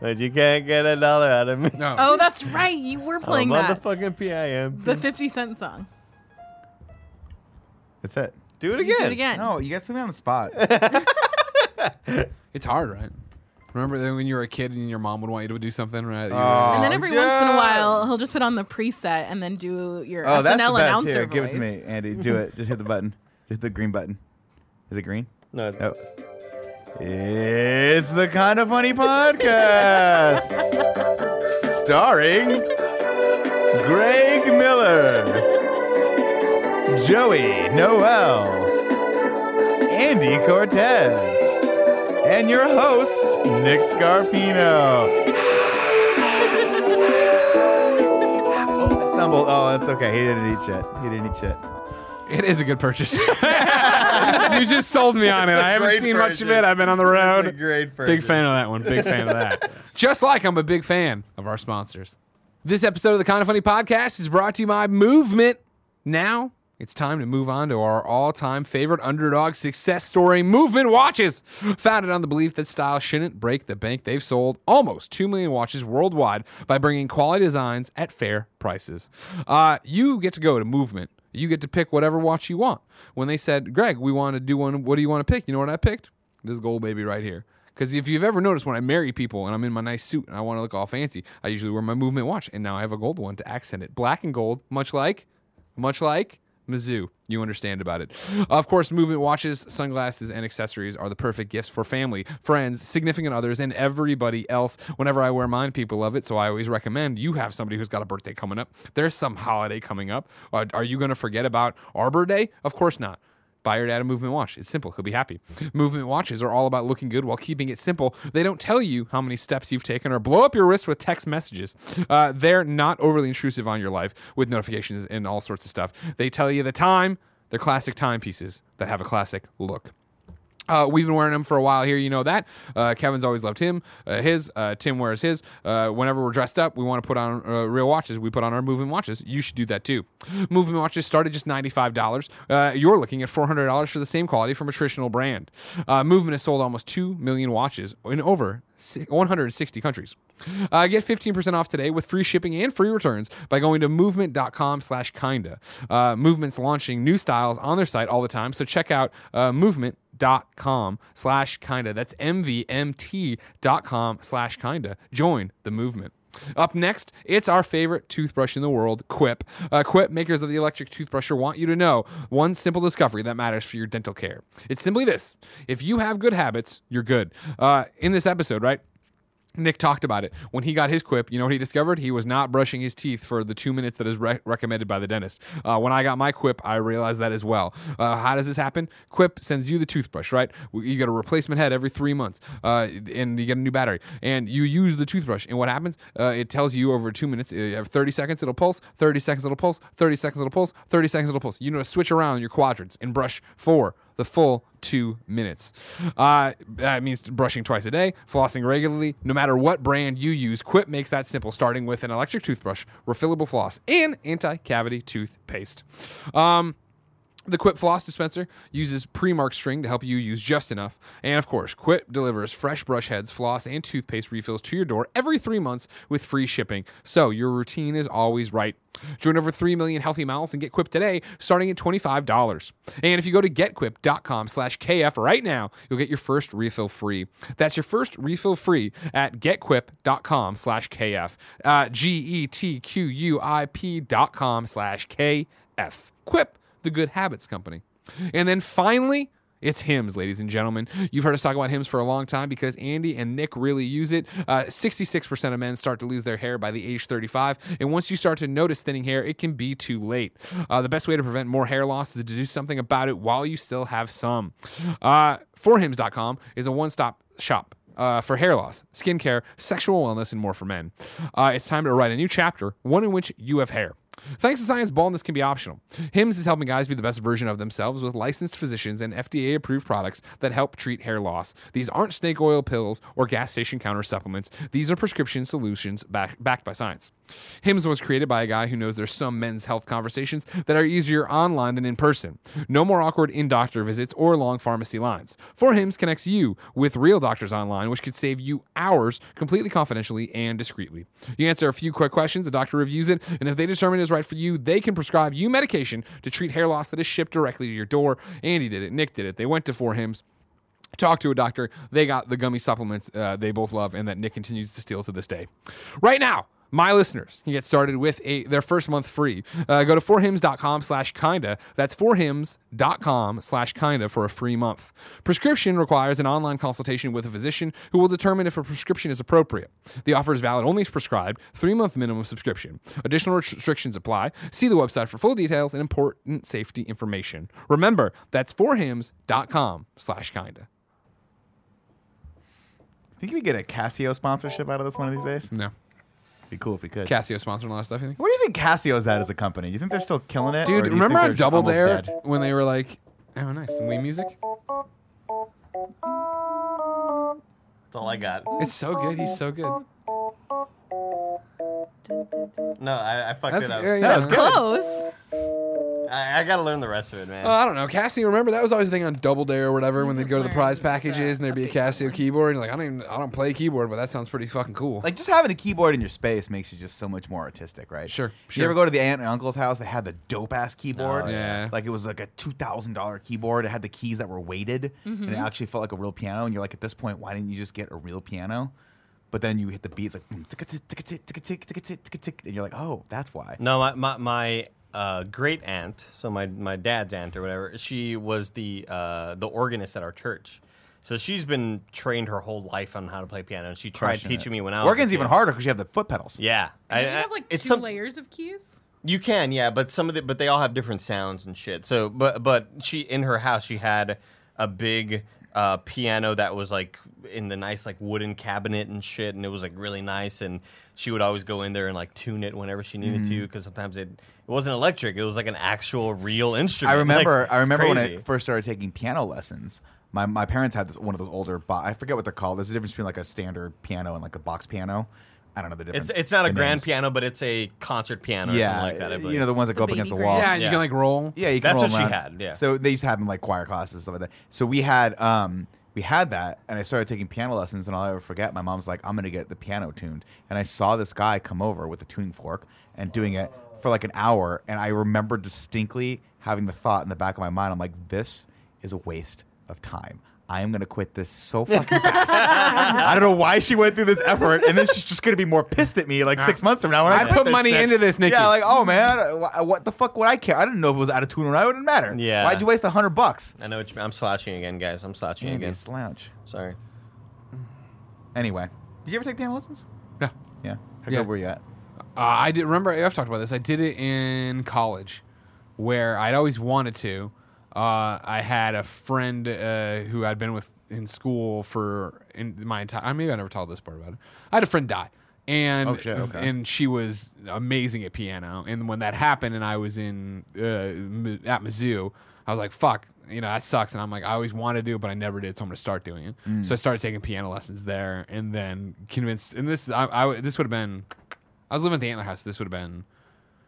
Speaker 3: but you can't get a dollar out of me.
Speaker 2: No.
Speaker 4: Oh, that's right. You were playing
Speaker 3: I'm on the
Speaker 4: that.
Speaker 3: fucking PIM.
Speaker 4: The 50 Cent song.
Speaker 1: That's it.
Speaker 3: Do it
Speaker 4: You
Speaker 3: again.
Speaker 4: do it again.
Speaker 1: No, you guys put me on the spot.
Speaker 2: It's hard, right? Remember that when you were a kid and your mom would want you to do something, right? You were-
Speaker 1: Oh.
Speaker 4: And then
Speaker 1: Aw,
Speaker 4: every once in a
Speaker 1: yeah.
Speaker 4: while, he'll just put on the preset and then do your
Speaker 1: oh,
Speaker 4: SNL
Speaker 1: that's the best.
Speaker 4: announcer
Speaker 1: Here, give it to
Speaker 4: voice.
Speaker 1: me, Andy. Do it. Just hit the button. Just the green button. Is it green?
Speaker 3: No,
Speaker 1: Oh. It's the kind of funny podcast, starring Greg Miller, Joey Noel, Andy Cortez, and your host Nick Scarpino. Oh, I stumbled. Oh, that's okay. He didn't eat shit. He didn't eat shit.
Speaker 2: It is a good purchase. you just sold me on it.
Speaker 3: It's a
Speaker 2: I haven't
Speaker 3: great
Speaker 2: seen much of
Speaker 3: purchase.
Speaker 2: it. I've been on the
Speaker 3: That's a
Speaker 2: road.
Speaker 3: great
Speaker 2: Big
Speaker 3: purchase.
Speaker 2: fan of that one. Big fan of that. Just like I'm a big fan of our sponsors. This episode of the Kind of Funny podcast is brought to you by Movement. Now it's time to move on to our all time favorite underdog success story Movement Watches. Founded on the belief that style shouldn't break the bank, they've sold almost 2 million watches worldwide by bringing quality designs at fair prices. Uh, you get to go to Movement. You get to pick whatever watch you want. When they said, Greg, we want to do one, what do you want to pick? You know what I picked? This gold baby right here. Because if you've ever noticed, when I marry people and I'm in my nice suit and I want to look all fancy, I usually wear my movement watch, and now I have a gold one to accent it. Black and gold, much like, much like Mizzou. You understand about it. Of course, movement watches, sunglasses, and accessories are the perfect gifts for family, friends, significant others, and everybody else. Whenever I wear mine, people love it, so I always recommend you have somebody who's got a birthday coming up. There's some holiday coming up. Uh, are you going to forget about Arbor Day? Of course not. Buy your dad a movement watch. It's simple. He'll be happy. Movement watches are all about looking good while keeping it simple. They don't tell you how many steps you've taken or blow up your wrist with text messages. Uh, they're not overly intrusive on your life with notifications and all sorts of stuff. They tell you the time. They're classic timepieces that have a classic look. Uh, we've been wearing them for a while here. You know that. Uh, Kevin's always loved him. Uh, his. Uh, Tim wears his. Uh, whenever we're dressed up, we want to put on uh, real watches. We put on our moving watches. You should do that too. Moving watches start at just $95. Uh, you're looking at $400 for the same quality from a traditional brand. Uh, Movement has sold almost 2 million watches in over si- 160 countries. Uh, get 15% off today with free shipping and free returns by going to movement.com slash kinda. Uh, Movement's launching new styles on their site all the time, so check out uh, Movement dot com slash kinda that's mvmt dot com slash kinda join the movement up next it's our favorite toothbrush in the world quip uh, quip makers of the electric toothbrusher want you to know one simple discovery that matters for your dental care it's simply this if you have good habits you're good uh, in this episode right Nick talked about it. When he got his quip, you know what he discovered? He was not brushing his teeth for the two minutes that is re- recommended by the dentist. Uh, when I got my quip, I realized that as well. Uh, how does this happen? Quip sends you the toothbrush, right? You get a replacement head every three months, uh, and you get a new battery. And you use the toothbrush, and what happens? Uh, it tells you over two minutes, you have 30 seconds, it'll pulse, 30 seconds, it'll pulse, 30 seconds, it'll pulse, 30 seconds, it'll pulse. You know to switch around your quadrants and brush four, the full two minutes. Uh, that means brushing twice a day, flossing regularly, no matter what brand you use. Quip makes that simple, starting with an electric toothbrush, refillable floss, and anti cavity toothpaste. Um, the Quip floss dispenser uses pre-marked string to help you use just enough. And of course, Quip delivers fresh brush heads, floss, and toothpaste refills to your door every three months with free shipping. So your routine is always right. Join over 3 million healthy mouths and get Quip today, starting at $25. And if you go to getquip.com slash KF right now, you'll get your first refill free. That's your first refill free at getquip.com slash KF. Uh, G-E-T-Q-U-I-P dot com slash KF. Quip the Good Habits Company. And then finally, it's Hims, ladies and gentlemen. You've heard us talk about Hims for a long time because Andy and Nick really use it. Uh, 66% of men start to lose their hair by the age 35. And once you start to notice thinning hair, it can be too late. Uh, the best way to prevent more hair loss is to do something about it while you still have some. Uh, forhims.com is a one stop shop uh, for hair loss, skincare, sexual wellness, and more for men. Uh, it's time to write a new chapter, one in which you have hair. Thanks to science, baldness can be optional. Hims is helping guys be the best version of themselves with licensed physicians and FDA approved products that help treat hair loss. These aren't snake oil pills or gas station counter supplements, these are prescription solutions back, backed by science. Hims was created by a guy who knows there's some men's health conversations that are easier online than in person. No more awkward in doctor visits or long pharmacy lines. For Hims connects you with real doctors online, which could save you hours completely confidentially and discreetly. You answer a few quick questions, the doctor reviews it, and if they determine it is right for you, they can prescribe you medication to treat hair loss that is shipped directly to your door. Andy did it, Nick did it, they went to For Hims talked to a doctor. They got the gummy supplements uh, they both love and that Nick continues to steal to this day. Right now, my listeners can get started with a, their first month free. Uh, go to forhims.com slash kinda. That's forhims.com slash kinda for a free month. Prescription requires an online consultation with a physician who will determine if a prescription is appropriate. The offer is valid only if prescribed. Three month minimum subscription. Additional restrictions apply. See the website for full details and important safety information. Remember, that's forhims.com slash kinda.
Speaker 1: Think we get a Casio sponsorship out of this one of these days?
Speaker 2: No.
Speaker 1: Be cool if we could.
Speaker 2: Casio sponsoring a lot of stuff, you think?
Speaker 1: Where do you think Casio's at as a company? Do you think they're still killing it? or
Speaker 2: Dude,
Speaker 1: do you
Speaker 2: remember
Speaker 1: think
Speaker 2: on
Speaker 1: they're
Speaker 2: Double
Speaker 1: almost
Speaker 2: Dare
Speaker 1: dead?
Speaker 2: when they were like, oh, nice, and Wii Music?
Speaker 3: That's all I got.
Speaker 2: It's so good. He's so good.
Speaker 3: No, I, I fucked
Speaker 2: That's,
Speaker 3: it up.
Speaker 2: yeah, yeah.
Speaker 1: That's good.
Speaker 4: Close.
Speaker 3: I, I gotta learn the rest of it, man.
Speaker 2: Oh, I don't know. Casio, remember that was always the thing on Double Dare or whatever when they'd go to the
Speaker 4: learn
Speaker 2: prize
Speaker 4: the
Speaker 2: packages and there'd be a
Speaker 4: updates on
Speaker 2: Casio keyboard. And you're like, I don't even, I don't play keyboard, but that sounds pretty fucking cool.
Speaker 1: Like just having a keyboard in your space makes you just so much more artistic, right?
Speaker 2: Sure,
Speaker 1: You
Speaker 2: sure.
Speaker 1: ever go to the aunt and uncle's house? They had the dope ass keyboard.
Speaker 3: Oh,
Speaker 2: yeah. Yeah.
Speaker 1: Like it was like a two thousand dollar keyboard. It had the keys that were weighted,
Speaker 2: Mm-hmm.
Speaker 1: and it actually felt like a real piano. And you're like, at this point, why didn't you just get a real piano? But then you hit the beats like, boom, ticka tick, ticka tick, ticka tick, ticka tick, ticka tick, and you're like, oh, that's why.
Speaker 3: No, my my, my uh, great aunt, so my my dad's aunt or whatever, she was the uh, the organist at our church. So she's been trained her whole life on how to play piano, and she tried
Speaker 1: Crushing
Speaker 3: teaching
Speaker 1: it.
Speaker 3: me when I was. a
Speaker 1: Organ's
Speaker 3: kid.
Speaker 1: even harder because you have the foot pedals.
Speaker 3: Yeah, I,
Speaker 4: Do you have
Speaker 3: I-
Speaker 4: like
Speaker 3: it's
Speaker 4: two
Speaker 3: some-
Speaker 4: layers of keys?
Speaker 3: You can, yeah, but some of the but they all have different sounds and shit. So, but but she in her house she had a big uh, piano that was like in the nice like wooden cabinet and shit, and it was like really nice. And she would always go in there and like tune it whenever she needed to,
Speaker 1: Mm-hmm.
Speaker 3: because sometimes it it wasn't electric; it was like an actual real instrument.
Speaker 1: I remember.
Speaker 3: Like,
Speaker 1: I
Speaker 3: it's
Speaker 1: remember when
Speaker 3: crazy.
Speaker 1: I first started taking piano lessons. My, my parents had this one of those older. Bo- I forget what they're called. There's a difference between like a standard piano and like a box piano. I don't know the difference.
Speaker 3: It's it's not a
Speaker 1: the
Speaker 3: grand
Speaker 1: names.
Speaker 3: piano, but it's a concert piano or
Speaker 1: Yeah,
Speaker 3: something like that. I believe.
Speaker 1: you know the ones that go up
Speaker 4: baby
Speaker 1: against the
Speaker 4: grand-
Speaker 1: wall.
Speaker 2: yeah, and you
Speaker 3: yeah.
Speaker 2: can like roll.
Speaker 1: Yeah, you can
Speaker 3: That's
Speaker 1: roll
Speaker 3: what
Speaker 1: them
Speaker 3: she
Speaker 1: around.
Speaker 3: had, yeah.
Speaker 1: So they used to have them like choir classes and stuff like that. So we had um we had that, and I started taking piano lessons, and I'll never forget. My mom's like, "I'm gonna get the piano tuned," and I saw this guy come over with a tuning fork and doing it for like an hour, and I remember distinctly having the thought in the back of my mind, "I'm like, this is a waste of time." I am gonna quit this so fucking fast. I don't know why she went through this effort, and then she's just gonna be more pissed at me like six months from now. When I,
Speaker 2: I
Speaker 1: quit
Speaker 2: put
Speaker 1: this
Speaker 2: money
Speaker 1: shit.
Speaker 2: into this, Nikki.
Speaker 1: Yeah, like like, oh man, wh- what the fuck would I care? I didn't know if it was out of tune or not. It wouldn't matter.
Speaker 3: Yeah.
Speaker 1: Why'd you waste a hundred bucks?
Speaker 3: I know what you mean. I'm slouching again, guys. I'm slouching
Speaker 1: Andy
Speaker 3: again.
Speaker 1: slouch.
Speaker 3: Sorry.
Speaker 1: Anyway, did you ever take piano lessons?
Speaker 2: Yeah.
Speaker 1: Yeah. How
Speaker 2: Yeah.
Speaker 1: good were you at?
Speaker 2: Uh, I did remember. I've talked about this. I did it in college, where I'd always wanted to. Uh, I had a friend uh, who I'd been with in school for in my entire. I maybe I never told this part about it. I had a friend die, and
Speaker 1: Oh, shit, okay.
Speaker 2: and she was amazing at piano. And when that happened, and I was in uh, Mi- at Mizzou, I was like, "Fuck, you know that sucks." And I'm like, I always wanted to do it, but I never did, so I'm gonna start doing it.
Speaker 1: Mm.
Speaker 2: So I started taking piano lessons there, and then convinced. And this, I, I would- this would have been, I was living at the Antler House. This would have been,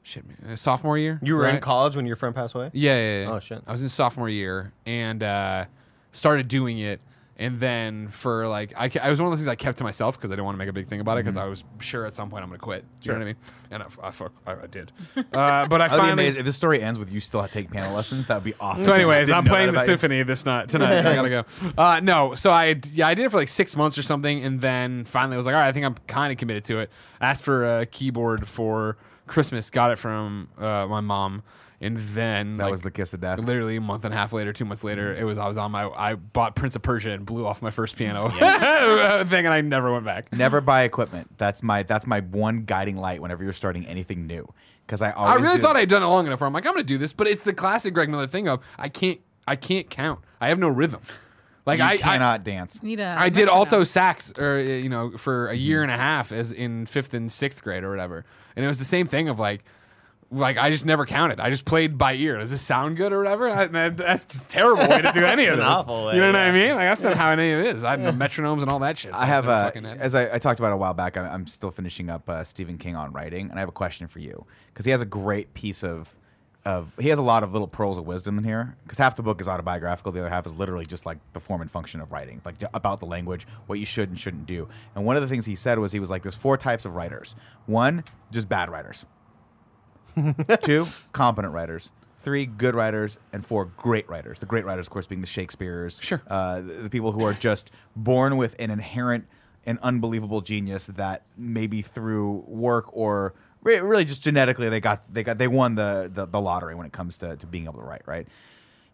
Speaker 2: shit, man, uh, sophomore year.
Speaker 3: You were in
Speaker 2: right?
Speaker 3: college when your friend passed away.
Speaker 2: Yeah, yeah, yeah.
Speaker 3: Oh, shit.
Speaker 2: I was in sophomore year and uh, started doing it. And then for like, I, ke- I was one of those things I kept to myself because I didn't want to make a big thing about it because
Speaker 3: Mm-hmm.
Speaker 2: I was sure at some point I'm going to quit. Do you know what I mean? And I, f- I fuck, I, I did. Uh, but I
Speaker 1: I'd be
Speaker 2: finally.
Speaker 1: amazed if this story ends with you still take piano lessons. That'd be awesome.
Speaker 2: So,
Speaker 1: I just
Speaker 2: anyways,
Speaker 1: didn't
Speaker 2: I'm
Speaker 1: know that
Speaker 2: playing the
Speaker 1: about you.
Speaker 2: symphony this night tonight. I gotta go. Uh, no, so I d- yeah, I did it for like six months or something, and then finally I was like, all right, I think I'm kind of committed to it. Asked for a keyboard for Christmas, got it from uh, my mom, and then
Speaker 1: That
Speaker 2: like,
Speaker 1: was the kiss of death.
Speaker 2: Literally a month and a half later, two months later, it was I was on my I bought Prince of Persia and blew off my first piano thing, and I never went back.
Speaker 1: Never buy equipment. That's my that's my one guiding light whenever you're starting anything new. Because I
Speaker 2: I
Speaker 1: always
Speaker 2: really
Speaker 1: do-
Speaker 2: thought I'd done it long enough where I'm like, I'm gonna do this, but it's the classic Greg Miller thing of I can't I can't count. I have no rhythm. Like
Speaker 1: you
Speaker 2: I I,
Speaker 1: cannot dance.
Speaker 4: Need a
Speaker 2: I did
Speaker 4: metronome.
Speaker 2: alto sax, or uh, you know, for a
Speaker 3: Mm-hmm.
Speaker 2: year and a half, as in fifth and sixth grade or whatever. And it was the same thing of like, like I just never counted. I just played by ear. Does this sound good or whatever? I, that- that's a terrible way to do any of
Speaker 3: an
Speaker 2: this.
Speaker 3: awful way,
Speaker 2: you know what
Speaker 3: yeah.
Speaker 2: I mean? Like that's not how any of it is. I have metronomes and all that shit. so
Speaker 1: I have
Speaker 2: never
Speaker 1: a,
Speaker 3: e-
Speaker 2: fucking had-
Speaker 1: as I, I talked about a while back. I'm, I'm still finishing up uh, Stephen King on writing, and I have a question for you because he has a great piece of, of he has a lot of little pearls of wisdom in here. Because half the book is autobiographical, the other half is literally just like the form and function of writing, like about the language, what you should and shouldn't do. And one of the things he said was he was like, "There's four types of writers. One, just bad writers. Two, competent writers." Three good writers and four great writers. The great writers, of course, being the Shakespeare's,
Speaker 2: Sure.
Speaker 1: uh, the, the people who are just born with an inherent and unbelievable genius that maybe through work or re- really just genetically they got they got they won the the, the lottery when it comes to, to being able to write right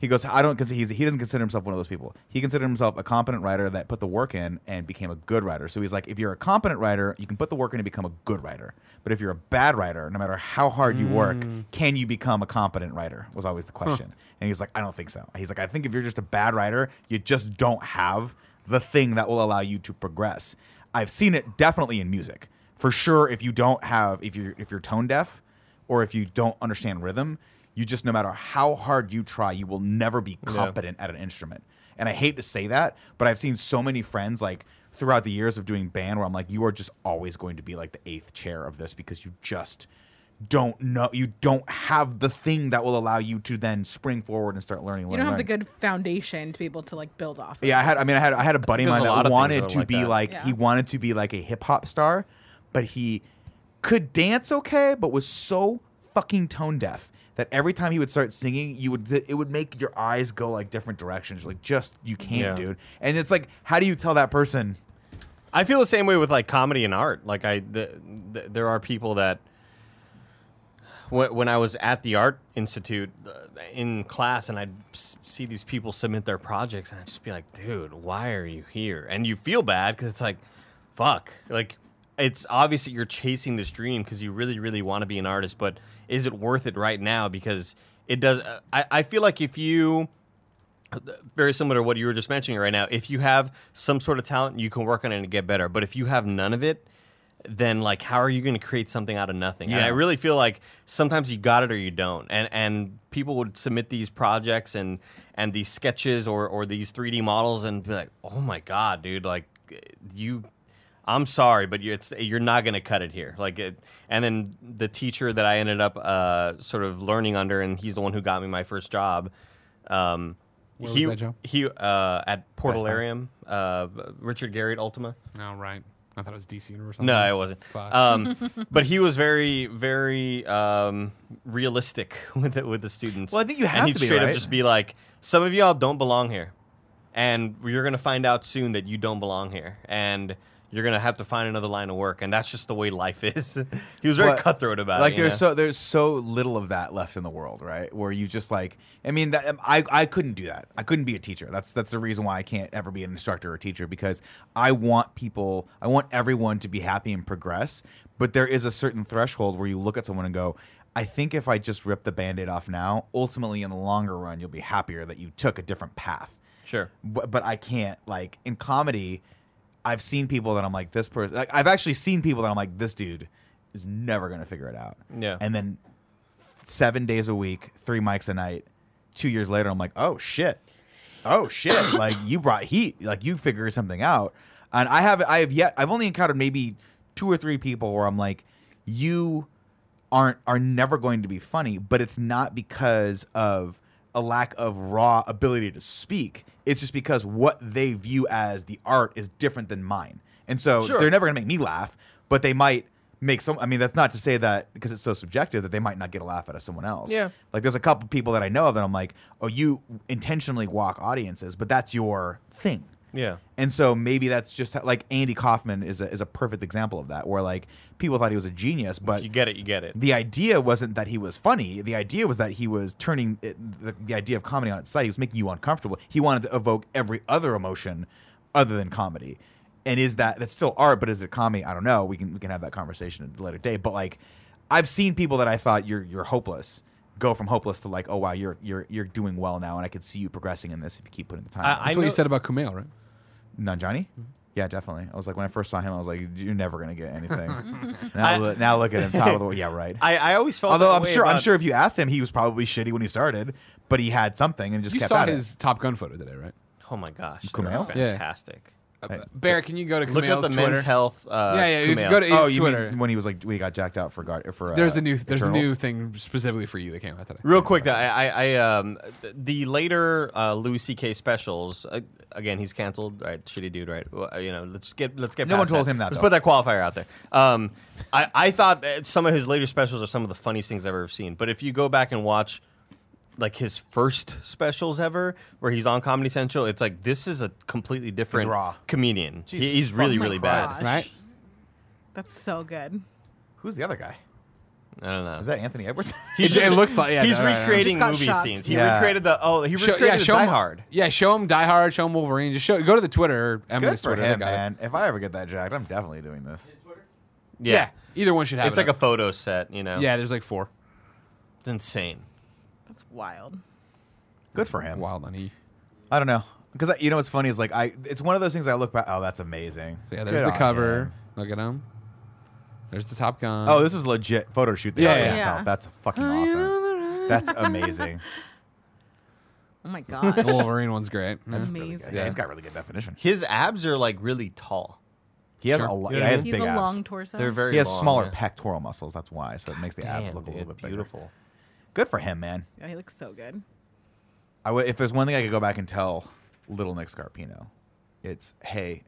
Speaker 1: he goes i don't consider he's, he doesn't consider himself one of those people he considered himself a competent writer that put the work in and became a good writer so he's like if you're a competent writer you can put the work in and become a good writer but if you're a bad writer no matter how hard you work can you become a competent writer was always the question and he's like i don't think so he's like i think if you're just a bad writer you just don't have the thing that will allow you to progress i've seen it definitely in music for sure if you don't have if you're if you're tone deaf or if you don't understand rhythm, you just no matter how hard you try, you will never be competent at an instrument. And I hate to say that, but I've seen so many friends like throughout the years of doing band where I'm like, you are just always going to be like the eighth chair of this because you just don't know you don't have the thing that will allow you to then spring forward and start learning.
Speaker 4: You
Speaker 1: learning,
Speaker 4: don't have the
Speaker 1: learning.
Speaker 4: good foundation to be able to like build off. of.
Speaker 1: Yeah, I had. I mean, I had. I had a buddy of
Speaker 3: there's
Speaker 1: mine
Speaker 3: a lot
Speaker 1: that
Speaker 3: of things
Speaker 1: wanted
Speaker 3: that are
Speaker 1: to
Speaker 3: like
Speaker 1: be
Speaker 3: that.
Speaker 1: like he
Speaker 4: Yeah.
Speaker 1: wanted to be like a hip hop star, but he could dance okay, but was so fucking tone deaf that every time he would start singing, you would it would make your eyes go like different directions. You're Like just you can't,
Speaker 3: Yeah.
Speaker 1: dude. And it's like, how do you tell that person?
Speaker 3: I feel the same way with like comedy and art. Like I, the, the, there are people that when, when I was at the art institute uh, in class, and I'd s- see these people submit their projects, and I'd just be like, "Dude, why are you here?" And you feel bad because it's like, "Fuck!" Like it's obvious that you're chasing this dream because you really, really want to be an artist, but is it worth it right now? Because it does. uh, I, I feel like if you very similar to what you were just mentioning right now. If you have some sort of talent, you can work on it and get better. But if you have none of it, then like how are you going to create something out of nothing? And I
Speaker 1: Yeah.
Speaker 3: really feel like sometimes you got it or you don't. And and people would submit these projects and and these sketches or or these 3D models and be like, "Oh my god, dude, like you I'm sorry, but you're, it's, you're not going to cut it here. Like, it, and then the teacher that I ended up uh, sort of learning under, and he's the one who got me my first job. Um,
Speaker 2: Where
Speaker 3: he,
Speaker 2: was that job?
Speaker 3: He uh, at Portalarium, uh, Richard Garriott Ultima.
Speaker 2: no, Oh, right. I thought it was DC Universe.
Speaker 3: e- No, it wasn't.
Speaker 2: Fuck.
Speaker 3: Um, but he was very, very um, realistic with the, with the students.
Speaker 1: Well, I think you have
Speaker 3: and he'd
Speaker 1: to be,
Speaker 3: straight up
Speaker 1: right?
Speaker 3: just be like, "Some of y'all don't belong here, and you're gonna find out soon that you don't belong here, and you're gonna have to find another line of work, and that's just the way life is." he was very
Speaker 1: But,
Speaker 3: cutthroat about
Speaker 1: like
Speaker 3: it. you
Speaker 1: there's
Speaker 3: know?
Speaker 1: so there's so little of that left in the world, right? Where you just like, I mean, that um, I I couldn't do that. I couldn't be a teacher. That's that's the reason why I can't ever be an instructor or teacher because I want people, I want everyone to be happy and progress. But there is a certain threshold where you look at someone and go. I think if I just rip the band-aid off now, ultimately in the longer run you'll be happier that you took a different path
Speaker 3: sure.
Speaker 1: but, but I can't like in comedy. I've seen people that I'm like this person. Like, I've actually seen people that I'm like this dude is never gonna figure it out.
Speaker 3: Yeah.
Speaker 1: And then seven days a week, three mics a night. Two years later, I'm like, oh shit, oh shit, like you brought heat, like you figured something out. And I have, I have yet, I've only encountered maybe two or three people where I'm like, you aren't are never going to be funny, but it's not because of a lack of raw ability to speak. It's just because what they view as the art is different than mine, and so
Speaker 5: Sure.
Speaker 1: they're never going to make me laugh, but they might make some. I mean, that's not to say that because it's so subjective that they might not get a laugh out of someone else.
Speaker 3: Yeah.
Speaker 1: Like there's a couple people that I know of that I'm like, oh, you intentionally walk audiences, but that's your thing.
Speaker 3: Yeah.
Speaker 1: And so maybe that's just how- like Andy Kaufman is a, is a perfect example of that, where like people thought he was a genius, but
Speaker 3: you get it. You get it.
Speaker 1: Uh, the idea wasn't that he was funny. The idea was that he was turning it, the, the idea of comedy on its side. He was making you uncomfortable. He wanted to evoke every other emotion other than comedy. And is that that's still art? But is it comedy? I don't know. We can we can have that conversation at a later day. But like, I've seen people that I thought you're you're hopeless go from hopeless to like, oh wow, you're you're you're doing well now, and I could see you progressing in this if you keep putting the time.
Speaker 3: I-
Speaker 1: in.
Speaker 2: That's what you said about Kumail, right?
Speaker 1: None Johnny? Yeah, definitely. I was like, when I first saw him, I was like, you're never gonna get anything. now, look, now look at him, top of the world. Yeah, right.
Speaker 3: I, I always
Speaker 2: Oh,
Speaker 3: felt.
Speaker 1: Although
Speaker 3: that
Speaker 1: I'm
Speaker 3: way
Speaker 1: sure, I'm
Speaker 3: about-
Speaker 1: sure if you asked him, he was probably shitty when he started, but he had something and just
Speaker 2: You
Speaker 1: kept
Speaker 2: saw
Speaker 1: at
Speaker 2: his Top Gun photo today, right?
Speaker 3: Oh my gosh, they're
Speaker 1: Kumail?
Speaker 2: Yeah.
Speaker 3: fantastic.
Speaker 1: Hey.
Speaker 2: Barrett, can you go to Kumail's
Speaker 3: Uh, Look up the
Speaker 2: Twitter?
Speaker 3: men's health. Uh,
Speaker 2: yeah, yeah. If you
Speaker 3: Kumail.
Speaker 2: go to
Speaker 1: it.
Speaker 2: his
Speaker 1: Oh, you
Speaker 2: Twitter,
Speaker 1: mean when he was like when he got jacked out for guard for? Uh,
Speaker 2: there's a new there's a new
Speaker 1: Eternals?
Speaker 2: thing specifically for you that came out today.
Speaker 3: Real quick, I, I, I um, th- the later uh, Louis C.K. specials. Uh, again, he's canceled. Right, shitty dude. Right, well, uh, you know. Let's get let's get.
Speaker 1: No
Speaker 3: past
Speaker 1: one told him that,
Speaker 3: Let's
Speaker 1: though.
Speaker 3: put that qualifier out there. Um, I, I thought that some of his later specials are some of the funniest things I've ever seen. But if you go back and watch, like his first specials ever, where he's on Comedy Central, it's like this is a completely different
Speaker 1: raw.
Speaker 3: comedian. He, he's really
Speaker 4: Oh my
Speaker 3: really bad.
Speaker 4: gosh.
Speaker 2: Right?
Speaker 4: That's so good.
Speaker 1: Who's the other guy?
Speaker 3: I don't know.
Speaker 1: Is that Anthony Edwards?
Speaker 3: He's
Speaker 2: It- it looks like- yeah,
Speaker 3: he's
Speaker 2: no, right, right.
Speaker 3: recreating
Speaker 4: Just got
Speaker 3: movie
Speaker 4: shocked.
Speaker 3: scenes. He
Speaker 1: Yeah.
Speaker 3: recreated the oh he recreated the Die
Speaker 2: him,
Speaker 3: Hard.
Speaker 2: Yeah, show him Die Hard. Show him Wolverine. Just show. Go to the Twitter. Or
Speaker 1: Good
Speaker 2: Emily's
Speaker 1: for
Speaker 2: Twitter.
Speaker 1: him,
Speaker 2: they got it.
Speaker 1: man. If I ever get that jacked, I'm definitely doing this.
Speaker 2: Yeah. either one should have.
Speaker 3: it's
Speaker 2: it
Speaker 3: like a
Speaker 2: up.
Speaker 3: photo set. You know,
Speaker 2: yeah. There's like four.
Speaker 3: it's insane.
Speaker 4: That's wild.
Speaker 1: Good for him.
Speaker 2: Wild on E.
Speaker 1: I don't know because you know what's funny is like I. It's one of those things I look back. Oh, that's amazing.
Speaker 2: So yeah, there's
Speaker 1: Good
Speaker 2: the
Speaker 1: on
Speaker 2: cover.
Speaker 1: him.
Speaker 2: Look at him. There's the Top Gun.
Speaker 1: Oh, this was a legit photo shoot. They
Speaker 2: Yeah,
Speaker 1: had
Speaker 2: yeah.
Speaker 1: hands out.
Speaker 4: Yeah.
Speaker 1: That's fucking awesome. That's amazing.
Speaker 4: Oh my god.
Speaker 2: the Wolverine one's great. Yeah.
Speaker 1: Really good.
Speaker 4: Amazing.
Speaker 1: yeah, he's
Speaker 2: Yeah.
Speaker 1: got really good definition.
Speaker 3: His abs are like really tall.
Speaker 1: He has
Speaker 2: Sure.
Speaker 1: a lot. Yeah,
Speaker 3: You know what I
Speaker 1: he has
Speaker 4: He's
Speaker 1: big
Speaker 4: a
Speaker 1: abs.
Speaker 4: long torso.
Speaker 3: They're very.
Speaker 1: he has
Speaker 3: long,
Speaker 1: smaller
Speaker 3: yeah.
Speaker 1: pectoral muscles. That's why. So it makes the abs
Speaker 3: Damn,
Speaker 1: look a little
Speaker 3: dude,
Speaker 1: bit bigger.
Speaker 3: beautiful.
Speaker 1: Good for him, man.
Speaker 4: yeah, he looks so good.
Speaker 1: I w- if there's one thing I could go back and tell little Nick Scarpino, it's hey,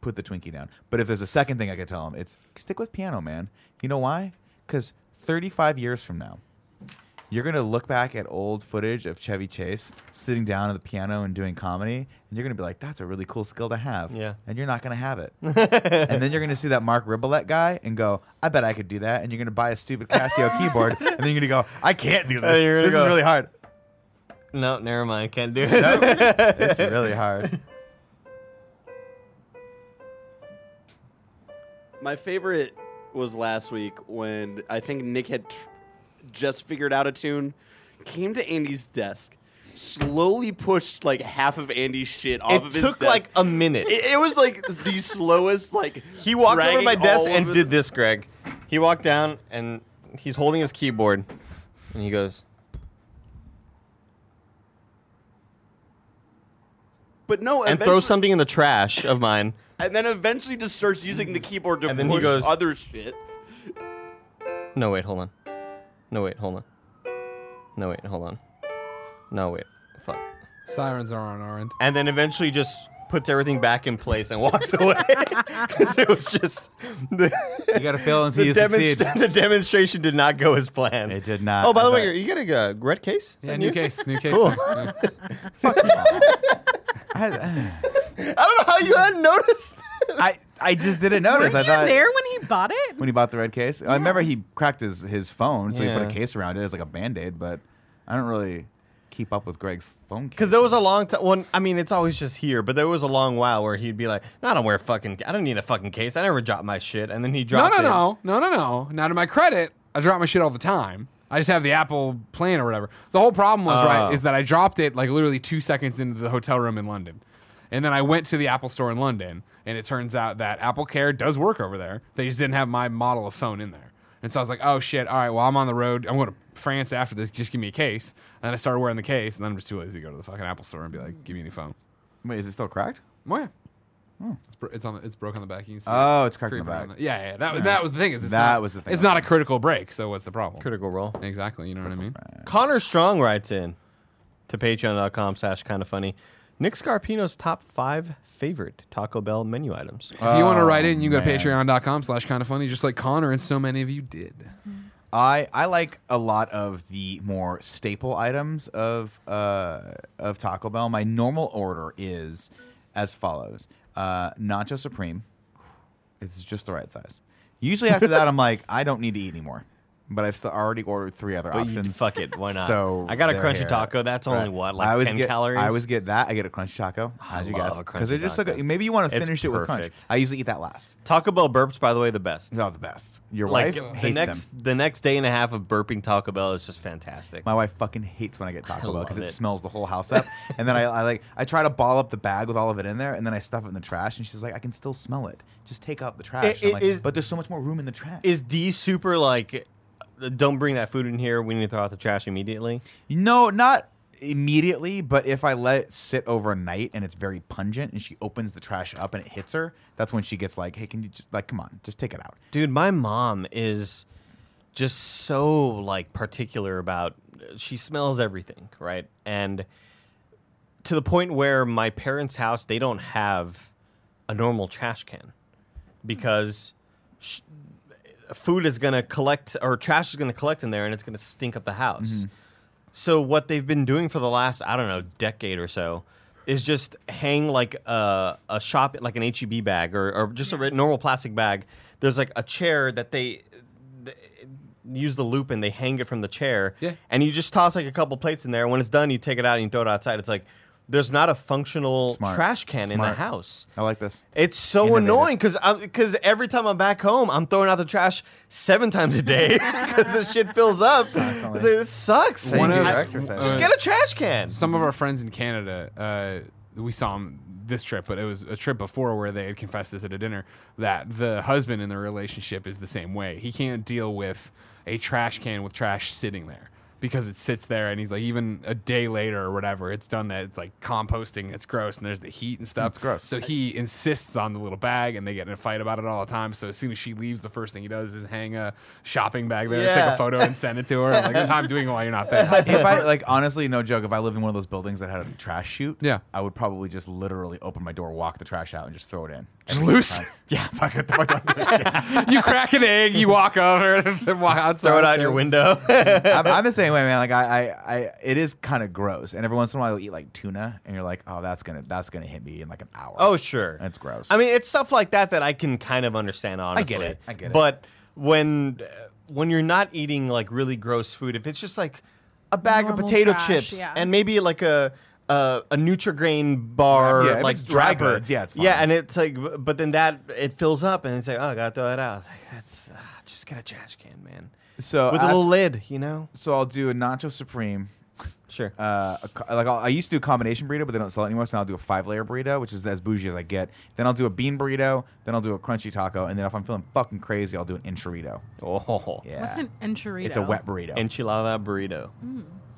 Speaker 1: put the Twinkie down. But if there's a second thing I could tell him, it's stick with piano, man. You know why? Because 35 years from now, you're gonna look back at old footage of Chevy Chase sitting down at the piano and doing comedy, and you're gonna be like, "That's a really cool skill to have."
Speaker 3: Yeah.
Speaker 1: And you're not gonna have it. and then you're gonna see that Mark Ribolette guy and go, "I bet I could do that." And you're gonna buy a stupid Casio keyboard, and then you're gonna go, "I can't do this.
Speaker 3: And Oh, you're gonna
Speaker 1: This
Speaker 3: go-
Speaker 1: is really hard."
Speaker 3: No, never mind. Can't do it.
Speaker 1: It's really hard.
Speaker 5: My favorite was last week when I think Nick had tr- just figured out a tune, came to Andy's desk, slowly pushed like half of Andy's shit off
Speaker 3: it
Speaker 5: of his
Speaker 3: took
Speaker 5: desk.
Speaker 3: like a minute.
Speaker 5: it, it was like the slowest. Like
Speaker 3: he walked over to
Speaker 5: dragging
Speaker 3: my desk
Speaker 5: all
Speaker 3: and
Speaker 5: of
Speaker 3: did
Speaker 5: it-
Speaker 3: this, Greg. He walked down and he's holding his keyboard, and he goes,
Speaker 5: But no,
Speaker 3: and
Speaker 5: eventually-
Speaker 3: throws something in the trash of mine.
Speaker 5: and then eventually just starts using the keyboard to
Speaker 3: And then
Speaker 5: push
Speaker 3: he goes-
Speaker 5: other shit.
Speaker 3: No, wait, hold on. No, wait, hold on. No, wait, hold on. No, wait. Fuck.
Speaker 2: Sirens are on our end.
Speaker 3: And then eventually just puts everything back in place and walks away. 'Cause it was just. The,
Speaker 1: You gotta fail until
Speaker 3: the,
Speaker 1: you succeed.
Speaker 3: demonstra- the demonstration did not go as planned.
Speaker 1: It did not.
Speaker 3: Oh, by the
Speaker 1: I
Speaker 3: way,
Speaker 1: bet.
Speaker 3: you're- you got a uh, red case? Is
Speaker 2: Yeah,
Speaker 3: that
Speaker 2: new
Speaker 3: you?
Speaker 2: case. New case.
Speaker 3: Cool.
Speaker 2: there. Yeah.
Speaker 1: I,
Speaker 3: I don't know how you hadn't noticed.
Speaker 1: I I just didn't notice.
Speaker 4: Weren't
Speaker 1: I
Speaker 4: you
Speaker 1: thought
Speaker 4: there when he bought it?
Speaker 1: when he bought the red case. I remember he cracked his his phone, so he
Speaker 3: Yeah.
Speaker 1: put a case around it as like a band aid. But I don't really keep up with Greg's phone
Speaker 3: Because there was a long time. Well, I mean, it's always just here, but there was a long while where he'd be like, "No, "I don't wear fucking. I don't need a fucking case. I never drop my shit." And then he
Speaker 2: No, no,
Speaker 3: dropped. it.
Speaker 2: no, no, no, no. Now to my credit, I drop my shit all the time. I just have the Apple plan or whatever. The whole problem was
Speaker 3: Oh.
Speaker 2: right is that I dropped it like literally two seconds into the hotel room in London, and then I went to the Apple store in London, and it turns out that Apple Care does work over there. They just didn't have my model of phone in there. And so I was like, oh shit, all right, well, I'm on the road. I'm going to France after this. Just give me a case. And then I started wearing the case, and then I'm just too lazy to go to the fucking Apple store and be like, give me a new phone.
Speaker 1: Wait, is it still cracked?
Speaker 2: Oh, yeah. It's, bro- it's on the, it's broke on the back. You can see
Speaker 1: Oh,
Speaker 2: it
Speaker 1: it's cracked on the
Speaker 2: creeping around
Speaker 1: back.
Speaker 2: the- Yeah, yeah. That, was that was the thing. Is it's
Speaker 1: That
Speaker 2: not,
Speaker 1: was the thing.
Speaker 2: It's not a critical break, so what's the problem?
Speaker 1: Critical role.
Speaker 2: exactly. You know what I mean?
Speaker 3: Connor Strong writes in to patreon.com slash kind of funny. Nick Scarpino's top five favorite Taco Bell menu items.
Speaker 2: If you want to write in, you go to
Speaker 1: Oh, man.
Speaker 2: patreon.com slash kind of funny, just like Connor and so many of you did.
Speaker 1: I I like a lot of the more staple items of uh, of Taco Bell. My normal order is as follows: uh, Nacho Supreme. It's just the right size. Usually after that, I'm like, I don't need to eat anymore. But I've still already ordered three other
Speaker 3: But you,
Speaker 1: options.
Speaker 3: fuck it, why not?
Speaker 1: So
Speaker 3: I got a
Speaker 1: they're
Speaker 3: crunchy
Speaker 1: here.
Speaker 3: taco. That's only
Speaker 1: Right.
Speaker 3: what,
Speaker 1: I
Speaker 3: like
Speaker 1: always
Speaker 3: ten
Speaker 1: get,
Speaker 3: calories.
Speaker 1: I always get that. I get a crunchy taco. How'd you
Speaker 3: love
Speaker 1: guys?
Speaker 3: a
Speaker 1: Because they're
Speaker 3: crunchy
Speaker 1: just so
Speaker 3: taco.
Speaker 1: good. Maybe you want to
Speaker 3: It's
Speaker 1: finish it with crunch.
Speaker 3: perfect.
Speaker 1: I usually eat that last.
Speaker 3: Taco Bell burps, by the way, the best.
Speaker 1: It's not the best. Your
Speaker 3: Like
Speaker 1: wife
Speaker 3: the
Speaker 1: hates
Speaker 3: next
Speaker 1: them.
Speaker 3: the next day and a half of burping Taco Bell is just fantastic.
Speaker 1: My wife fucking hates when I get Taco Bell because
Speaker 3: love
Speaker 1: it,
Speaker 3: it.
Speaker 1: smells the whole house up. and then I, I like I try to ball up the bag with all of it in there, and then I stuff it in the trash. And she's like, "I can still smell it. Just take out the trash." I'm
Speaker 3: it
Speaker 1: like,
Speaker 3: is-
Speaker 1: but there's so much more room in the trash.
Speaker 3: is D super like? Don't bring that food in here. We need to throw out the trash immediately.
Speaker 1: No, not immediately, but if I let it sit overnight and it's very pungent and she opens the trash up and it hits her, that's when she gets like, hey, can you just, like, come on, just take it out.
Speaker 3: Dude, my mom is just so like particular about she smells everything, right? And to the point where my parents' house, they don't have a normal trash can because sh- food is going to collect or trash is going to collect in there and it's going to stink up the house.
Speaker 1: Mm-hmm.
Speaker 3: So what they've been doing for the last I don't know decade or so is just hang like a a shop like an HEB bag or or just a re- normal plastic bag. There's like a chair that they, th- use the loop and they hang it from the chair.
Speaker 2: Yeah.
Speaker 3: And you just toss like a couple plates in there. And when it's done, you take it out and you throw it outside. It's like there's not a functional
Speaker 1: Smart.
Speaker 3: trash can in the
Speaker 1: Smart.
Speaker 3: house.
Speaker 1: I like this.
Speaker 3: It's so
Speaker 1: Innovative.
Speaker 3: annoying because because every time I'm back home, I'm throwing out the trash seven times a day because this shit fills up. It's like, this sucks.
Speaker 1: Same
Speaker 2: One
Speaker 1: do
Speaker 2: of- uh,
Speaker 1: your exercise.
Speaker 2: Just
Speaker 3: Just get a trash can.
Speaker 2: some
Speaker 1: Mm-hmm.
Speaker 2: of our friends in Canada, uh, we saw them this trip, but it was a trip before where they had confessed this at a dinner that the husband in the relationship is the same way. He can't deal with a trash can with trash sitting there because it sits there and he's like even a day later or whatever it's done that it's like composting it's gross and there's the heat and stuff
Speaker 1: It's gross.
Speaker 2: so he insists on the little bag and they get in a fight about it all the time so as soon as she leaves the first thing he does is hang a shopping bag there take
Speaker 3: Yeah.
Speaker 2: a photo and send it to her I'm like that's how i'm doing it while you're not there
Speaker 1: if I like honestly, no joke. If I lived in one of those buildings that had a trash chute,
Speaker 2: Yeah.
Speaker 1: I would probably just literally open my door, walk the trash out, and just throw it in.
Speaker 2: Just
Speaker 1: Every
Speaker 2: loose?
Speaker 1: single time. Yeah, fuck it. Fuck it, fuck it.
Speaker 2: you crack an egg, you walk over and walk outside.
Speaker 3: Throw it out your window.
Speaker 1: I'm, I'm the same way, man. Like I, I, I it is kind of gross. And every once in a while, you'll eat like tuna, and you're like, oh, that's gonna, that's gonna hit me in like an hour.
Speaker 3: oh sure,
Speaker 1: That's gross.
Speaker 3: I mean, it's stuff like that that I can kind of understand. Honestly,
Speaker 1: it. I get it.
Speaker 3: But when uh, when you're not eating like really gross food, if it's just like a bag of
Speaker 4: Normal
Speaker 3: potato
Speaker 4: trash,
Speaker 3: chips
Speaker 4: yeah.
Speaker 3: and maybe like a a, a Nutrigrain bar,
Speaker 1: Yeah, if
Speaker 3: like
Speaker 1: it's dry
Speaker 3: wrapper.
Speaker 1: goods, yeah, it's
Speaker 3: yeah,
Speaker 1: fine.
Speaker 3: and it's like, but then that it fills up, and it's like, oh, I gotta throw that out. It's Like, that's uh, just get a trash can, man,
Speaker 1: so
Speaker 3: with a
Speaker 1: af-
Speaker 3: little lid, you know.
Speaker 1: so I'll do a nacho supreme.
Speaker 3: Sure.
Speaker 1: Uh, a co- like I'll, I used to do a combination burrito, but they don't sell it anymore. So I'll do a five layer burrito, which is as bougie as I get. Then I'll do a bean burrito. Then I'll do a crunchy taco, and then if I'm feeling fucking crazy, I'll do an enchilada.
Speaker 3: oh,
Speaker 1: Yeah,
Speaker 4: What's an enchilada?
Speaker 1: It's a wet burrito, and,
Speaker 3: enchilada burrito.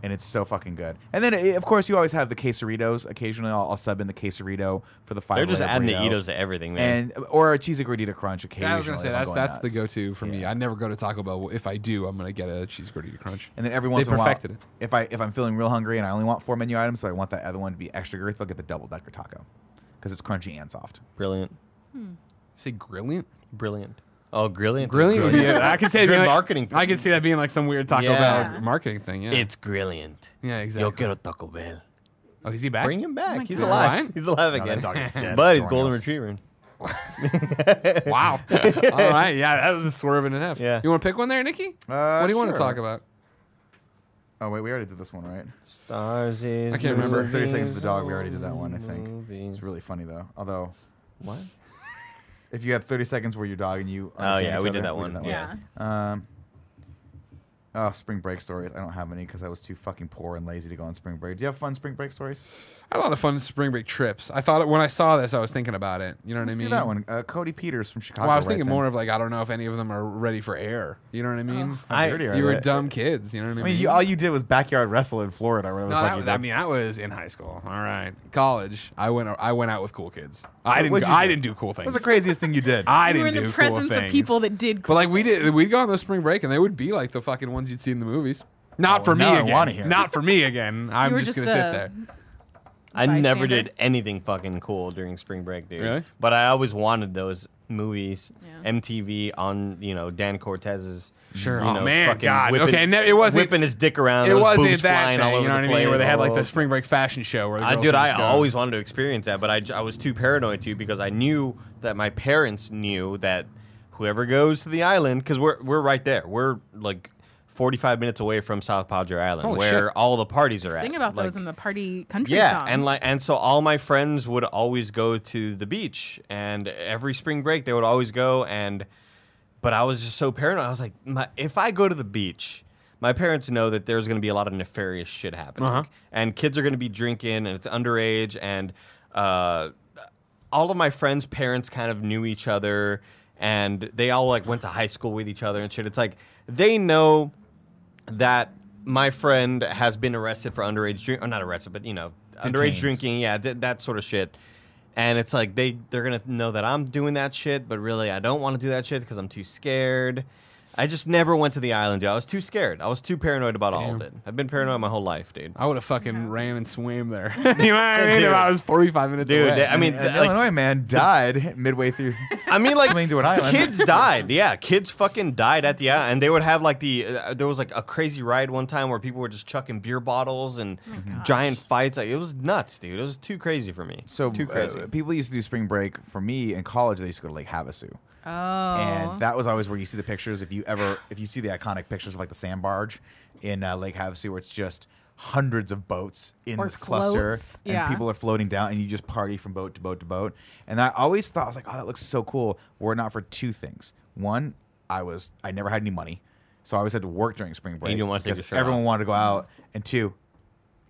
Speaker 1: it's so fucking good. And then, eh, of course, you always have the quesaritos. Occasionally, I'll, I'll sub in the quesarito for the five.
Speaker 3: They're just
Speaker 1: layer
Speaker 3: adding the
Speaker 1: burrito.
Speaker 3: Edos to everything, man.
Speaker 1: and or a cheesy gordita crunch occasionally.
Speaker 2: I was gonna say
Speaker 1: I'm
Speaker 2: that's
Speaker 1: going
Speaker 2: that's the
Speaker 1: nuts.
Speaker 2: go-to for me. I never go to Taco Bell. If I do, I'm gonna get a cheese gordita crunch.
Speaker 1: And then every once
Speaker 2: They
Speaker 1: in a while,
Speaker 2: perfected it.
Speaker 1: if I if I'm feeling real hungry and I only want four menu items, but I want that other one to be extra girth, I'll get the double decker taco because it's crunchy and soft.
Speaker 3: Brilliant.
Speaker 2: say Grilliant.
Speaker 3: Brilliant. Oh, brilliant.
Speaker 2: Grilliant would be. it. I could say
Speaker 3: Good
Speaker 2: being like-
Speaker 3: marketing.
Speaker 2: I could see that being like some weird Taco
Speaker 3: Yeah.
Speaker 2: Bell marketing thing. Yeah,
Speaker 3: It's brilliant.
Speaker 2: yeah, exactly.
Speaker 3: quiero Taco Bell.
Speaker 2: Oh, is he back?
Speaker 3: Bring him back. He's
Speaker 2: God.
Speaker 3: alive.
Speaker 2: Ryan?
Speaker 3: He's alive
Speaker 1: No,
Speaker 3: again.
Speaker 1: that dog is dead.
Speaker 3: but he's
Speaker 1: Dornhouse.
Speaker 3: golden retriever.
Speaker 2: Wow. All right. Yeah, that was a swerve and a half.
Speaker 3: Yeah.
Speaker 2: You want to pick one there, Nikki?
Speaker 1: Uh,
Speaker 2: what do you want to
Speaker 1: sure.
Speaker 2: talk about?
Speaker 1: Oh wait, we already did this one, right?
Speaker 3: Stars is.
Speaker 2: I can't remember.
Speaker 1: Thirty seconds to the dog. We already did that one, I think. It's really funny though. Although,
Speaker 3: What?
Speaker 1: if you have 30 seconds where you're dog and you
Speaker 3: Oh,
Speaker 1: understand
Speaker 3: yeah,
Speaker 1: each
Speaker 3: we
Speaker 1: other,
Speaker 3: did that one.
Speaker 4: Yeah.
Speaker 1: Um, Oh, spring break stories. I don't have any because I was too fucking poor and lazy to go on spring break. Do you have fun spring break stories?
Speaker 2: I had a lot of fun spring break trips. I thought when I saw this, I was thinking about it. You know what
Speaker 1: Let's
Speaker 2: I mean?
Speaker 1: do that one. Uh, Cody Peters from Chicago.
Speaker 2: Well, I was
Speaker 1: writes
Speaker 2: thinking
Speaker 1: in.
Speaker 2: more of like I don't know if any of them are ready for air. You know what I mean?
Speaker 1: How dirty are
Speaker 2: you were
Speaker 1: they?
Speaker 2: dumb kids. You know what I
Speaker 1: I
Speaker 2: mean?
Speaker 1: mean, you, all you did was backyard wrestle in Florida. or whatever the
Speaker 2: no,
Speaker 1: fuck
Speaker 2: that,
Speaker 1: you
Speaker 2: I
Speaker 1: did.
Speaker 2: mean that was in high school. All right, college. I went. I went out with cool kids. I didn't.
Speaker 1: what'd
Speaker 2: Go,
Speaker 1: you
Speaker 2: I
Speaker 1: do?
Speaker 2: didn't do cool things.
Speaker 1: What was the craziest thing you did?
Speaker 2: I
Speaker 4: you
Speaker 2: didn't
Speaker 4: were in
Speaker 2: do
Speaker 4: the
Speaker 2: cool
Speaker 4: presence
Speaker 2: things.
Speaker 4: of people that did.
Speaker 2: But
Speaker 4: Cool
Speaker 2: like we did, we'd go on those spring break, and they would be like the fucking ones you'd see in the movies. Not
Speaker 1: Oh,
Speaker 2: for me
Speaker 1: now I
Speaker 2: again.
Speaker 1: wanna hear it.
Speaker 2: Not for me again. I'm
Speaker 4: were
Speaker 2: just,
Speaker 4: just,
Speaker 2: gonna sit
Speaker 4: uh,
Speaker 2: there.
Speaker 3: I never
Speaker 4: bystander.
Speaker 3: did anything fucking cool during spring break, dude.
Speaker 2: Really?
Speaker 3: But I always wanted those movies,
Speaker 4: Yeah.
Speaker 3: MTV on you know Dan Cortez's.
Speaker 2: Sure.
Speaker 3: You
Speaker 2: Oh,
Speaker 3: know,
Speaker 2: man,
Speaker 3: fucking
Speaker 2: God.
Speaker 3: Whipping,
Speaker 2: Okay, no, it wasn't-
Speaker 3: whipping his dick around.
Speaker 2: It
Speaker 3: those
Speaker 2: wasn't
Speaker 3: boobs
Speaker 2: that
Speaker 3: flying
Speaker 2: thing,
Speaker 3: all over
Speaker 2: you know
Speaker 3: the
Speaker 2: what I
Speaker 3: place.
Speaker 2: mean? Where they had like
Speaker 3: Oh,
Speaker 2: the spring break fashion show. Where the
Speaker 3: I,
Speaker 2: girls
Speaker 3: dude,
Speaker 2: would
Speaker 3: I
Speaker 2: just go.
Speaker 3: always wanted to experience that, but I, j- I was too paranoid to because I knew that my parents knew that whoever goes to the island, because we're we're right there, we're like 45 minutes away from South Padre Island,
Speaker 2: Holy
Speaker 3: where
Speaker 2: shit.
Speaker 3: all the parties are at.
Speaker 4: Sing about
Speaker 3: Like,
Speaker 4: those in the party country
Speaker 3: yeah,
Speaker 4: songs.
Speaker 3: and like and so all my friends would always go to the beach, and every spring break they would always go. And but I was just so paranoid. I was like, my, if I go to the beach, my parents know that there's going to be a lot of nefarious shit happening,
Speaker 2: Uh-huh.
Speaker 3: and kids are going to be drinking, and it's underage, and uh, all of my friends' parents kind of knew each other, and they all like went to high school with each other and shit. It's like they know that my friend has been arrested for underage drink or not arrested, but you know,
Speaker 1: Detained.
Speaker 3: underage drinking, yeah, d- that sort of shit. And it's like they they're gonna know that I'm doing that shit, but really I don't want to do that shit because I'm too scared. I just never went to the island, dude. I was too scared. I was too paranoid about all of it. I've been paranoid my whole life, dude.
Speaker 2: I would have fucking ran and swam there. you know what I mean? If I was 45 minutes
Speaker 3: Dude,
Speaker 2: away.
Speaker 3: they- I mean,
Speaker 1: An
Speaker 3: th- like-
Speaker 1: Illinois man died midway through.
Speaker 3: I mean, like
Speaker 1: Swimming to an island.
Speaker 3: kids died. Yeah, kids fucking died at the island, and they would have like the uh, there was like a crazy ride one time where people were just chucking beer bottles and
Speaker 1: Oh
Speaker 3: giant fights. Like it was nuts, dude. It was too crazy for me.
Speaker 1: So
Speaker 3: too
Speaker 1: uh,
Speaker 3: crazy.
Speaker 1: people used to do spring break. For me in college, they used to go to Lake Havasu.
Speaker 4: oh,
Speaker 1: and that was always where you see the pictures. If you ever, if you see the iconic pictures of like the sand barge in uh, Lake Havasu, where it's just hundreds of boats in
Speaker 4: Or
Speaker 1: this cluster,
Speaker 4: floats,
Speaker 1: and
Speaker 4: yeah.
Speaker 1: people are floating down, and you just party from boat to boat to boat. And I always thought I was like, oh, that looks so cool. Were it not for two things. One, I was I never had any money, so I always had to work during spring break.
Speaker 3: didn't wanna take
Speaker 1: because
Speaker 3: your shirt
Speaker 1: everyone
Speaker 3: off.
Speaker 1: wanted to go out. And two,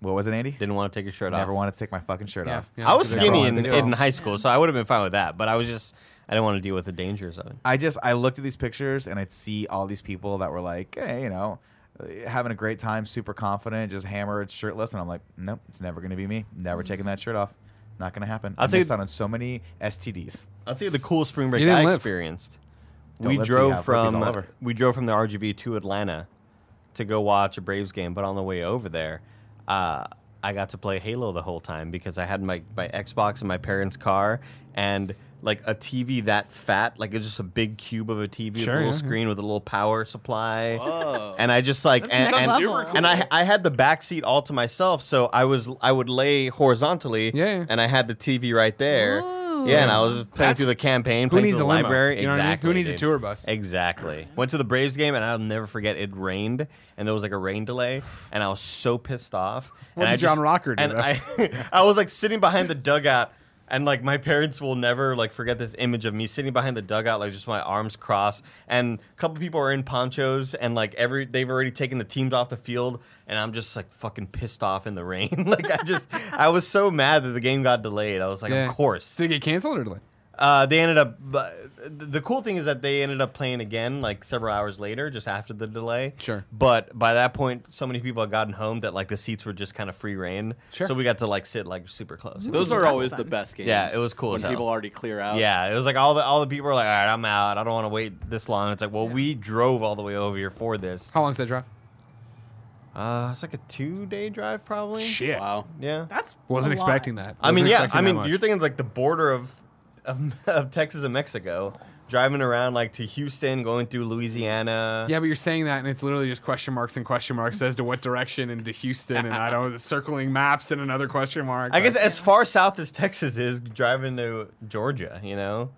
Speaker 1: what was it, Andy?
Speaker 3: Didn't want to take your shirt
Speaker 1: never
Speaker 3: off.
Speaker 1: wanted to take my fucking shirt off.
Speaker 2: yeah.
Speaker 3: I was
Speaker 2: Never
Speaker 3: skinny
Speaker 1: wanted
Speaker 3: in,
Speaker 1: to do it.
Speaker 3: in high school, so I would have been fine with that. But I was just I didn't want to deal with the dangers of it.
Speaker 1: I just I looked at these pictures and I'd see all these people that were like, hey, you know, uh, having a great time, super confident, just hammered, shirtless, and I'm like, nope, it's never gonna be me. Never taking that shirt off. Not gonna happen.
Speaker 3: I'll
Speaker 1: I
Speaker 3: tell you-
Speaker 1: missed out on so many STDs.
Speaker 3: I'll tell you the coolest spring break
Speaker 2: You didn't
Speaker 3: I
Speaker 2: live.
Speaker 3: experienced.
Speaker 1: Don't
Speaker 3: we
Speaker 1: live till you
Speaker 3: drove
Speaker 1: have herpes all
Speaker 3: from
Speaker 1: over.
Speaker 3: we drove from the RGV to Atlanta to go watch a Braves game, but on the way over there, uh, I got to play Halo the whole time because I had my, my Xbox in my parents' car and like a TV that fat, like it's just a big cube of a
Speaker 2: Sure,
Speaker 3: TV with a little
Speaker 2: yeah.
Speaker 3: screen with a little power supply.
Speaker 5: Whoa.
Speaker 3: And I just like and,
Speaker 4: next
Speaker 3: and,
Speaker 4: level. Super cool.
Speaker 3: and I I had the back seat all to myself, so I was I would lay horizontally
Speaker 2: Yeah, yeah.
Speaker 3: and I had the TV right there.
Speaker 4: Ooh.
Speaker 3: Yeah, and I was playing
Speaker 2: Mm. That's-
Speaker 3: through the campaign,
Speaker 2: Who
Speaker 3: playing
Speaker 2: needs
Speaker 3: through
Speaker 2: a
Speaker 3: the
Speaker 2: limo?
Speaker 3: library.
Speaker 2: You know what I mean? Who
Speaker 3: exactly.
Speaker 2: needs a
Speaker 3: dude.
Speaker 2: tour bus?
Speaker 3: Exactly. Went to the Braves game, and I'll never forget. It rained, and there was like a rain delay, and I was so pissed off.
Speaker 2: What
Speaker 3: and
Speaker 2: did
Speaker 3: I
Speaker 2: John Rocker do?
Speaker 3: And I, I was like sitting behind the dugout. And like my parents will never like forget this image of me sitting behind the dugout, like just my arms crossed, and a couple people are in ponchos, and like every they've already taken the teams off the field, and I'm just like fucking pissed off in the rain. like I just I was so mad that the game got delayed. I was like, of course,
Speaker 2: Did it get canceled or delayed?
Speaker 3: uh, they ended up. But the cool thing is that they ended up playing again, like several hours later, just after the delay.
Speaker 2: Sure.
Speaker 3: But by that point, so many people had gotten home that like the seats were just kind of free reign.
Speaker 2: Sure.
Speaker 3: So we got to like sit like super close. It
Speaker 5: Those
Speaker 3: was-
Speaker 5: are
Speaker 4: That's
Speaker 5: always
Speaker 4: fun.
Speaker 5: the best games.
Speaker 3: Yeah, it was cool
Speaker 5: when
Speaker 3: as hell.
Speaker 5: people already clear out.
Speaker 3: Yeah, it was like all the all the people were like, all right, I'm out. I don't want to wait this long. It's like, well, we drove all the way over here for this.
Speaker 2: How long's that drive?
Speaker 3: Uh, it's like a two day drive probably.
Speaker 2: Shit.
Speaker 5: Wow.
Speaker 3: Yeah.
Speaker 4: that's
Speaker 2: Wasn't
Speaker 4: a
Speaker 2: expecting
Speaker 4: lot.
Speaker 2: that.
Speaker 3: I mean,
Speaker 2: Wasn't
Speaker 3: yeah.
Speaker 2: expecting
Speaker 3: I
Speaker 2: that
Speaker 3: mean,
Speaker 2: much.
Speaker 3: you're thinking like the border of, of of Texas and Mexico, driving around like to Houston, going through Louisiana.
Speaker 2: Yeah, but you're saying that, and it's literally just question marks and question marks as to what direction into Houston, and I don't circling maps and another question mark.
Speaker 3: I guess
Speaker 2: Like,
Speaker 3: as far south as Texas is, driving to Georgia, you know,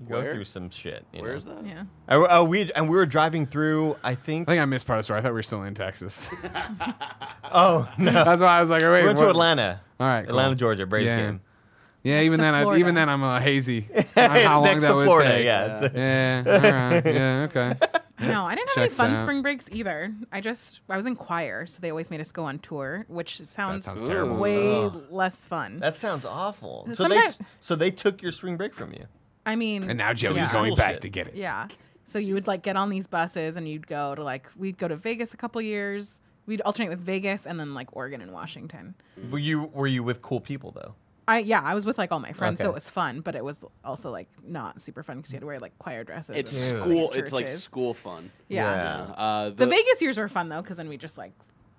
Speaker 3: you go
Speaker 5: Where?
Speaker 3: through some shit. You
Speaker 5: Where's
Speaker 3: know?
Speaker 5: that?
Speaker 4: Yeah.
Speaker 3: that? Uh, we and we were driving through. I think.
Speaker 2: I think I missed part of the story. I thought we were still in Texas.
Speaker 3: oh no,
Speaker 2: That's why I was like, wait,
Speaker 3: we went to
Speaker 2: what-
Speaker 3: Atlanta.
Speaker 2: All right, cool.
Speaker 3: Atlanta, Georgia, Braves
Speaker 2: Yeah.
Speaker 3: game.
Speaker 2: Yeah, even
Speaker 4: to
Speaker 2: then, I,
Speaker 4: Florida.
Speaker 2: even then, I'm uh, hazy. on
Speaker 3: it's
Speaker 2: how long
Speaker 3: next
Speaker 2: that
Speaker 3: to
Speaker 2: would
Speaker 3: Florida.
Speaker 2: take.
Speaker 3: Yeah.
Speaker 2: Yeah. All right. Yeah. Okay.
Speaker 4: No, I didn't have any
Speaker 2: Checks
Speaker 4: fun
Speaker 2: out.
Speaker 4: spring breaks either. I just I was in choir, so they always made us go on tour, which sounds,
Speaker 2: sounds
Speaker 5: terrible.
Speaker 4: way
Speaker 3: Ugh.
Speaker 4: less fun.
Speaker 3: That sounds awful. So they
Speaker 4: Sometimes-
Speaker 3: so they took your spring break from you.
Speaker 4: I mean,
Speaker 2: And now Joey's
Speaker 4: yeah.
Speaker 2: going back
Speaker 3: Bullshit.
Speaker 2: to get it.
Speaker 4: Yeah. So you would like get on these buses and you'd go to like we'd go to Vegas a couple years. We'd alternate with Vegas and then like Oregon and Washington.
Speaker 3: Were you were you with cool people though?
Speaker 4: I yeah, I was with like all my friends, so
Speaker 3: Okay.
Speaker 4: it was fun, but it was also like not super fun because you had to wear like choir dresses.
Speaker 5: It's
Speaker 4: and, like,
Speaker 5: school. It's like
Speaker 4: churches.
Speaker 5: school fun.
Speaker 4: Yeah.
Speaker 5: Uh,
Speaker 4: The Vegas years were fun though, because then we just like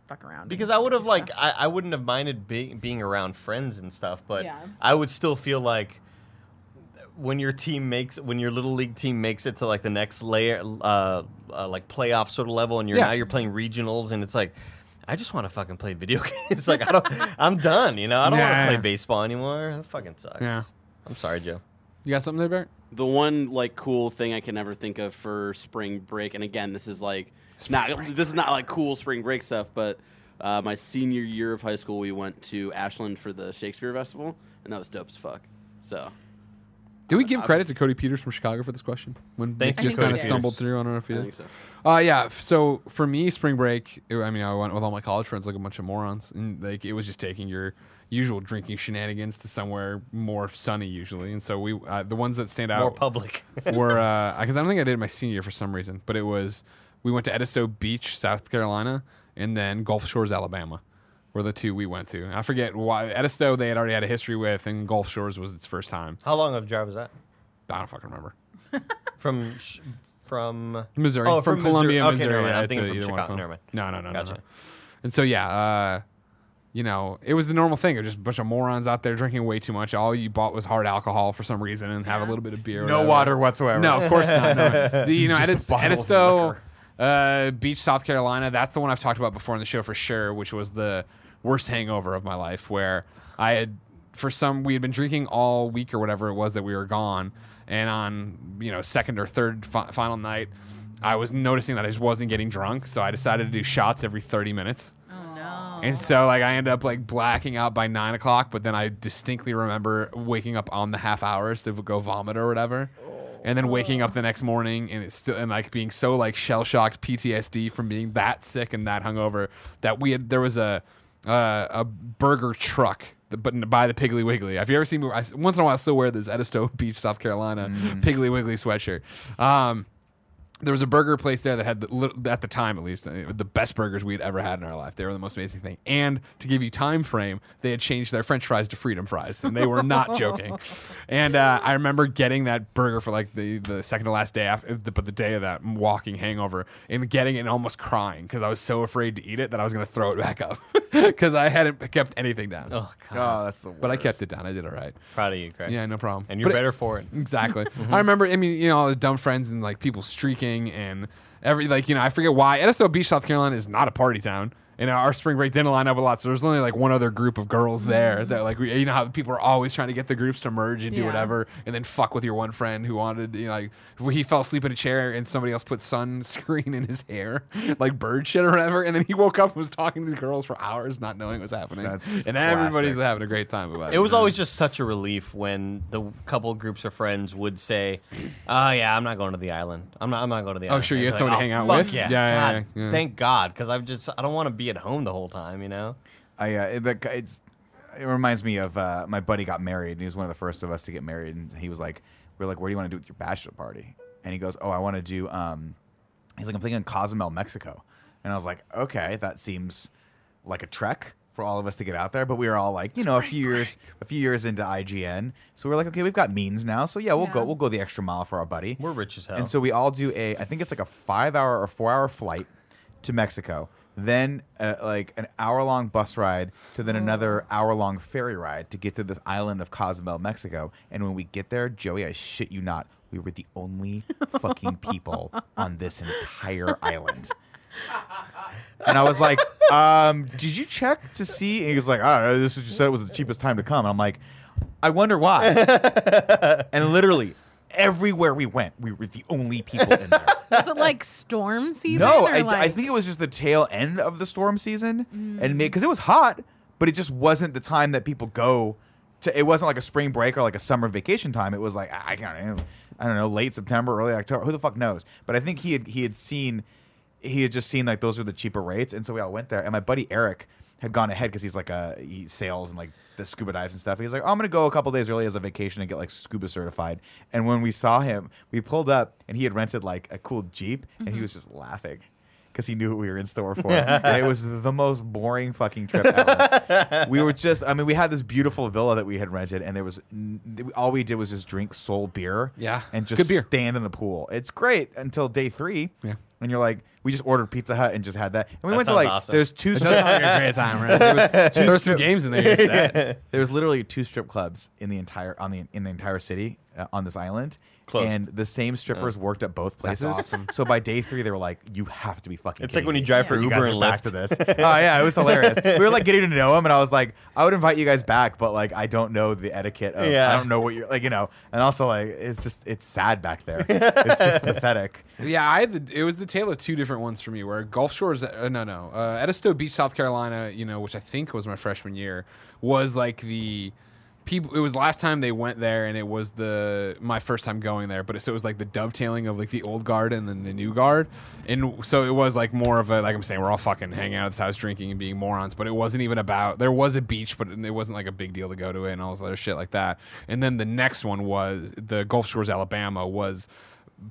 Speaker 4: fuck around.
Speaker 3: Because
Speaker 4: and
Speaker 3: I would
Speaker 4: do
Speaker 3: have like
Speaker 4: stuff.
Speaker 3: I, I wouldn't have minded be- being around friends and stuff, but
Speaker 4: Yeah.
Speaker 3: I would still feel like when your team makes when your little league team makes it to like the next layer uh, uh like playoff sort of level and you're
Speaker 2: Yeah.
Speaker 3: now you're playing regionals and it's like I just want to fucking play video games. like I don't I'm done, you know. I don't
Speaker 2: Yeah.
Speaker 3: want to play baseball anymore. That fucking sucks.
Speaker 2: Yeah.
Speaker 3: I'm sorry, Joe.
Speaker 2: You got something there, Bert?
Speaker 5: The one like cool thing I can never think of for spring break, and again, this is like it's not this is not like cool spring break stuff, but uh, my senior year of high school, we went to Ashland for the Shakespeare Festival, and that was dope as fuck. So
Speaker 2: Do we give credit to Cody Peters from Chicago for this question? When
Speaker 3: Thank
Speaker 2: Nick
Speaker 4: you,
Speaker 2: just
Speaker 4: Cody
Speaker 2: kind of stumbled
Speaker 3: Peters.
Speaker 2: through, I don't know if you
Speaker 5: I
Speaker 2: did.
Speaker 5: think so.
Speaker 2: Uh, yeah. f- So for me, spring break, it- I mean, I went with all my college friends, like a bunch of morons, and like it was just taking your usual drinking shenanigans to somewhere more sunny, usually. And so we, uh, the ones that stand out
Speaker 3: More public.
Speaker 2: were because I don't think I did it my senior year for some reason, but it was we went to Edisto Beach, South Carolina, and then Gulf Shores, Alabama, were the two we went to. I forget why Edisto they had already had a history with, and Gulf Shores was its first time.
Speaker 3: How long of a drive is that?
Speaker 2: I don't fucking remember.
Speaker 3: From sh- from
Speaker 2: Missouri.
Speaker 3: Oh,
Speaker 2: from,
Speaker 3: from
Speaker 2: Columbia,
Speaker 3: Missouri. Okay,
Speaker 2: Missouri.
Speaker 3: never mind.
Speaker 2: yeah,
Speaker 3: I'm
Speaker 2: it's
Speaker 3: thinking
Speaker 2: a-
Speaker 3: from
Speaker 2: either one
Speaker 3: Chicago.
Speaker 2: of them.
Speaker 3: Never mind.
Speaker 2: No, no, no, no, no.
Speaker 3: Gotcha.
Speaker 2: And so yeah, uh, you know, it was the normal thing. It was just a bunch of morons out there drinking way too much. All you bought was hard alcohol for some reason, and have a little bit of beer. or
Speaker 1: No
Speaker 2: whatever.
Speaker 1: water whatsoever.
Speaker 2: No, of course not. No. The, you know,
Speaker 1: Just
Speaker 2: Edis,
Speaker 1: a bottle of
Speaker 2: Edisto
Speaker 1: liquor.
Speaker 2: uh, Beach, South Carolina. That's the one I've talked about before on the show for sure, which was the worst hangover of my life, where I had for some we had been drinking all week or whatever it was that we were gone, and on you know second or third fi- final night. I was noticing that I just wasn't getting drunk, so I decided to do shots every 30 minutes.
Speaker 4: Oh no.
Speaker 2: And so like I ended up like blacking out by nine o'clock, but then I distinctly remember waking up on the half hours to go vomit or whatever. And then waking up the next morning and it's still and like being so like shell shocked PTSD from being that sick and that hungover that we had there was a uh, a burger truck the- but by the Piggly Wiggly. Have you ever seen me? I, once in a while I still wear this Edisto Beach, South Carolina Piggly Wiggly sweatshirt. Um, there was a burger place there that had the, lit- at the time at least uh, the best burgers we had ever had in our life. They were the most amazing thing. And to give you time frame, they had changed their French fries to freedom fries, and they were not joking. And uh, I remember getting that burger for like the, the second to last day after, the, but the day of that walking hangover, and getting it and almost crying because I was so afraid to eat it that I was going to throw it back up because I hadn't kept anything down.
Speaker 3: Oh god.
Speaker 1: Oh, that's the worst.
Speaker 2: but I kept it down. I did all right.
Speaker 3: Proud of you, Craig.
Speaker 2: Yeah, no problem.
Speaker 3: And you're
Speaker 2: But it-
Speaker 3: better for it.
Speaker 2: Exactly. I remember. I mean, you know, all the dumb friends and like people streaking and every like you know I forget why. Edisto Beach, South Carolina, is not a party town, and our spring break didn't line up a lot. So there's only like one other group of girls there that like we, you know how people are always trying to get the groups to merge and do
Speaker 4: Yeah.
Speaker 2: whatever, and then fuck with your one friend who wanted you know like he fell asleep in a chair and somebody else put sunscreen in his hair like bird shit or whatever, and then he woke up and was talking to these girls for hours not knowing what's happening,
Speaker 1: That's
Speaker 2: and everybody's
Speaker 1: classic.
Speaker 2: having a great time about it.
Speaker 3: It was always just such a relief when the couple groups of friends would say, "Oh yeah, I'm not going to the island. I'm not. I'm not going to the island."
Speaker 2: sure, you had
Speaker 3: I'd be
Speaker 2: someone to
Speaker 3: "Oh,
Speaker 2: hang out
Speaker 3: fuck
Speaker 2: with?"
Speaker 3: Yeah,
Speaker 2: Yeah, yeah,
Speaker 3: God,
Speaker 2: yeah, yeah.
Speaker 3: Thank God, because I've just I don't want to be at home the whole time. You know.
Speaker 1: I, uh, it, that- it's, it reminds me of uh, my buddy got married, and he was one of the first of us to get married. And he was like, "We're like, where do you want to do with your bachelor party?" And he goes, "Oh, I want to do." Um, he's like, "I'm thinking Cozumel, Mexico," and I was like, "Okay, that seems like a trek." For all of us to get out there, but we were all like, you know, a few years, a few years into IGN, so we are like, okay, we've got means now, so yeah, we'll
Speaker 4: Yeah.
Speaker 1: go, we'll go the extra mile for our buddy.
Speaker 3: We're rich as hell.
Speaker 1: And so we all do a, I think it's like a five hour or four hour flight to Mexico, then uh, like an hour long bus ride to then another hour long ferry ride to get to this island of Cozumel, Mexico. And when we get there, Joey, I shit you not, we were the only fucking people on this entire island. And I was like, um, did you check to see? And he was like, I don't know. This was just said it was the cheapest time to come. And I'm like, I wonder why. and literally, everywhere we went, we were the only people in there.
Speaker 4: Was it like storm season?
Speaker 1: no,
Speaker 4: or,
Speaker 1: I,
Speaker 4: like,
Speaker 1: I think it was just the tail end of the storm season. And because it was hot, but it just wasn't the time that people go to, it wasn't like a spring break or like a summer vacation time. It was like I I can't, I don't know, late September, early October. Who the fuck knows? But I think he had he had seen he had just seen like those were the cheaper rates, and so we all went there. And my buddy Eric had gone ahead because he's like a he sales and like the scuba dives and stuff. He's like, "Oh, I'm gonna go a couple days early as a vacation and get like scuba certified. And when we saw him, we pulled up and he had rented like a cool jeep, and he was just laughing. Because he knew what we were in store for. And it was the most boring fucking trip ever. we were just, I mean, we had this beautiful villa that we had rented, and there was n- all we did was just drink soul beer.
Speaker 2: Yeah.
Speaker 1: And just
Speaker 2: Good beer.
Speaker 1: stand in the pool. It's great until day three.
Speaker 2: Yeah.
Speaker 1: And you're like, we just ordered Pizza Hut and just had that. And we
Speaker 3: That
Speaker 1: went to
Speaker 3: sounds
Speaker 1: like,
Speaker 3: awesome.
Speaker 1: there's two.
Speaker 2: a great time, right? There were some games in there. you said.
Speaker 1: There was literally two strip clubs in the entire on the in the entire city uh, on this island,
Speaker 3: Closed. Oh.
Speaker 1: and the same strippers worked at both places.
Speaker 2: awesome.
Speaker 1: So by day three, they were like, "You have to be fucking."
Speaker 3: It's like
Speaker 1: kidding
Speaker 3: when you
Speaker 1: me.
Speaker 3: drive for
Speaker 1: You
Speaker 3: Uber
Speaker 1: guys
Speaker 3: and
Speaker 1: are back
Speaker 3: Lyft.
Speaker 1: to this. oh yeah, it was hilarious. We were like getting to know him, and I was like, "I would invite you guys back, but like I don't know the etiquette of.
Speaker 3: Yeah.
Speaker 1: I don't know what you're like, you know." And also like, it's just it's sad back there. it's just pathetic.
Speaker 2: Yeah, I had the, it was the tale of two different ones for me. Where Gulf Shores, uh, no, no, uh, Edisto Beach, South Carolina, you know, which I think was my freshman year, was like the people. It was the last time they went there, and it was the my first time going there. But it, so it was like the dovetailing of like the old guard and then the new guard, and so it was like more of a like I'm saying we're all fucking hanging out at this house drinking and being morons. But it wasn't even about there was a beach, but it wasn't like a big deal to go to it and all this other shit like that. And then the next one was the Gulf Shores, Alabama, was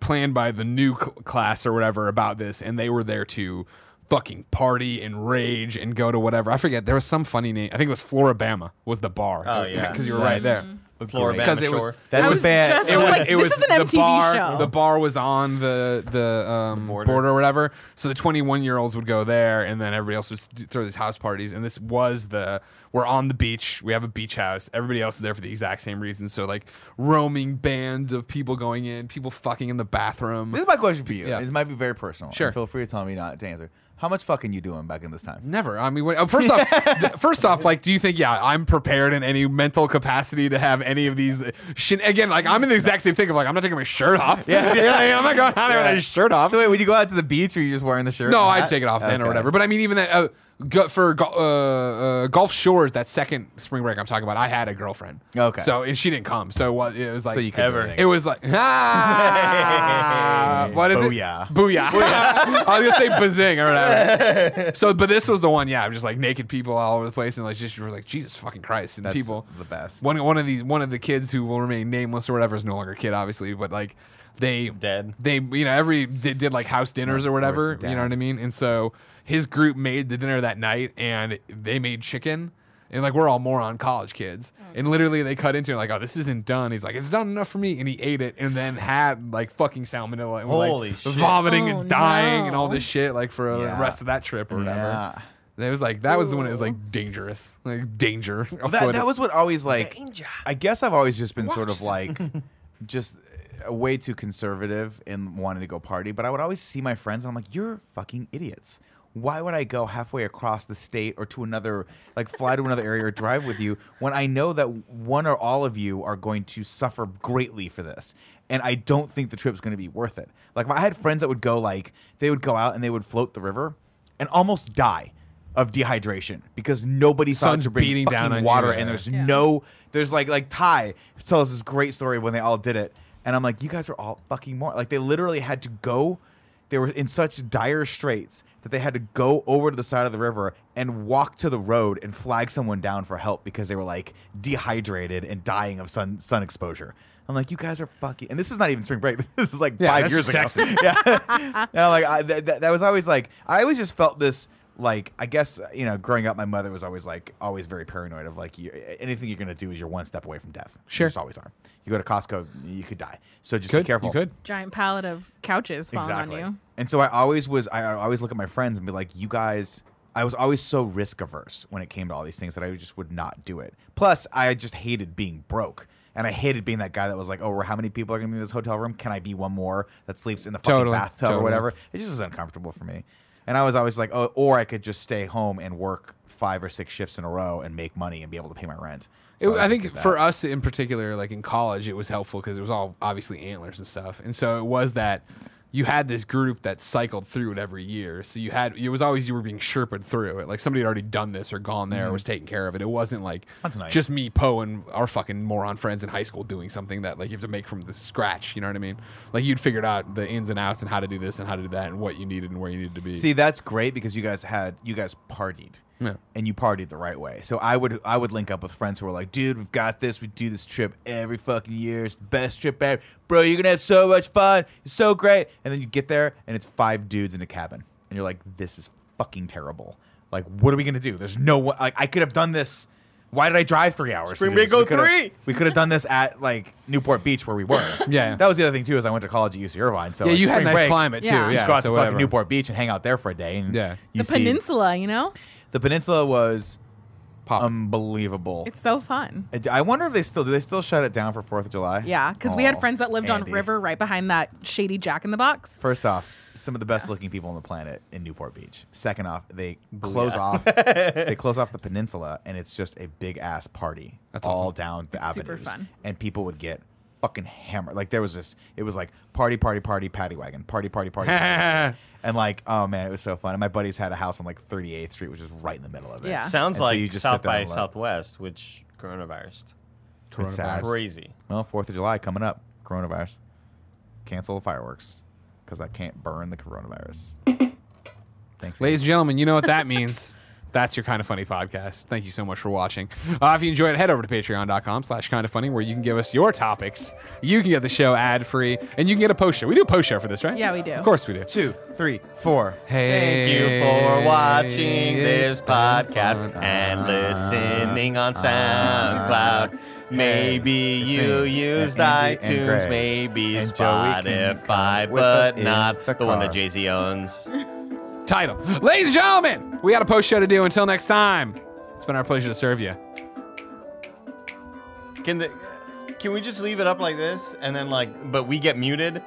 Speaker 2: planned by the new cl- class or whatever about this, and they were there to fucking party and rage and go to whatever. I forget. There was some funny name. I think it was Florabama was the bar.
Speaker 3: Oh, yeah.
Speaker 2: because you were right there.
Speaker 1: That's-
Speaker 3: Florida
Speaker 2: Because it was-
Speaker 3: Shore.
Speaker 1: That's
Speaker 4: I
Speaker 1: a
Speaker 4: was
Speaker 1: bad.
Speaker 4: just- I was like, this is an
Speaker 2: the
Speaker 4: MTV
Speaker 2: bar.
Speaker 4: show.
Speaker 2: The bar was on the the, um, border. or whatever. So the 21 year olds would go there, and then everybody else would s- throw these house parties. And this was the we're on the beach. We have a beach house. Everybody else is there for the exact same reason. So like roaming bands of people going in, people fucking in the bathroom.
Speaker 1: This is my question for you.
Speaker 2: Yeah.
Speaker 1: This might be very personal. and
Speaker 2: Sure.
Speaker 1: Feel free to tell me not to answer. How much fucking you doing back in this time?
Speaker 2: Never. I mean, what, uh, first off, th- first off, like, do you think, yeah, I'm prepared in any mental capacity to have any of these? uh, Shin- again, like, I'm in the exact same thing of like, I'm not taking my shirt off. Yeah, I'm not going out there with a shirt off.
Speaker 1: So wait, would you go out to the beach or are you just wearing the shirt? Uh,
Speaker 2: No,
Speaker 1: and
Speaker 2: I'd
Speaker 1: hat?
Speaker 2: take it off then or
Speaker 1: Okay.
Speaker 2: whatever. But I mean, even that uh, gu- for gu- uh, uh, Gulf Shores, that second spring break I'm talking about, I had a girlfriend.
Speaker 1: Okay.
Speaker 2: So and she didn't come. So what it was like.
Speaker 1: So you could
Speaker 3: Ever.
Speaker 1: do
Speaker 2: It
Speaker 1: anything.
Speaker 2: was like, ah, what is
Speaker 1: Booyah.
Speaker 2: it? Booyah. Booyah. I was going to say bazing or whatever. so, but this was the one, yeah, just like naked people all over the place. And like, just, you were like, Jesus fucking Christ. And
Speaker 1: That's
Speaker 2: people,
Speaker 1: the best.
Speaker 2: One, one of these, one of the kids who will remain nameless or whatever is no longer a kid, obviously, but like, they
Speaker 3: Dead.
Speaker 2: They, you know, every they did like house dinners or whatever.
Speaker 1: course,
Speaker 2: You know
Speaker 1: dad.
Speaker 2: what I mean? And so his group made the dinner that night, and they made chicken. And like we're all moron college kids,
Speaker 4: Oh,
Speaker 2: and literally they cut into it like, oh, this isn't done. He's like, it's done enough for me, and he ate it, and then had like fucking salmonella, and was,
Speaker 3: Holy
Speaker 2: like,
Speaker 3: shit.
Speaker 2: vomiting
Speaker 4: Oh,
Speaker 2: and dying and all
Speaker 4: no.
Speaker 2: this shit, like for
Speaker 1: Yeah.
Speaker 2: the rest of that trip or whatever.
Speaker 1: Yeah.
Speaker 2: And It was like that was when it was like dangerous, like danger.
Speaker 1: That,
Speaker 2: afoot.
Speaker 1: that was what always like. I guess I've always just been sort of like, just uh, way too conservative in wanting to go party. But I would always see my friends, and I'm like, "You're fucking idiots. Why would I go halfway across the state or to another, like fly to another area or drive with you when I know that one or all of you are going to suffer greatly for this?" And I don't think the trip's going to be worth it. Like I had friends that would go like they would go out and they would float the river and almost die of dehydration because nobody thought
Speaker 2: Sun's
Speaker 1: to bring
Speaker 2: beating
Speaker 1: fucking
Speaker 2: down on you,
Speaker 1: water
Speaker 2: yeah.
Speaker 1: and there's
Speaker 4: Yeah.
Speaker 1: no there's like like Ty tells this great story when they all did it and I'm like you guys are all fucking more like they literally had to go they were in such dire straits that they had to go over to the side of the river and walk to the road and flag someone down for help because they were like dehydrated and dying of sun sun exposure. I'm like, you guys are fucking, and this is not even spring break. This is like
Speaker 2: Yeah,
Speaker 1: five
Speaker 2: that's
Speaker 1: years
Speaker 2: just
Speaker 1: ago.
Speaker 2: Texas.
Speaker 1: yeah, and I'm like, I, th- th- that was always like, I always just felt this, like, I guess you know, growing up, my mother was always like, always very paranoid of like, you, anything you're gonna do is you're one step away from death.
Speaker 2: Sure.
Speaker 1: you just always are. You go to Costco, you could die. So just
Speaker 2: Could,
Speaker 1: be careful.
Speaker 2: You could.
Speaker 4: Giant pallet of couches falling on you.
Speaker 1: And so I always was, I I always look at my friends and be like, you guys, I was always so risk averse when it came to all these things that I just would not do it. Plus, I just hated being broke. And I hated being that guy that was like, oh, how many people are going to be in this hotel room? Can I be one more that sleeps in the fucking
Speaker 2: Totally,
Speaker 1: bathtub or
Speaker 2: totally.
Speaker 1: whatever? It just was uncomfortable for me. And I was always like, oh, or I could just stay home and work five or six shifts in a row and make money and be able to pay my rent.
Speaker 2: It,
Speaker 1: So
Speaker 2: I
Speaker 1: just did
Speaker 2: think
Speaker 1: that.
Speaker 2: for us in particular, like in college, it was helpful because it was all obviously antlers and stuff, and so it was that you had this group that cycled through it every year. So you had it was always you were being sherped through it. Like somebody had already done this or gone there or was taking care of it. It wasn't like
Speaker 1: Mm-hmm. That's nice.
Speaker 2: just me, Poe, and our fucking moron friends in high school doing something that like you have to make from the scratch. You know what I mean? Like you'd figured out the ins and outs and how to do this and how to do that and what you needed and where you needed to be.
Speaker 1: See, that's great because you guys had you guys partied.
Speaker 2: Yeah.
Speaker 1: And you partied the right way. So I would I would link up with friends who were like, dude, we've got this. We do this trip every fucking year. It's the best trip ever. Bro, you're gonna have so much fun. It's so great. And then you get there and it's five dudes in a cabin. And you're like, this is fucking terrible. Like, what are we gonna do? There's no way like I could have done this. Why did I drive three hours? to
Speaker 3: Spring
Speaker 1: do
Speaker 3: break
Speaker 1: this? We
Speaker 3: go
Speaker 1: could've-
Speaker 3: three.
Speaker 1: We could have done this at like Newport Beach where we were.
Speaker 2: Yeah.
Speaker 1: That was the other thing too, is I went to college at UC Irvine. So
Speaker 2: yeah,
Speaker 1: like,
Speaker 2: you had
Speaker 1: spring
Speaker 2: nice
Speaker 1: break-
Speaker 2: climate too.
Speaker 4: Yeah.
Speaker 2: Yeah,
Speaker 4: You
Speaker 1: just go out
Speaker 2: so
Speaker 1: to
Speaker 2: whatever.
Speaker 1: fucking Newport Beach and hang out there for a day. And
Speaker 2: Yeah.
Speaker 1: you
Speaker 4: the
Speaker 1: see-
Speaker 4: peninsula, you know?
Speaker 1: The peninsula was
Speaker 2: Pop.
Speaker 1: unbelievable.
Speaker 4: It's so fun.
Speaker 1: I- I wonder if they still do. They still shut it down for Fourth of July.
Speaker 4: Yeah, because we had
Speaker 1: Aw,
Speaker 4: friends that lived on
Speaker 1: Andy.
Speaker 4: River right behind that shady Jack in the Box.
Speaker 1: First off, some of the best looking people on the planet in Newport Beach. Second off, they close
Speaker 3: Booyah.
Speaker 1: off. they close off the peninsula, and it's just a big ass party
Speaker 2: That's
Speaker 1: all
Speaker 2: awesome.
Speaker 1: down the
Speaker 4: It's super
Speaker 1: avenues,
Speaker 4: fun.
Speaker 1: and people would get fucking hammered. Like there was this. It was like party, party, party, paddy wagon, party, party, party. paddy wagon. And like, oh man, it was so fun. And my buddies had a house on like 38th Street, which is right in the middle of it.
Speaker 4: Yeah.
Speaker 1: And
Speaker 3: Sounds
Speaker 1: so
Speaker 3: like
Speaker 1: you just
Speaker 3: South
Speaker 1: sit there
Speaker 3: by
Speaker 1: and look.
Speaker 3: Southwest, which coronavirus.
Speaker 1: It's sad.
Speaker 3: Crazy.
Speaker 1: Well, Fourth of July coming up. Coronavirus. Cancel the fireworks because I can't burn the coronavirus. Thanks,
Speaker 2: Ladies and gentlemen, you know what that means. That's your kind of funny podcast. Thank you so much for watching. Uh, if you enjoyed it, head over to patreon.com slash kind of funny where you can give us your topics. You can get the show ad free and you can get a post show. We do a post show for this, right?
Speaker 4: Yeah, we do.
Speaker 2: Of course we do.
Speaker 1: two, three, four.
Speaker 2: Hey,
Speaker 3: Thank you for watching this podcast
Speaker 1: Ah,
Speaker 3: and listening on SoundCloud. Maybe
Speaker 1: It's
Speaker 3: you
Speaker 1: me,
Speaker 3: used
Speaker 1: Andy and
Speaker 3: iTunes,
Speaker 1: Greg.
Speaker 3: maybe
Speaker 1: And Joey can
Speaker 3: Spotify,
Speaker 1: come with us
Speaker 3: but
Speaker 1: in
Speaker 3: not
Speaker 1: the
Speaker 3: the, one
Speaker 1: car.
Speaker 3: that Jay Z owns.
Speaker 2: Title. Ladies and gentlemen, we got a post show to do. Until next time, it's been our pleasure to serve you.
Speaker 3: Can the can we just leave it up like this and then like but we get muted